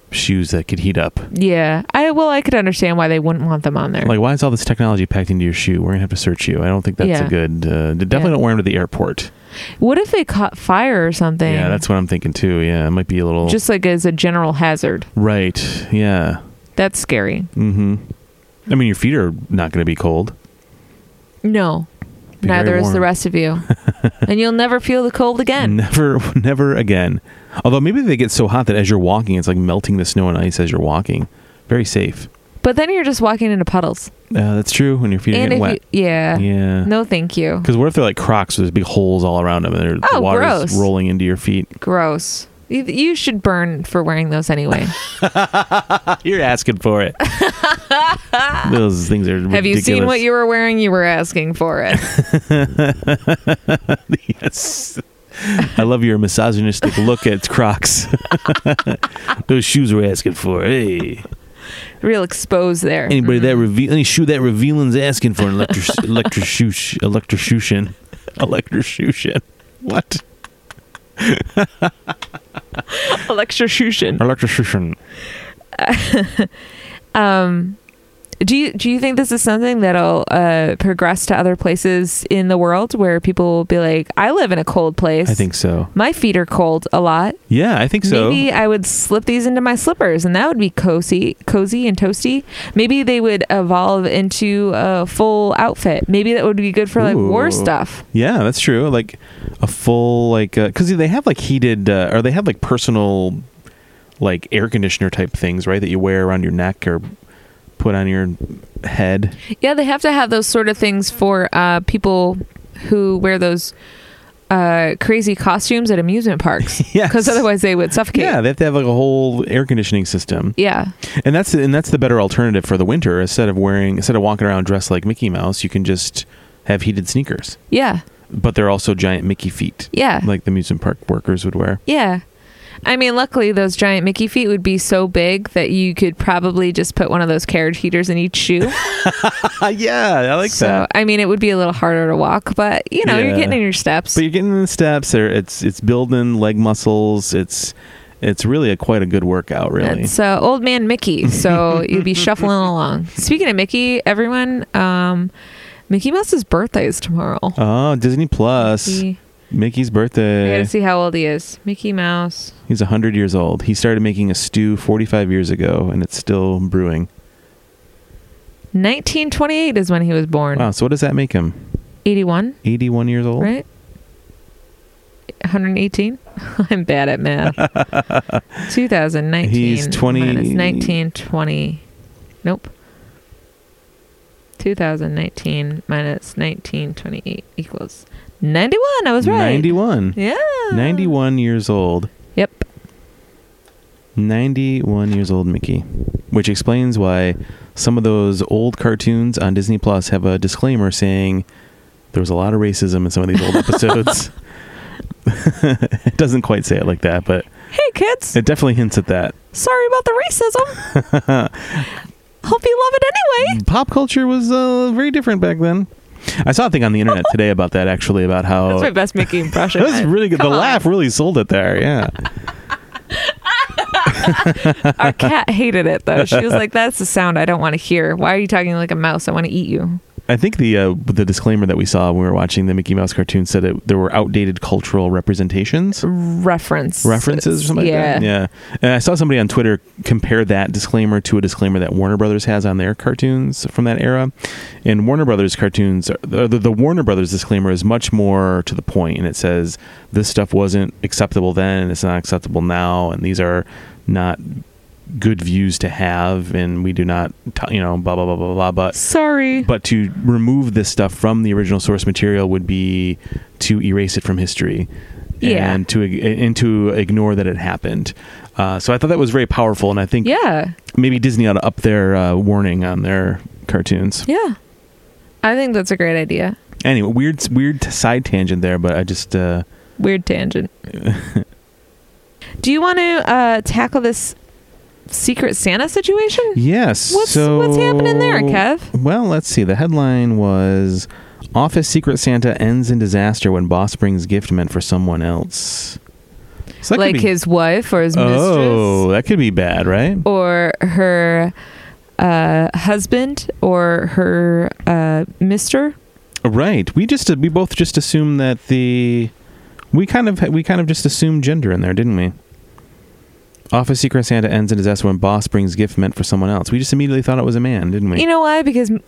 Speaker 2: shoes that could heat up.
Speaker 1: Yeah. I well, I could understand why they wouldn't want them on there.
Speaker 2: Like why is all this technology packed into your shoe? We're gonna have to search you. I don't think that's
Speaker 1: Yeah.
Speaker 2: a good. Uh, definitely
Speaker 1: Yeah.
Speaker 2: don't wear them to the airport.
Speaker 1: what if they caught fire or something?
Speaker 2: Yeah, that's what I'm thinking too. Yeah, it might be a little
Speaker 1: just like as a general hazard.
Speaker 2: right. Yeah.
Speaker 1: That's scary.
Speaker 2: Mm-hmm. I mean, your feet are not going to be cold.
Speaker 1: No.
Speaker 2: Be very
Speaker 1: Neither is the
Speaker 2: warm.
Speaker 1: rest of
Speaker 2: [LAUGHS]
Speaker 1: you. and you'll never feel the cold again.
Speaker 2: Never, [LAUGHS] never again. Although maybe they get so hot that as you're walking, it's like melting the snow and ice as you're walking. Very safe.
Speaker 1: But then you're just walking into puddles.
Speaker 2: Uh, that's true when your feet are
Speaker 1: and
Speaker 2: getting
Speaker 1: if
Speaker 2: wet.
Speaker 1: you yeah,
Speaker 2: yeah.
Speaker 1: No thank you.
Speaker 2: Because what if they're like Crocs? with there's big holes all around them, and they're- the
Speaker 1: Oh,
Speaker 2: water's
Speaker 1: gross.
Speaker 2: rolling into your feet. [LAUGHS]
Speaker 1: Gross. You, you should burn for wearing those anyway.
Speaker 2: [LAUGHS] You're asking for
Speaker 1: [LAUGHS]
Speaker 2: it. Those things are.
Speaker 1: Have you seen what
Speaker 2: ridiculous.
Speaker 1: you were wearing? You were asking for
Speaker 2: [LAUGHS]
Speaker 1: it.
Speaker 2: yes. I love your misogynistic look at Crocs. [LAUGHS] Those shoes were asking for. Hey,
Speaker 1: Real expose there.
Speaker 2: anybody
Speaker 1: Mm-hmm.
Speaker 2: that reveal any shoe that revealing's asking for an electric electrocution electrocution electrocution. What
Speaker 1: Mm-hmm. electrocution.
Speaker 2: electrocution?
Speaker 1: Um do you do you think this is something that'll uh, progress to other places in the world where people will be like, I live in a cold place.
Speaker 2: I think so.
Speaker 1: my feet are cold a lot.
Speaker 2: Yeah, I think so.
Speaker 1: Maybe I would slip these into my slippers, and that would be cozy, cozy and toasty. Maybe they would evolve into a full outfit. Maybe that would be good for like war
Speaker 2: Ooh.
Speaker 1: stuff.
Speaker 2: Yeah, that's true. Like a full like because they have like heated uh, or they have like personal like air conditioner type things, right? That you wear around your neck or put on your head.
Speaker 1: Yeah, they have to have those sort of things for uh, people who wear those uh, crazy costumes at amusement parks,
Speaker 2: [LAUGHS] Yes.
Speaker 1: because otherwise they would suffocate.
Speaker 2: Yeah, they have to have like a whole air conditioning system,
Speaker 1: Yeah.
Speaker 2: and that's and that's the better alternative for the winter. Instead of wearing, instead of walking around dressed like Mickey Mouse, you can just have heated sneakers,
Speaker 1: Yeah.
Speaker 2: but they're also giant Mickey feet,
Speaker 1: Yeah.
Speaker 2: like the amusement park workers would [LAUGHS] wear.
Speaker 1: Yeah. I mean, luckily those giant Mickey feet would be so big that you could probably just put one of those carriage heaters in each shoe.
Speaker 2: Ah, yeah, I like
Speaker 1: so,
Speaker 2: that.
Speaker 1: I mean, it would be a little harder to walk, but you know,
Speaker 2: Yeah.
Speaker 1: you're getting in your steps.
Speaker 2: But you're getting in the steps. There, it's it's building leg muscles. It's it's really a quite a good workout. Really,
Speaker 1: It's uh, old man Mickey,
Speaker 2: [LAUGHS]
Speaker 1: so you'd be shuffling along. Speaking of Mickey, everyone, um, Mickey Mouse's birthday is tomorrow.
Speaker 2: oh Disney Plus,
Speaker 1: Mickey,
Speaker 2: Mickey's
Speaker 1: I
Speaker 2: birthday.
Speaker 1: gotta see how old he is. Mickey Mouse.
Speaker 2: He's hundred years old. He started making a stew 45 years ago, and it's still brewing.
Speaker 1: 1928 is when he was born.
Speaker 2: Wow. So what does that make him?
Speaker 1: 81,
Speaker 2: 81 years old.
Speaker 1: right? 118? [LAUGHS] I'm bad at
Speaker 2: [LAUGHS]
Speaker 1: math. 2019.
Speaker 2: He's 20
Speaker 1: Minus 19, 20. Nope. 2019 minus 1928 equals 91. I was right.
Speaker 2: 91.
Speaker 1: Yeah.
Speaker 2: 91 years old.
Speaker 1: Yep.
Speaker 2: 91 years old Mickey, which explains why some of those old cartoons on Disney Plus have a disclaimer saying there was a lot of racism in some of these
Speaker 1: [LAUGHS]
Speaker 2: old episodes. [LAUGHS] it doesn't quite say it like that, but
Speaker 1: Hey, kids.
Speaker 2: it definitely hints at that.
Speaker 1: Sorry about the racism.
Speaker 2: [LAUGHS]
Speaker 1: Hope you love it anyway.
Speaker 2: Pop culture was uh, very different back then. I saw a thing on
Speaker 1: [LAUGHS]
Speaker 2: the internet today about that actually about how
Speaker 1: That's my
Speaker 2: [LAUGHS]
Speaker 1: best Mickey impression.
Speaker 2: that was really good.
Speaker 1: Come
Speaker 2: the
Speaker 1: on.
Speaker 2: laugh really sold it there. Yeah.
Speaker 1: Our [LAUGHS] cat hated it though. She was like, "That's the sound I don't want to hear. Why are you talking like a mouse? I want to eat you."
Speaker 2: I think the uh, the disclaimer that we saw when we were watching the Mickey Mouse cartoon said it, there were outdated cultural representations,
Speaker 1: Reference
Speaker 2: references, or something
Speaker 1: yeah.
Speaker 2: like that. Yeah. And I saw somebody on Twitter compare that disclaimer to a disclaimer that Warner Brothers has on their cartoons from that era. And Warner Brothers cartoons, are- the, the, the Warner Brothers disclaimer is much more to the point, and it says this stuff wasn't acceptable then, and it's not acceptable now, and these are not good views to have, and we do not, t- you know, blah blah blah blah blah. But
Speaker 1: Sorry.
Speaker 2: but to remove this stuff from the original source material would be to erase it from history
Speaker 1: Yeah.
Speaker 2: and to and to ignore that it happened uh, so i thought that was very powerful and i think
Speaker 1: yeah.
Speaker 2: maybe disney ought to up their uh, warning on their cartoons
Speaker 1: Yeah. I think that's a great idea.
Speaker 2: anyway weird weird side tangent there but i just uh,
Speaker 1: Weird
Speaker 2: [LAUGHS]
Speaker 1: tangent. Do you want to uh, tackle this Secret Santa situation?
Speaker 2: yes
Speaker 1: What's
Speaker 2: so
Speaker 1: what's happening there, Kev?
Speaker 2: well let's see the headline was office secret santa ends in disaster when boss brings gift meant for someone else so that could
Speaker 1: Like
Speaker 2: be-
Speaker 1: his wife or his
Speaker 2: Oh,
Speaker 1: mistress
Speaker 2: that could be bad, right?
Speaker 1: or her uh, husband or her uh, mister?
Speaker 2: Right. We just we both just assumed that the we kind of we kind of just assumed gender in there, didn't we? Office Secret Santa ends in disaster when boss brings gift meant for someone else. We just immediately thought it was a man, didn't we?
Speaker 1: You know why? Because m-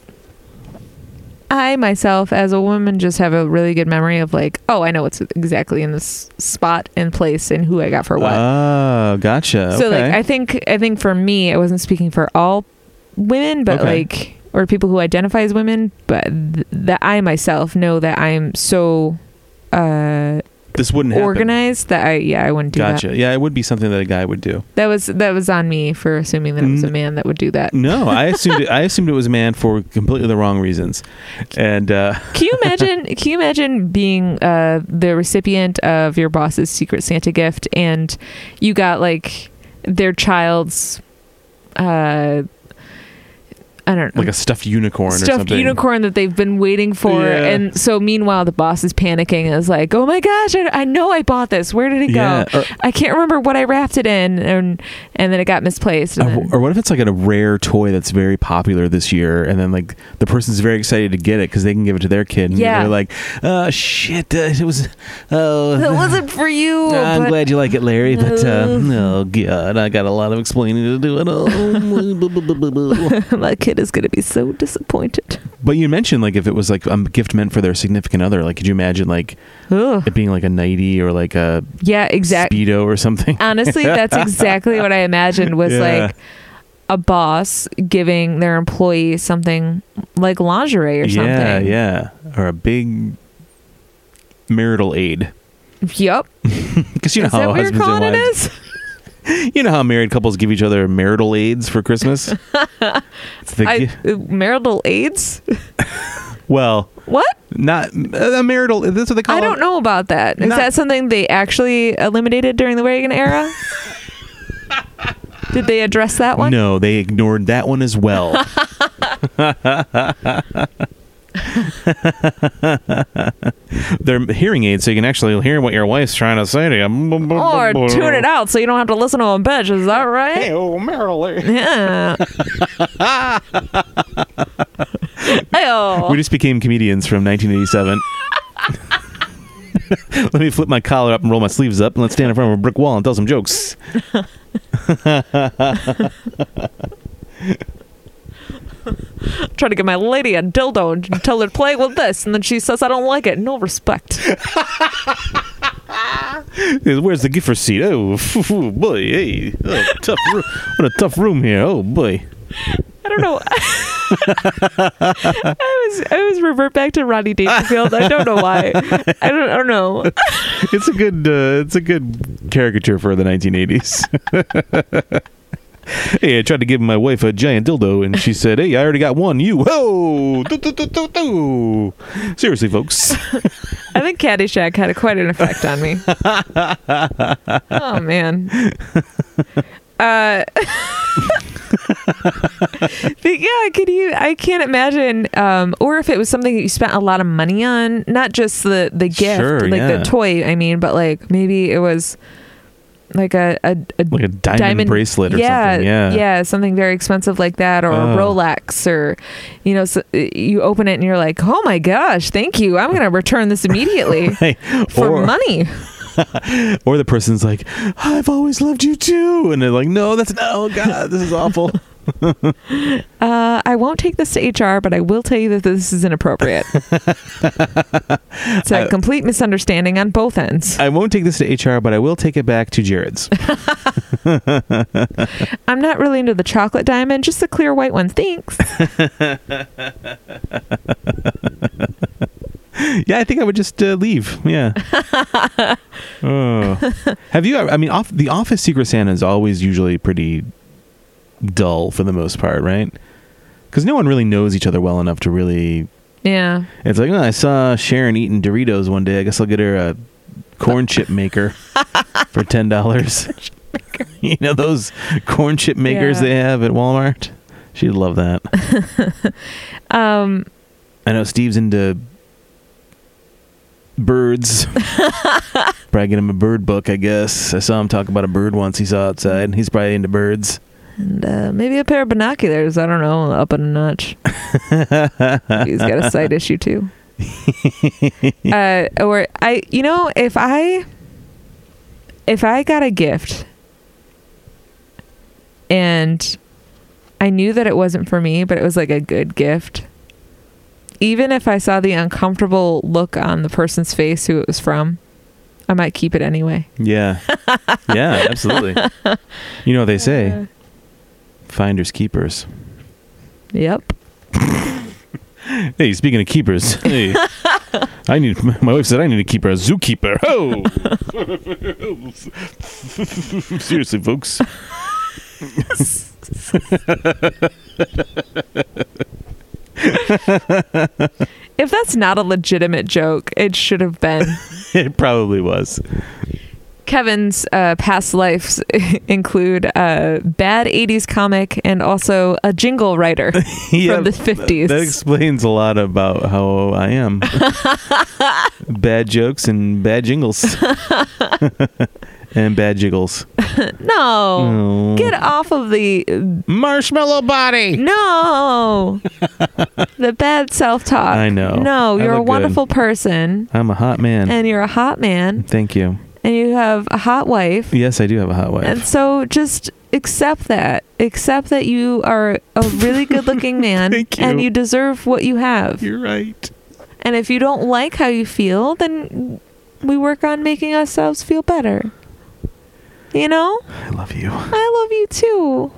Speaker 1: I myself, as a woman, just have a really good memory of like, oh, I know what's exactly in this spot and place and who I got for what.
Speaker 2: Oh, gotcha.
Speaker 1: so
Speaker 2: okay.
Speaker 1: like, I think I think for me, I wasn't speaking for all women, but
Speaker 2: Okay.
Speaker 1: like, or people who identify as women, but th- that I myself know that I'm so uh
Speaker 2: this wouldn't happen.
Speaker 1: organized that I yeah I wouldn't do
Speaker 2: Gotcha.
Speaker 1: that.
Speaker 2: Yeah, it would be something that a guy would do.
Speaker 1: That was that was on me for assuming that it was a
Speaker 2: Mm.
Speaker 1: man that would do that.
Speaker 2: No, I assumed it, I assumed it was a man for completely the wrong reasons,
Speaker 1: [LAUGHS]
Speaker 2: and uh,
Speaker 1: Can you
Speaker 2: [LAUGHS]
Speaker 1: imagine? can you imagine being uh, the recipient of your boss's secret Santa gift, and you got like their child's, uh, I don't know,
Speaker 2: like a stuffed unicorn or
Speaker 1: stuffed
Speaker 2: something.
Speaker 1: unicorn that they've been waiting for,
Speaker 2: Yeah.
Speaker 1: and so meanwhile the boss is panicking and is like, "Oh my gosh, I, I know I bought this. Where did it go?
Speaker 2: Yeah. or-
Speaker 1: I can't remember what I wrapped it in, and and then it got misplaced." And
Speaker 2: Uh,
Speaker 1: then-
Speaker 2: or what if it's like a rare toy that's very popular this year, and then like the person's very excited to get it because they can give it to their kid, and
Speaker 1: Yeah.
Speaker 2: they're like, "Uh, shit, uh, it was, oh, [LAUGHS]
Speaker 1: that wasn't for you.
Speaker 2: I'm
Speaker 1: but-
Speaker 2: glad you like
Speaker 1: [LAUGHS]
Speaker 2: it, Larry, but uh,
Speaker 1: Ugh.
Speaker 2: oh god, I got a lot of explaining to do." And,
Speaker 1: [LAUGHS]
Speaker 2: oh,
Speaker 1: my kid is going to be so disappointed.
Speaker 2: but you mentioned like if it was like a gift meant for their significant other, like could you imagine like
Speaker 1: Ugh.
Speaker 2: it being like a nighty or like a
Speaker 1: Yeah, exactly.
Speaker 2: speedo or something?
Speaker 1: Honestly, that's exactly what I imagined was
Speaker 2: [LAUGHS] Yeah.
Speaker 1: like a boss giving their employee something like lingerie or
Speaker 2: Yeah,
Speaker 1: something.
Speaker 2: yeah, or a big marital aid.
Speaker 1: Yep.
Speaker 2: Because you know
Speaker 1: is that
Speaker 2: how
Speaker 1: what you're
Speaker 2: husbands and
Speaker 1: calling it
Speaker 2: wives
Speaker 1: is?
Speaker 2: You know how married couples give each other marital aids
Speaker 1: [LAUGHS]
Speaker 2: for Christmas? It's the
Speaker 1: I,
Speaker 2: gi-
Speaker 1: uh, marital aids?
Speaker 2: well,
Speaker 1: What?
Speaker 2: not a marital. This is what they call
Speaker 1: I don't
Speaker 2: it.
Speaker 1: know about that. Is
Speaker 2: Not-
Speaker 1: that something they actually eliminated during the Reagan
Speaker 2: [LAUGHS]
Speaker 1: era? Did they address that one?
Speaker 2: No, they ignored that one
Speaker 1: [LAUGHS]
Speaker 2: as well. They're hearing aids, so you can actually hear what your wife's trying to say to you.
Speaker 1: Oh, Or tune it out so you don't have to listen to a bitch. Is that right?
Speaker 2: Hey, oh, marital aid. [LAUGHS]
Speaker 1: Yeah. Ew.
Speaker 2: We just became comedians from 1987. [LAUGHS] Let me flip my collar up and roll my sleeves up, and let's stand in front of a brick wall and tell some jokes.
Speaker 1: try to get my lady a dildo and tell her to play with this, and then she says I don't like it. No respect.
Speaker 2: Is- Where's the gift receipt? Oh, boy, hey, oh, tough. Room. What a tough room here. Oh boy.
Speaker 1: I don't know. [LAUGHS] I was I was revert back to Rodney Dangerfield. I don't know why. I don't I don't know.
Speaker 2: It's a good. Uh, it's a good caricature for the 1980s. [LAUGHS] hey, I tried to give my wife a giant dildo, and she said, "Hey, I already got one. You, whoa, do, do, do, do, do. seriously, folks."
Speaker 1: I think Caddyshack had a, quite an effect on
Speaker 2: [LAUGHS]
Speaker 1: me. oh man. Uh, [LAUGHS] but yeah, could you? I can't imagine. Um, or if it was something that you spent a lot of money on, not just the the gift,
Speaker 2: Sure,
Speaker 1: like
Speaker 2: yeah.
Speaker 1: the toy. I mean, but like maybe it was like a a, a
Speaker 2: like a diamond, bracelet or
Speaker 1: yeah,
Speaker 2: something. Yeah.
Speaker 1: yeah, something very expensive like that, or
Speaker 2: Oh.
Speaker 1: a Rolex, or you know, so, uh, you open it and you're like, oh my gosh, thank you, I'm gonna return this
Speaker 2: [LAUGHS]
Speaker 1: immediately
Speaker 2: Hey,
Speaker 1: for
Speaker 2: or,
Speaker 1: money.
Speaker 2: [LAUGHS] or the person's like, I've always loved you too. And they're like, no, that's not. Oh, God, this is awful.
Speaker 1: Uh, I won't take this to HR, but I will tell you that this is
Speaker 2: [LAUGHS]
Speaker 1: inappropriate. it's a
Speaker 2: Uh,
Speaker 1: complete misunderstanding on both ends.
Speaker 2: I won't take this to HR, but I will take it back to Jared's.
Speaker 1: I'm not really into the chocolate diamond, just the clear white one. Thanks.
Speaker 2: [LAUGHS] yeah, I think I would just uh, leave. Yeah. Oh. Have you? I mean, off, the office Secret Santa is always usually pretty dull for the most part, right? Because no one really knows each other well enough to really.
Speaker 1: Yeah.
Speaker 2: It's like, oh, I saw Sharon eating Doritos one day. I guess I'll get her a corn chip maker for
Speaker 1: [LAUGHS]
Speaker 2: ten dollars. [LAUGHS] you know those corn chip makers
Speaker 1: Yeah.
Speaker 2: they have at Walmart. She'd love that.
Speaker 1: [LAUGHS] Um,
Speaker 2: I know Steve's into
Speaker 1: [LAUGHS]
Speaker 2: birds. probably get him a bird book, I guess. I saw him talk about a bird once he saw outside. He's probably into birds.
Speaker 1: and uh, maybe a pair of binoculars. I don't know, up a notch. He's got a sight issue too. uh, or I, you know, if I, if I got a gift, and I knew that it wasn't for me, but it was like a good gift. Even if I saw the uncomfortable look on the person's face who it was from, I might keep it anyway.
Speaker 2: Yeah. [LAUGHS] yeah,
Speaker 1: [LAUGHS]
Speaker 2: absolutely. You know what they
Speaker 1: Uh,
Speaker 2: say finders, keepers.
Speaker 1: Yep.
Speaker 2: Hey, speaking of [LAUGHS] keepers, hey, I need. My wife said I need to keep her a zookeeper. Oh, [LAUGHS] seriously, folks.
Speaker 1: If that's not a legitimate joke, it should have
Speaker 2: [LAUGHS]
Speaker 1: been.
Speaker 2: [LAUGHS] It probably was.
Speaker 1: Kevin's uh, past lives [LAUGHS] include a bad 80s comic and also a jingle writer
Speaker 2: [LAUGHS] Yeah,
Speaker 1: from the 50s.
Speaker 2: That explains a lot about how I [LAUGHS] am. bad jokes and bad [LAUGHS] jingles. and bad jiggles.
Speaker 1: no.
Speaker 2: Oh.
Speaker 1: Get off of the
Speaker 2: Marshmallow body.
Speaker 1: no. the bad self-talk.
Speaker 2: I know.
Speaker 1: No,
Speaker 2: I
Speaker 1: you're a
Speaker 2: look good.
Speaker 1: wonderful person
Speaker 2: I'm a hot man.
Speaker 1: and you're a hot man
Speaker 2: Thank you.
Speaker 1: and you have a hot wife.
Speaker 2: Yes, I do have a hot wife.
Speaker 1: And so just accept that. Accept that you are a really
Speaker 2: [LAUGHS]
Speaker 1: good-looking man
Speaker 2: Thank you.
Speaker 1: and you deserve what you have.
Speaker 2: You're right.
Speaker 1: And if you don't like how you feel, then we work on making ourselves feel better. You know?
Speaker 2: I love you.
Speaker 1: I love you too.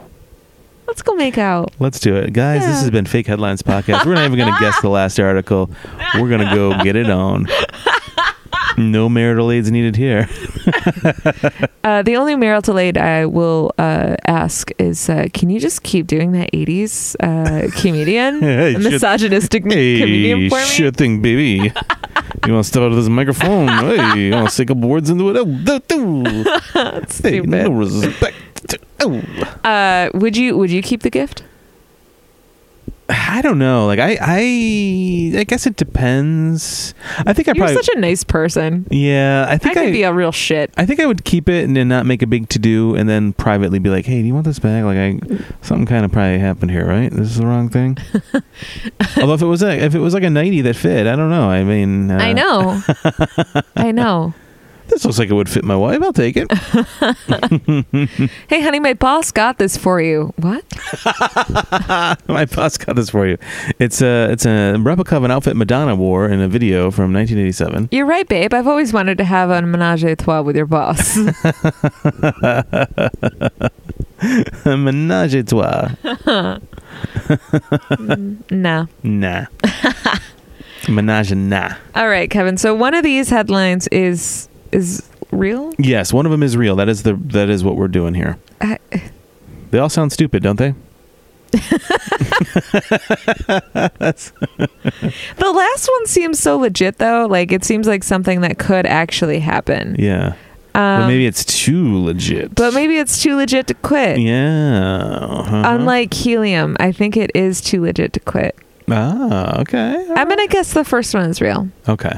Speaker 1: Let's go make out.
Speaker 2: Let's do it. Guys, this
Speaker 1: Yeah.
Speaker 2: has been Fake Headlines Podcast. We're not even going to guess the last article. We're going to go get
Speaker 1: [LAUGHS]
Speaker 2: it on. No marital aids needed here.
Speaker 1: Uh, the only marital aid I will uh, ask is uh, can you just keep doing that 80s
Speaker 2: [LAUGHS]
Speaker 1: uh, comedian,
Speaker 2: Hey, shit.
Speaker 1: misogynistic comedian for me?
Speaker 2: sure thing, baby. you want to step out of this
Speaker 1: [LAUGHS]
Speaker 2: microphone? Hey, you want to stick up words into it? Oh, do, do. Hey, no
Speaker 1: Stupid.
Speaker 2: respect. Oh.
Speaker 1: Uh, would you would you keep the gift?
Speaker 2: I don't know. Like I, I, I guess it depends. I think I
Speaker 1: You're
Speaker 2: probably.
Speaker 1: such a nice person.
Speaker 2: yeah, I
Speaker 1: I,
Speaker 2: think
Speaker 1: could
Speaker 2: I.
Speaker 1: be a real shit.
Speaker 2: I think I would keep it and then not make a big to do, and then privately be like, "Hey, do you want this back? Like, I something kind of probably happened here, right? This is the wrong
Speaker 1: [LAUGHS]
Speaker 2: thing." Although if it was a, if it was like a nighty that fit, I don't know. I mean, uh,
Speaker 1: I
Speaker 2: [LAUGHS]
Speaker 1: know. I know.
Speaker 2: this looks like it would fit my wife. I'll take it.
Speaker 1: [LAUGHS]
Speaker 2: [LAUGHS]
Speaker 1: Hey, honey, my boss got this for you. What?
Speaker 2: My boss got this for you. It's a it's a replica of an outfit Madonna wore in a video from 1987.
Speaker 1: You're right, babe. I've always wanted to have a menage a trois with your
Speaker 2: [LAUGHS]
Speaker 1: boss.
Speaker 2: [LAUGHS]
Speaker 1: [LAUGHS]
Speaker 2: Menage a trois.
Speaker 1: no. [LAUGHS]
Speaker 2: Nah. Menage a nah.
Speaker 1: All right, Kevin. So one of these headlines is is real.
Speaker 2: Yes, one of them is real. That is the that is what we're doing here.
Speaker 1: I-
Speaker 2: They all sound stupid, don't they?
Speaker 1: The last one seems so legit, though. Like it seems like something that could actually happen.
Speaker 2: Yeah.
Speaker 1: Um,
Speaker 2: but maybe it's too legit.
Speaker 1: but maybe it's too legit to quit.
Speaker 2: Yeah. uh-huh.
Speaker 1: Unlike helium, I think it is too legit to quit.
Speaker 2: Ah, okay.
Speaker 1: I'm gonna guess the first one is real.
Speaker 2: Okay.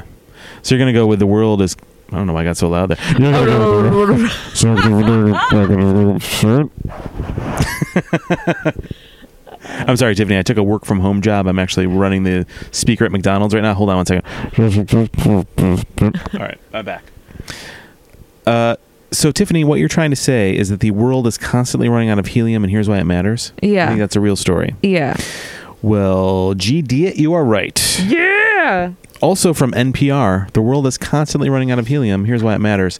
Speaker 2: So you're gonna go with the world is I don't know why I got so loud there.
Speaker 1: I
Speaker 2: I'm sorry, Tiffany. I took a work from home job. I'm actually running the speaker at McDonald's right now. Hold on one second. All right, I'm back. Uh, so, Tiffany, what you're trying to say is that the world is constantly running out of helium, and here's why it matters.
Speaker 1: Yeah.
Speaker 2: I think that's a real story.
Speaker 1: yeah.
Speaker 2: Well, GD, it, you are right.
Speaker 1: Yeah.
Speaker 2: Also from NPR, the world is constantly running out of helium. Here's why it matters.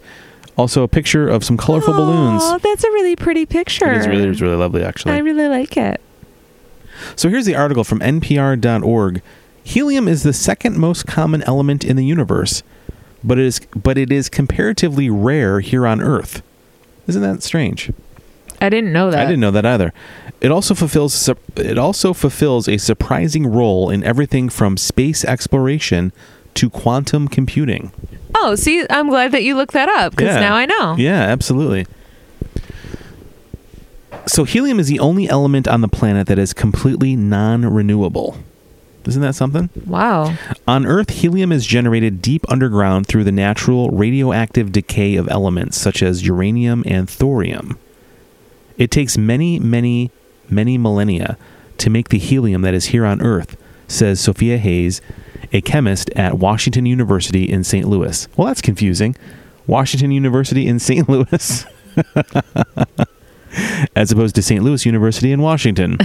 Speaker 2: Also, a picture of some colorful
Speaker 1: Oh,
Speaker 2: balloons.
Speaker 1: that's a really pretty picture.
Speaker 2: It is really, it's really lovely, actually.
Speaker 1: I really like it.
Speaker 2: So here's the article from npr.org. Helium is the second most common element in the universe, but it is but it is comparatively rare here on Earth. Isn't that strange?
Speaker 1: I didn't know that.
Speaker 2: I didn't know that either. It also fulfills sup- it also fulfills a surprising role in everything from space exploration to quantum computing.
Speaker 1: Oh, see, I'm glad that you looked that up because
Speaker 2: Yeah.
Speaker 1: now I know.
Speaker 2: Yeah, absolutely. So helium is the only element on the planet that is completely non-renewable. Isn't that something?
Speaker 1: Wow.
Speaker 2: On Earth, helium is generated deep underground through the natural radioactive decay of elements such as uranium and thorium. It takes many, many, many millennia to make the helium that is here on Earth, says Sophia Hayes, a chemist at Washington University in St. Louis. Well, that's confusing. Washington University in St. Louis. [LAUGHS] As opposed to St. Louis University in Washington,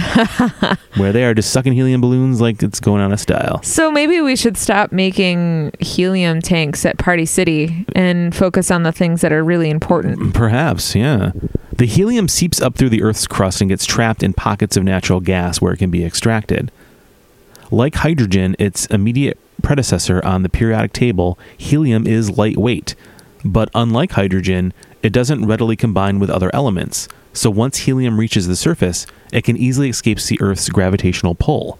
Speaker 2: where they are just sucking helium balloons like it's going out of style.
Speaker 1: So maybe we should stop making helium tanks at Party City and focus on the things that are really important.
Speaker 2: Perhaps, yeah. The helium seeps up through the Earth's crust and gets trapped in pockets of natural gas where it can be extracted. Like hydrogen, its immediate predecessor on the periodic table, helium is lightweight. But unlike hydrogen, it doesn't readily combine with other elements. So once helium reaches the surface, it can easily escape the Earth's gravitational pull.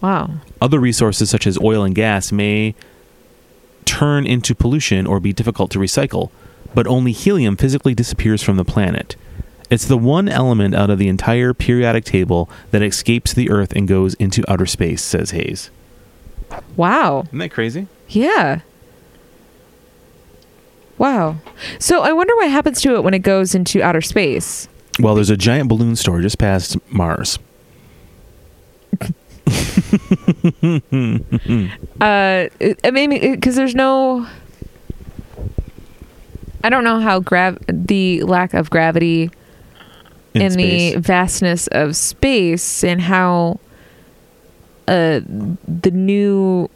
Speaker 1: Wow.
Speaker 2: Other resources such as oil and gas may turn into pollution or be difficult to recycle, but only helium physically disappears from the planet. It's the one element out of the entire periodic table that escapes the Earth and goes into outer space, says Hayes.
Speaker 1: Wow.
Speaker 2: Isn't that crazy?
Speaker 1: Yeah. Wow. So I wonder what happens to it when it goes into outer space.
Speaker 2: Well, there's a giant balloon store just past Mars.
Speaker 1: Uh, it, I mean, because there's no. I don't know how grav the lack of gravity in, the vastness of space and how uh the new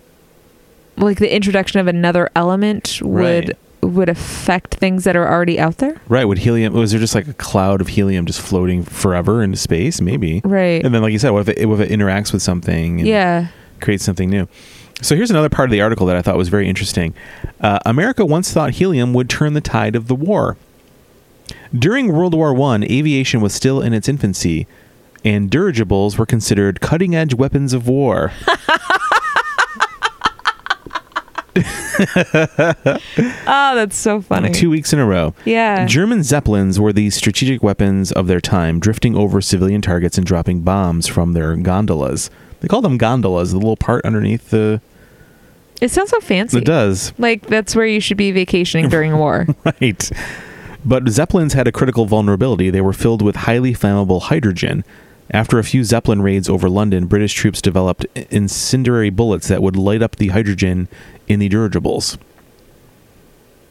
Speaker 1: like the introduction of another element would would affect things that are already out there
Speaker 2: Right, would helium was there just like a cloud of helium just floating forever into space? Maybe.
Speaker 1: right
Speaker 2: And then like you said, what if it, what if it interacts with something? and-
Speaker 1: yeah
Speaker 2: create something new. So here's another part of the article that I thought was very interesting. Uh, America once thought helium would turn the tide of the war. During World War One, aviation was still in its infancy, and dirigibles were considered cutting-edge weapons of war.
Speaker 1: oh that's so [LAUGHS] funny
Speaker 2: Two weeks in a row.
Speaker 1: yeah
Speaker 2: German zeppelins were the strategic weapons of their time, drifting over civilian targets and dropping bombs from their gondolas. They call them gondolas, the little part underneath the.
Speaker 1: it sounds so fancy
Speaker 2: It does.
Speaker 1: like that's where you should be vacationing during
Speaker 2: [LAUGHS]
Speaker 1: war
Speaker 2: Right. But Zeppelins had a critical vulnerability. They were filled with highly flammable hydrogen. After a few Zeppelin raids over London, British troops developed incendiary bullets that would light up the hydrogen in the dirigibles.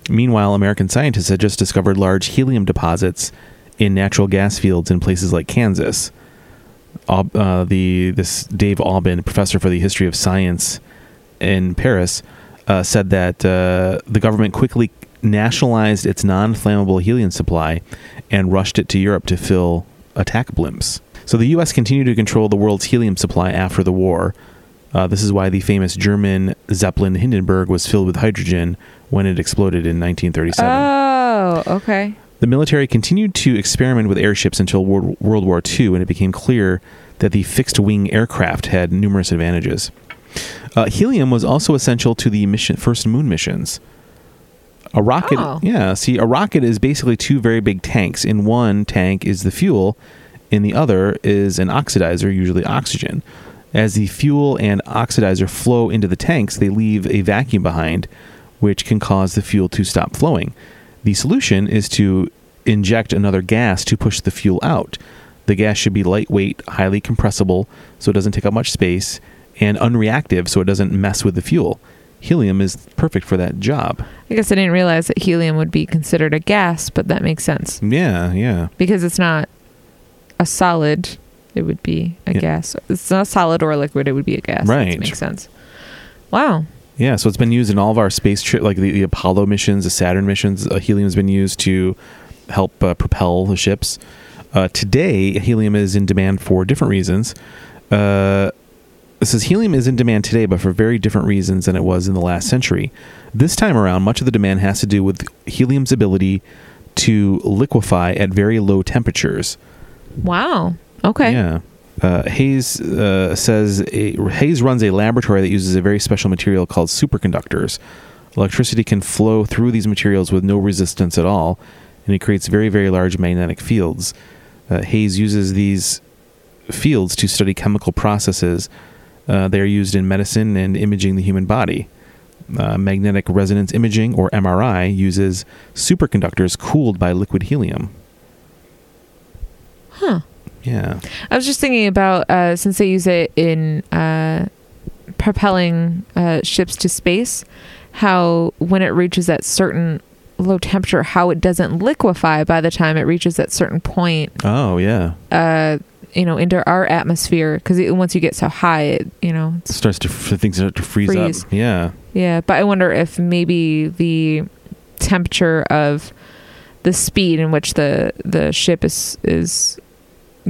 Speaker 2: Meanwhile, American scientists had just discovered large helium deposits in natural gas fields in places like Kansas. Aub- Uh, the this Dave Aubin, professor for the history of science in Paris, uh, said that uh, the government quickly nationalized its non-flammable helium supply and rushed it to Europe to fill attack blimps. So the U.S. continued to control the world's helium supply after the war. Uh, this is why the famous German Zeppelin Hindenburg was filled with hydrogen when it exploded in 1937.
Speaker 1: oh okay
Speaker 2: The military continued to experiment with airships until Wor- World War II, and it became clear that the fixed wing aircraft had numerous advantages. Uh, helium was also essential to the mission, first moon missions. A rocket,
Speaker 1: Oh.
Speaker 2: yeah, see, a rocket is basically two very big tanks. In one tank is the fuel, in the other is an oxidizer, usually oxygen. As the fuel and oxidizer flow into the tanks, they leave a vacuum behind, which can cause the fuel to stop flowing. The solution is to inject another gas to push the fuel out. The gas should be lightweight, highly compressible, so it doesn't take up much space, and unreactive, so it doesn't mess with the fuel. Helium is perfect for that job.
Speaker 1: I guess I didn't realize that helium would be considered a gas, but that makes sense
Speaker 2: Yeah, yeah.
Speaker 1: because it's not a solid. It would be a
Speaker 2: Yeah.
Speaker 1: gas. It's not a solid or a liquid. It would be a gas.
Speaker 2: Right.
Speaker 1: That makes sense. Wow.
Speaker 2: Yeah, so it's been used in all of our space trip, like the, the Apollo missions, the Saturn missions. Uh, helium has been used to help uh, propel the ships. Uh, today, helium is in demand for different reasons. Uh, it says helium is in demand today, but for very different reasons than it was in the last century. This time around, much of the demand has to do with helium's ability to liquefy at very low temperatures.
Speaker 1: Wow. Okay.
Speaker 2: Yeah. Uh, Hayes uh, says a, Hayes runs a laboratory that uses a very special material called superconductors. Electricity can flow through these materials with no resistance at all, and it creates very, very large magnetic fields. Uh, Hayes uses these fields to study chemical processes. Uh, they are used in medicine and imaging the human body. Uh, magnetic resonance imaging, or MRI, uses superconductors cooled by liquid helium.
Speaker 1: Huh.
Speaker 2: Yeah.
Speaker 1: I was just thinking about uh, since they use it in uh, propelling uh, ships to space, how when it reaches that certain low temperature, how it doesn't liquefy by the time it reaches that certain point,
Speaker 2: Oh, yeah.
Speaker 1: uh, you know, into our atmosphere. Because once you get so high, it, you know, it's,
Speaker 2: starts to f- things start to freeze,
Speaker 1: Freeze.
Speaker 2: up. Yeah,
Speaker 1: yeah. But I wonder if maybe the temperature of the speed in which the the ship is is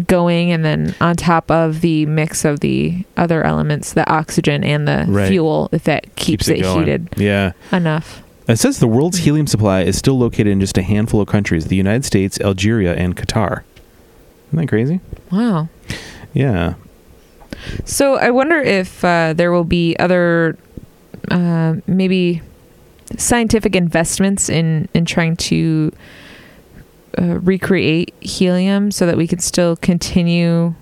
Speaker 1: going and then on top of the mix of the other elements the oxygen and the
Speaker 2: Right.
Speaker 1: fuel if that keeps, it, heated
Speaker 2: Yeah,
Speaker 1: enough
Speaker 2: it says the world's helium supply is still located in just a handful of countries: the United States, Algeria, and Qatar. Isn't that crazy?
Speaker 1: wow
Speaker 2: Yeah,
Speaker 1: so i wonder if uh, there will be other uh, maybe scientific investments in in trying to uh, recreate helium so that we can still continue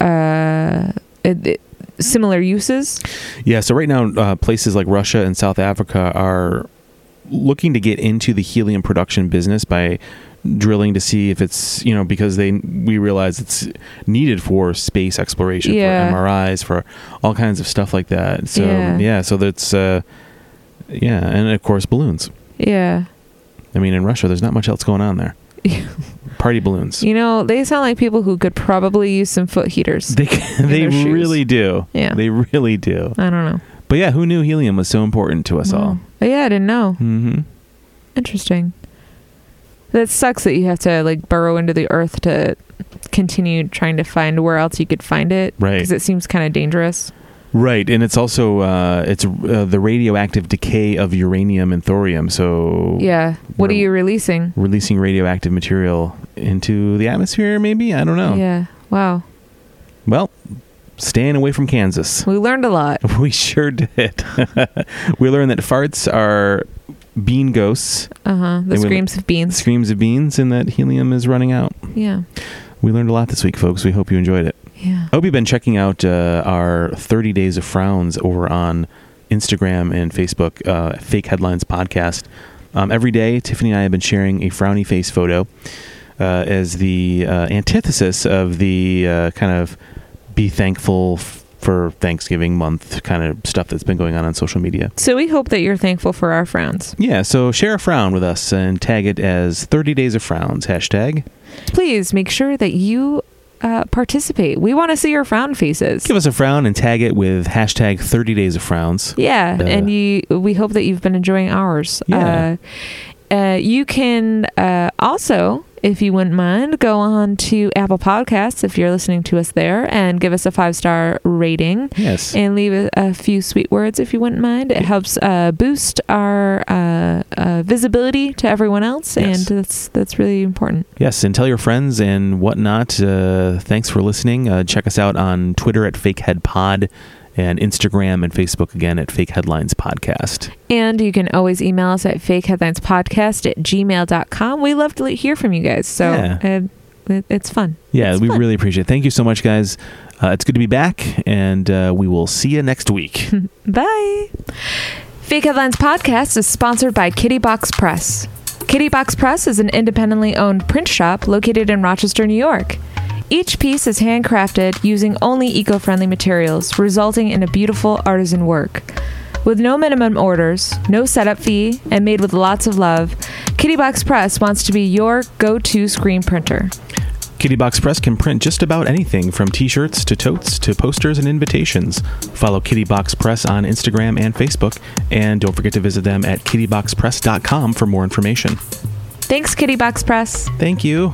Speaker 1: uh, it, it- similar uses
Speaker 2: yeah. So right now, uh, places like Russia and South Africa are looking to get into the helium production business by drilling to see if it's you know because they we realize it's needed for space exploration
Speaker 1: Yeah.
Speaker 2: for MRIs for all kinds of stuff like that. So
Speaker 1: Yeah.
Speaker 2: yeah, so that's uh, yeah, and of course balloons.
Speaker 1: yeah
Speaker 2: I mean, in Russia, there's not much else going
Speaker 1: [LAUGHS]
Speaker 2: on there. Party balloons.
Speaker 1: You know, they sound like people who could probably use some foot heaters.
Speaker 2: They they
Speaker 1: their shoes.
Speaker 2: really do.
Speaker 1: Yeah.
Speaker 2: They really do.
Speaker 1: I don't know.
Speaker 2: But yeah, who knew helium was so important to us all?
Speaker 1: Oh, yeah, I didn't know.
Speaker 2: Mm-hmm.
Speaker 1: Interesting. That sucks that you have to like burrow into the earth to continue trying to find where else you could find it.
Speaker 2: Right.
Speaker 1: Because it seems kind of dangerous.
Speaker 2: Right, and it's also uh, it's uh, the radioactive decay of uranium and thorium. So
Speaker 1: Yeah. What are
Speaker 2: We're-
Speaker 1: you releasing?
Speaker 2: releasing radioactive material into the atmosphere, maybe I don't know.
Speaker 1: Yeah. Wow.
Speaker 2: Well, staying away from Kansas.
Speaker 1: We learned a lot.
Speaker 2: [LAUGHS] We sure did. [LAUGHS] we learned that farts are bean ghosts,
Speaker 1: Uh huh. The
Speaker 2: And we-
Speaker 1: screams of beans.
Speaker 2: screams of beans, and that helium is running out.
Speaker 1: Yeah.
Speaker 2: We learned a lot this week, folks. We hope you enjoyed it.
Speaker 1: Yeah.
Speaker 2: I hope you've been checking out uh, our 30 Days of Frowns over on Instagram and Facebook, uh, Fake Headlines Podcast. Um, every day, Tiffany and I have been sharing a frowny face photo uh, as the uh, antithesis of the uh, kind of be thankful f- for Thanksgiving month kind of stuff that's been going on on social media.
Speaker 1: So we hope that you're thankful for our frowns.
Speaker 2: Yeah, so share a frown with us and tag it as 30 Days of Frowns hashtag.
Speaker 1: Please make sure that you uh, participate. We want to see your frown faces.
Speaker 2: Give us a frown and tag it with hashtag 30 Days of Frowns.
Speaker 1: Yeah,
Speaker 2: Uh,
Speaker 1: and you, we hope that you've been enjoying ours.
Speaker 2: Yeah.
Speaker 1: Uh, uh, you can uh, also, if you wouldn't mind, go on to Apple Podcasts if you're listening to us there and give us a five star rating
Speaker 2: Yes.
Speaker 1: and leave a, a few sweet words if you wouldn't mind. It helps uh, boost our uh, uh, visibility to everyone else,
Speaker 2: Yes.
Speaker 1: and that's that's really important.
Speaker 2: Yes, and tell your friends and whatnot. Uh, thanks for listening. Uh, check us out on Twitter at FakeheadPod and Instagram and Facebook again at Fake Headlines Podcast.
Speaker 1: And you can always email us at fakeheadlinespodcast at gmail.com. We love to hear from you guys, so
Speaker 2: Yeah.
Speaker 1: uh, it, it's fun.
Speaker 2: Yeah,
Speaker 1: It's
Speaker 2: we
Speaker 1: fun.
Speaker 2: really appreciate it. Thank you so much, guys.
Speaker 1: [LAUGHS]
Speaker 2: Uh, it's good to be back, and uh, we will see you next week.
Speaker 1: Bye. Fake Headlines Podcast is sponsored by Kitty Box Press. Kitty Box Press is an independently owned print shop located in Rochester, New York. Each piece is handcrafted using only eco friendly materials, resulting in a beautiful artisan work. With no minimum orders, no setup fee, and made with lots of love, Kitty Box Press wants to be your go to screen printer.
Speaker 2: Kitty Box Press can print just about anything from t shirts to totes to posters and invitations. Follow Kitty Box Press on Instagram and Facebook, and don't forget to visit them at kittyboxpress.com for more information.
Speaker 1: Thanks, Kitty Box Press.
Speaker 2: Thank you.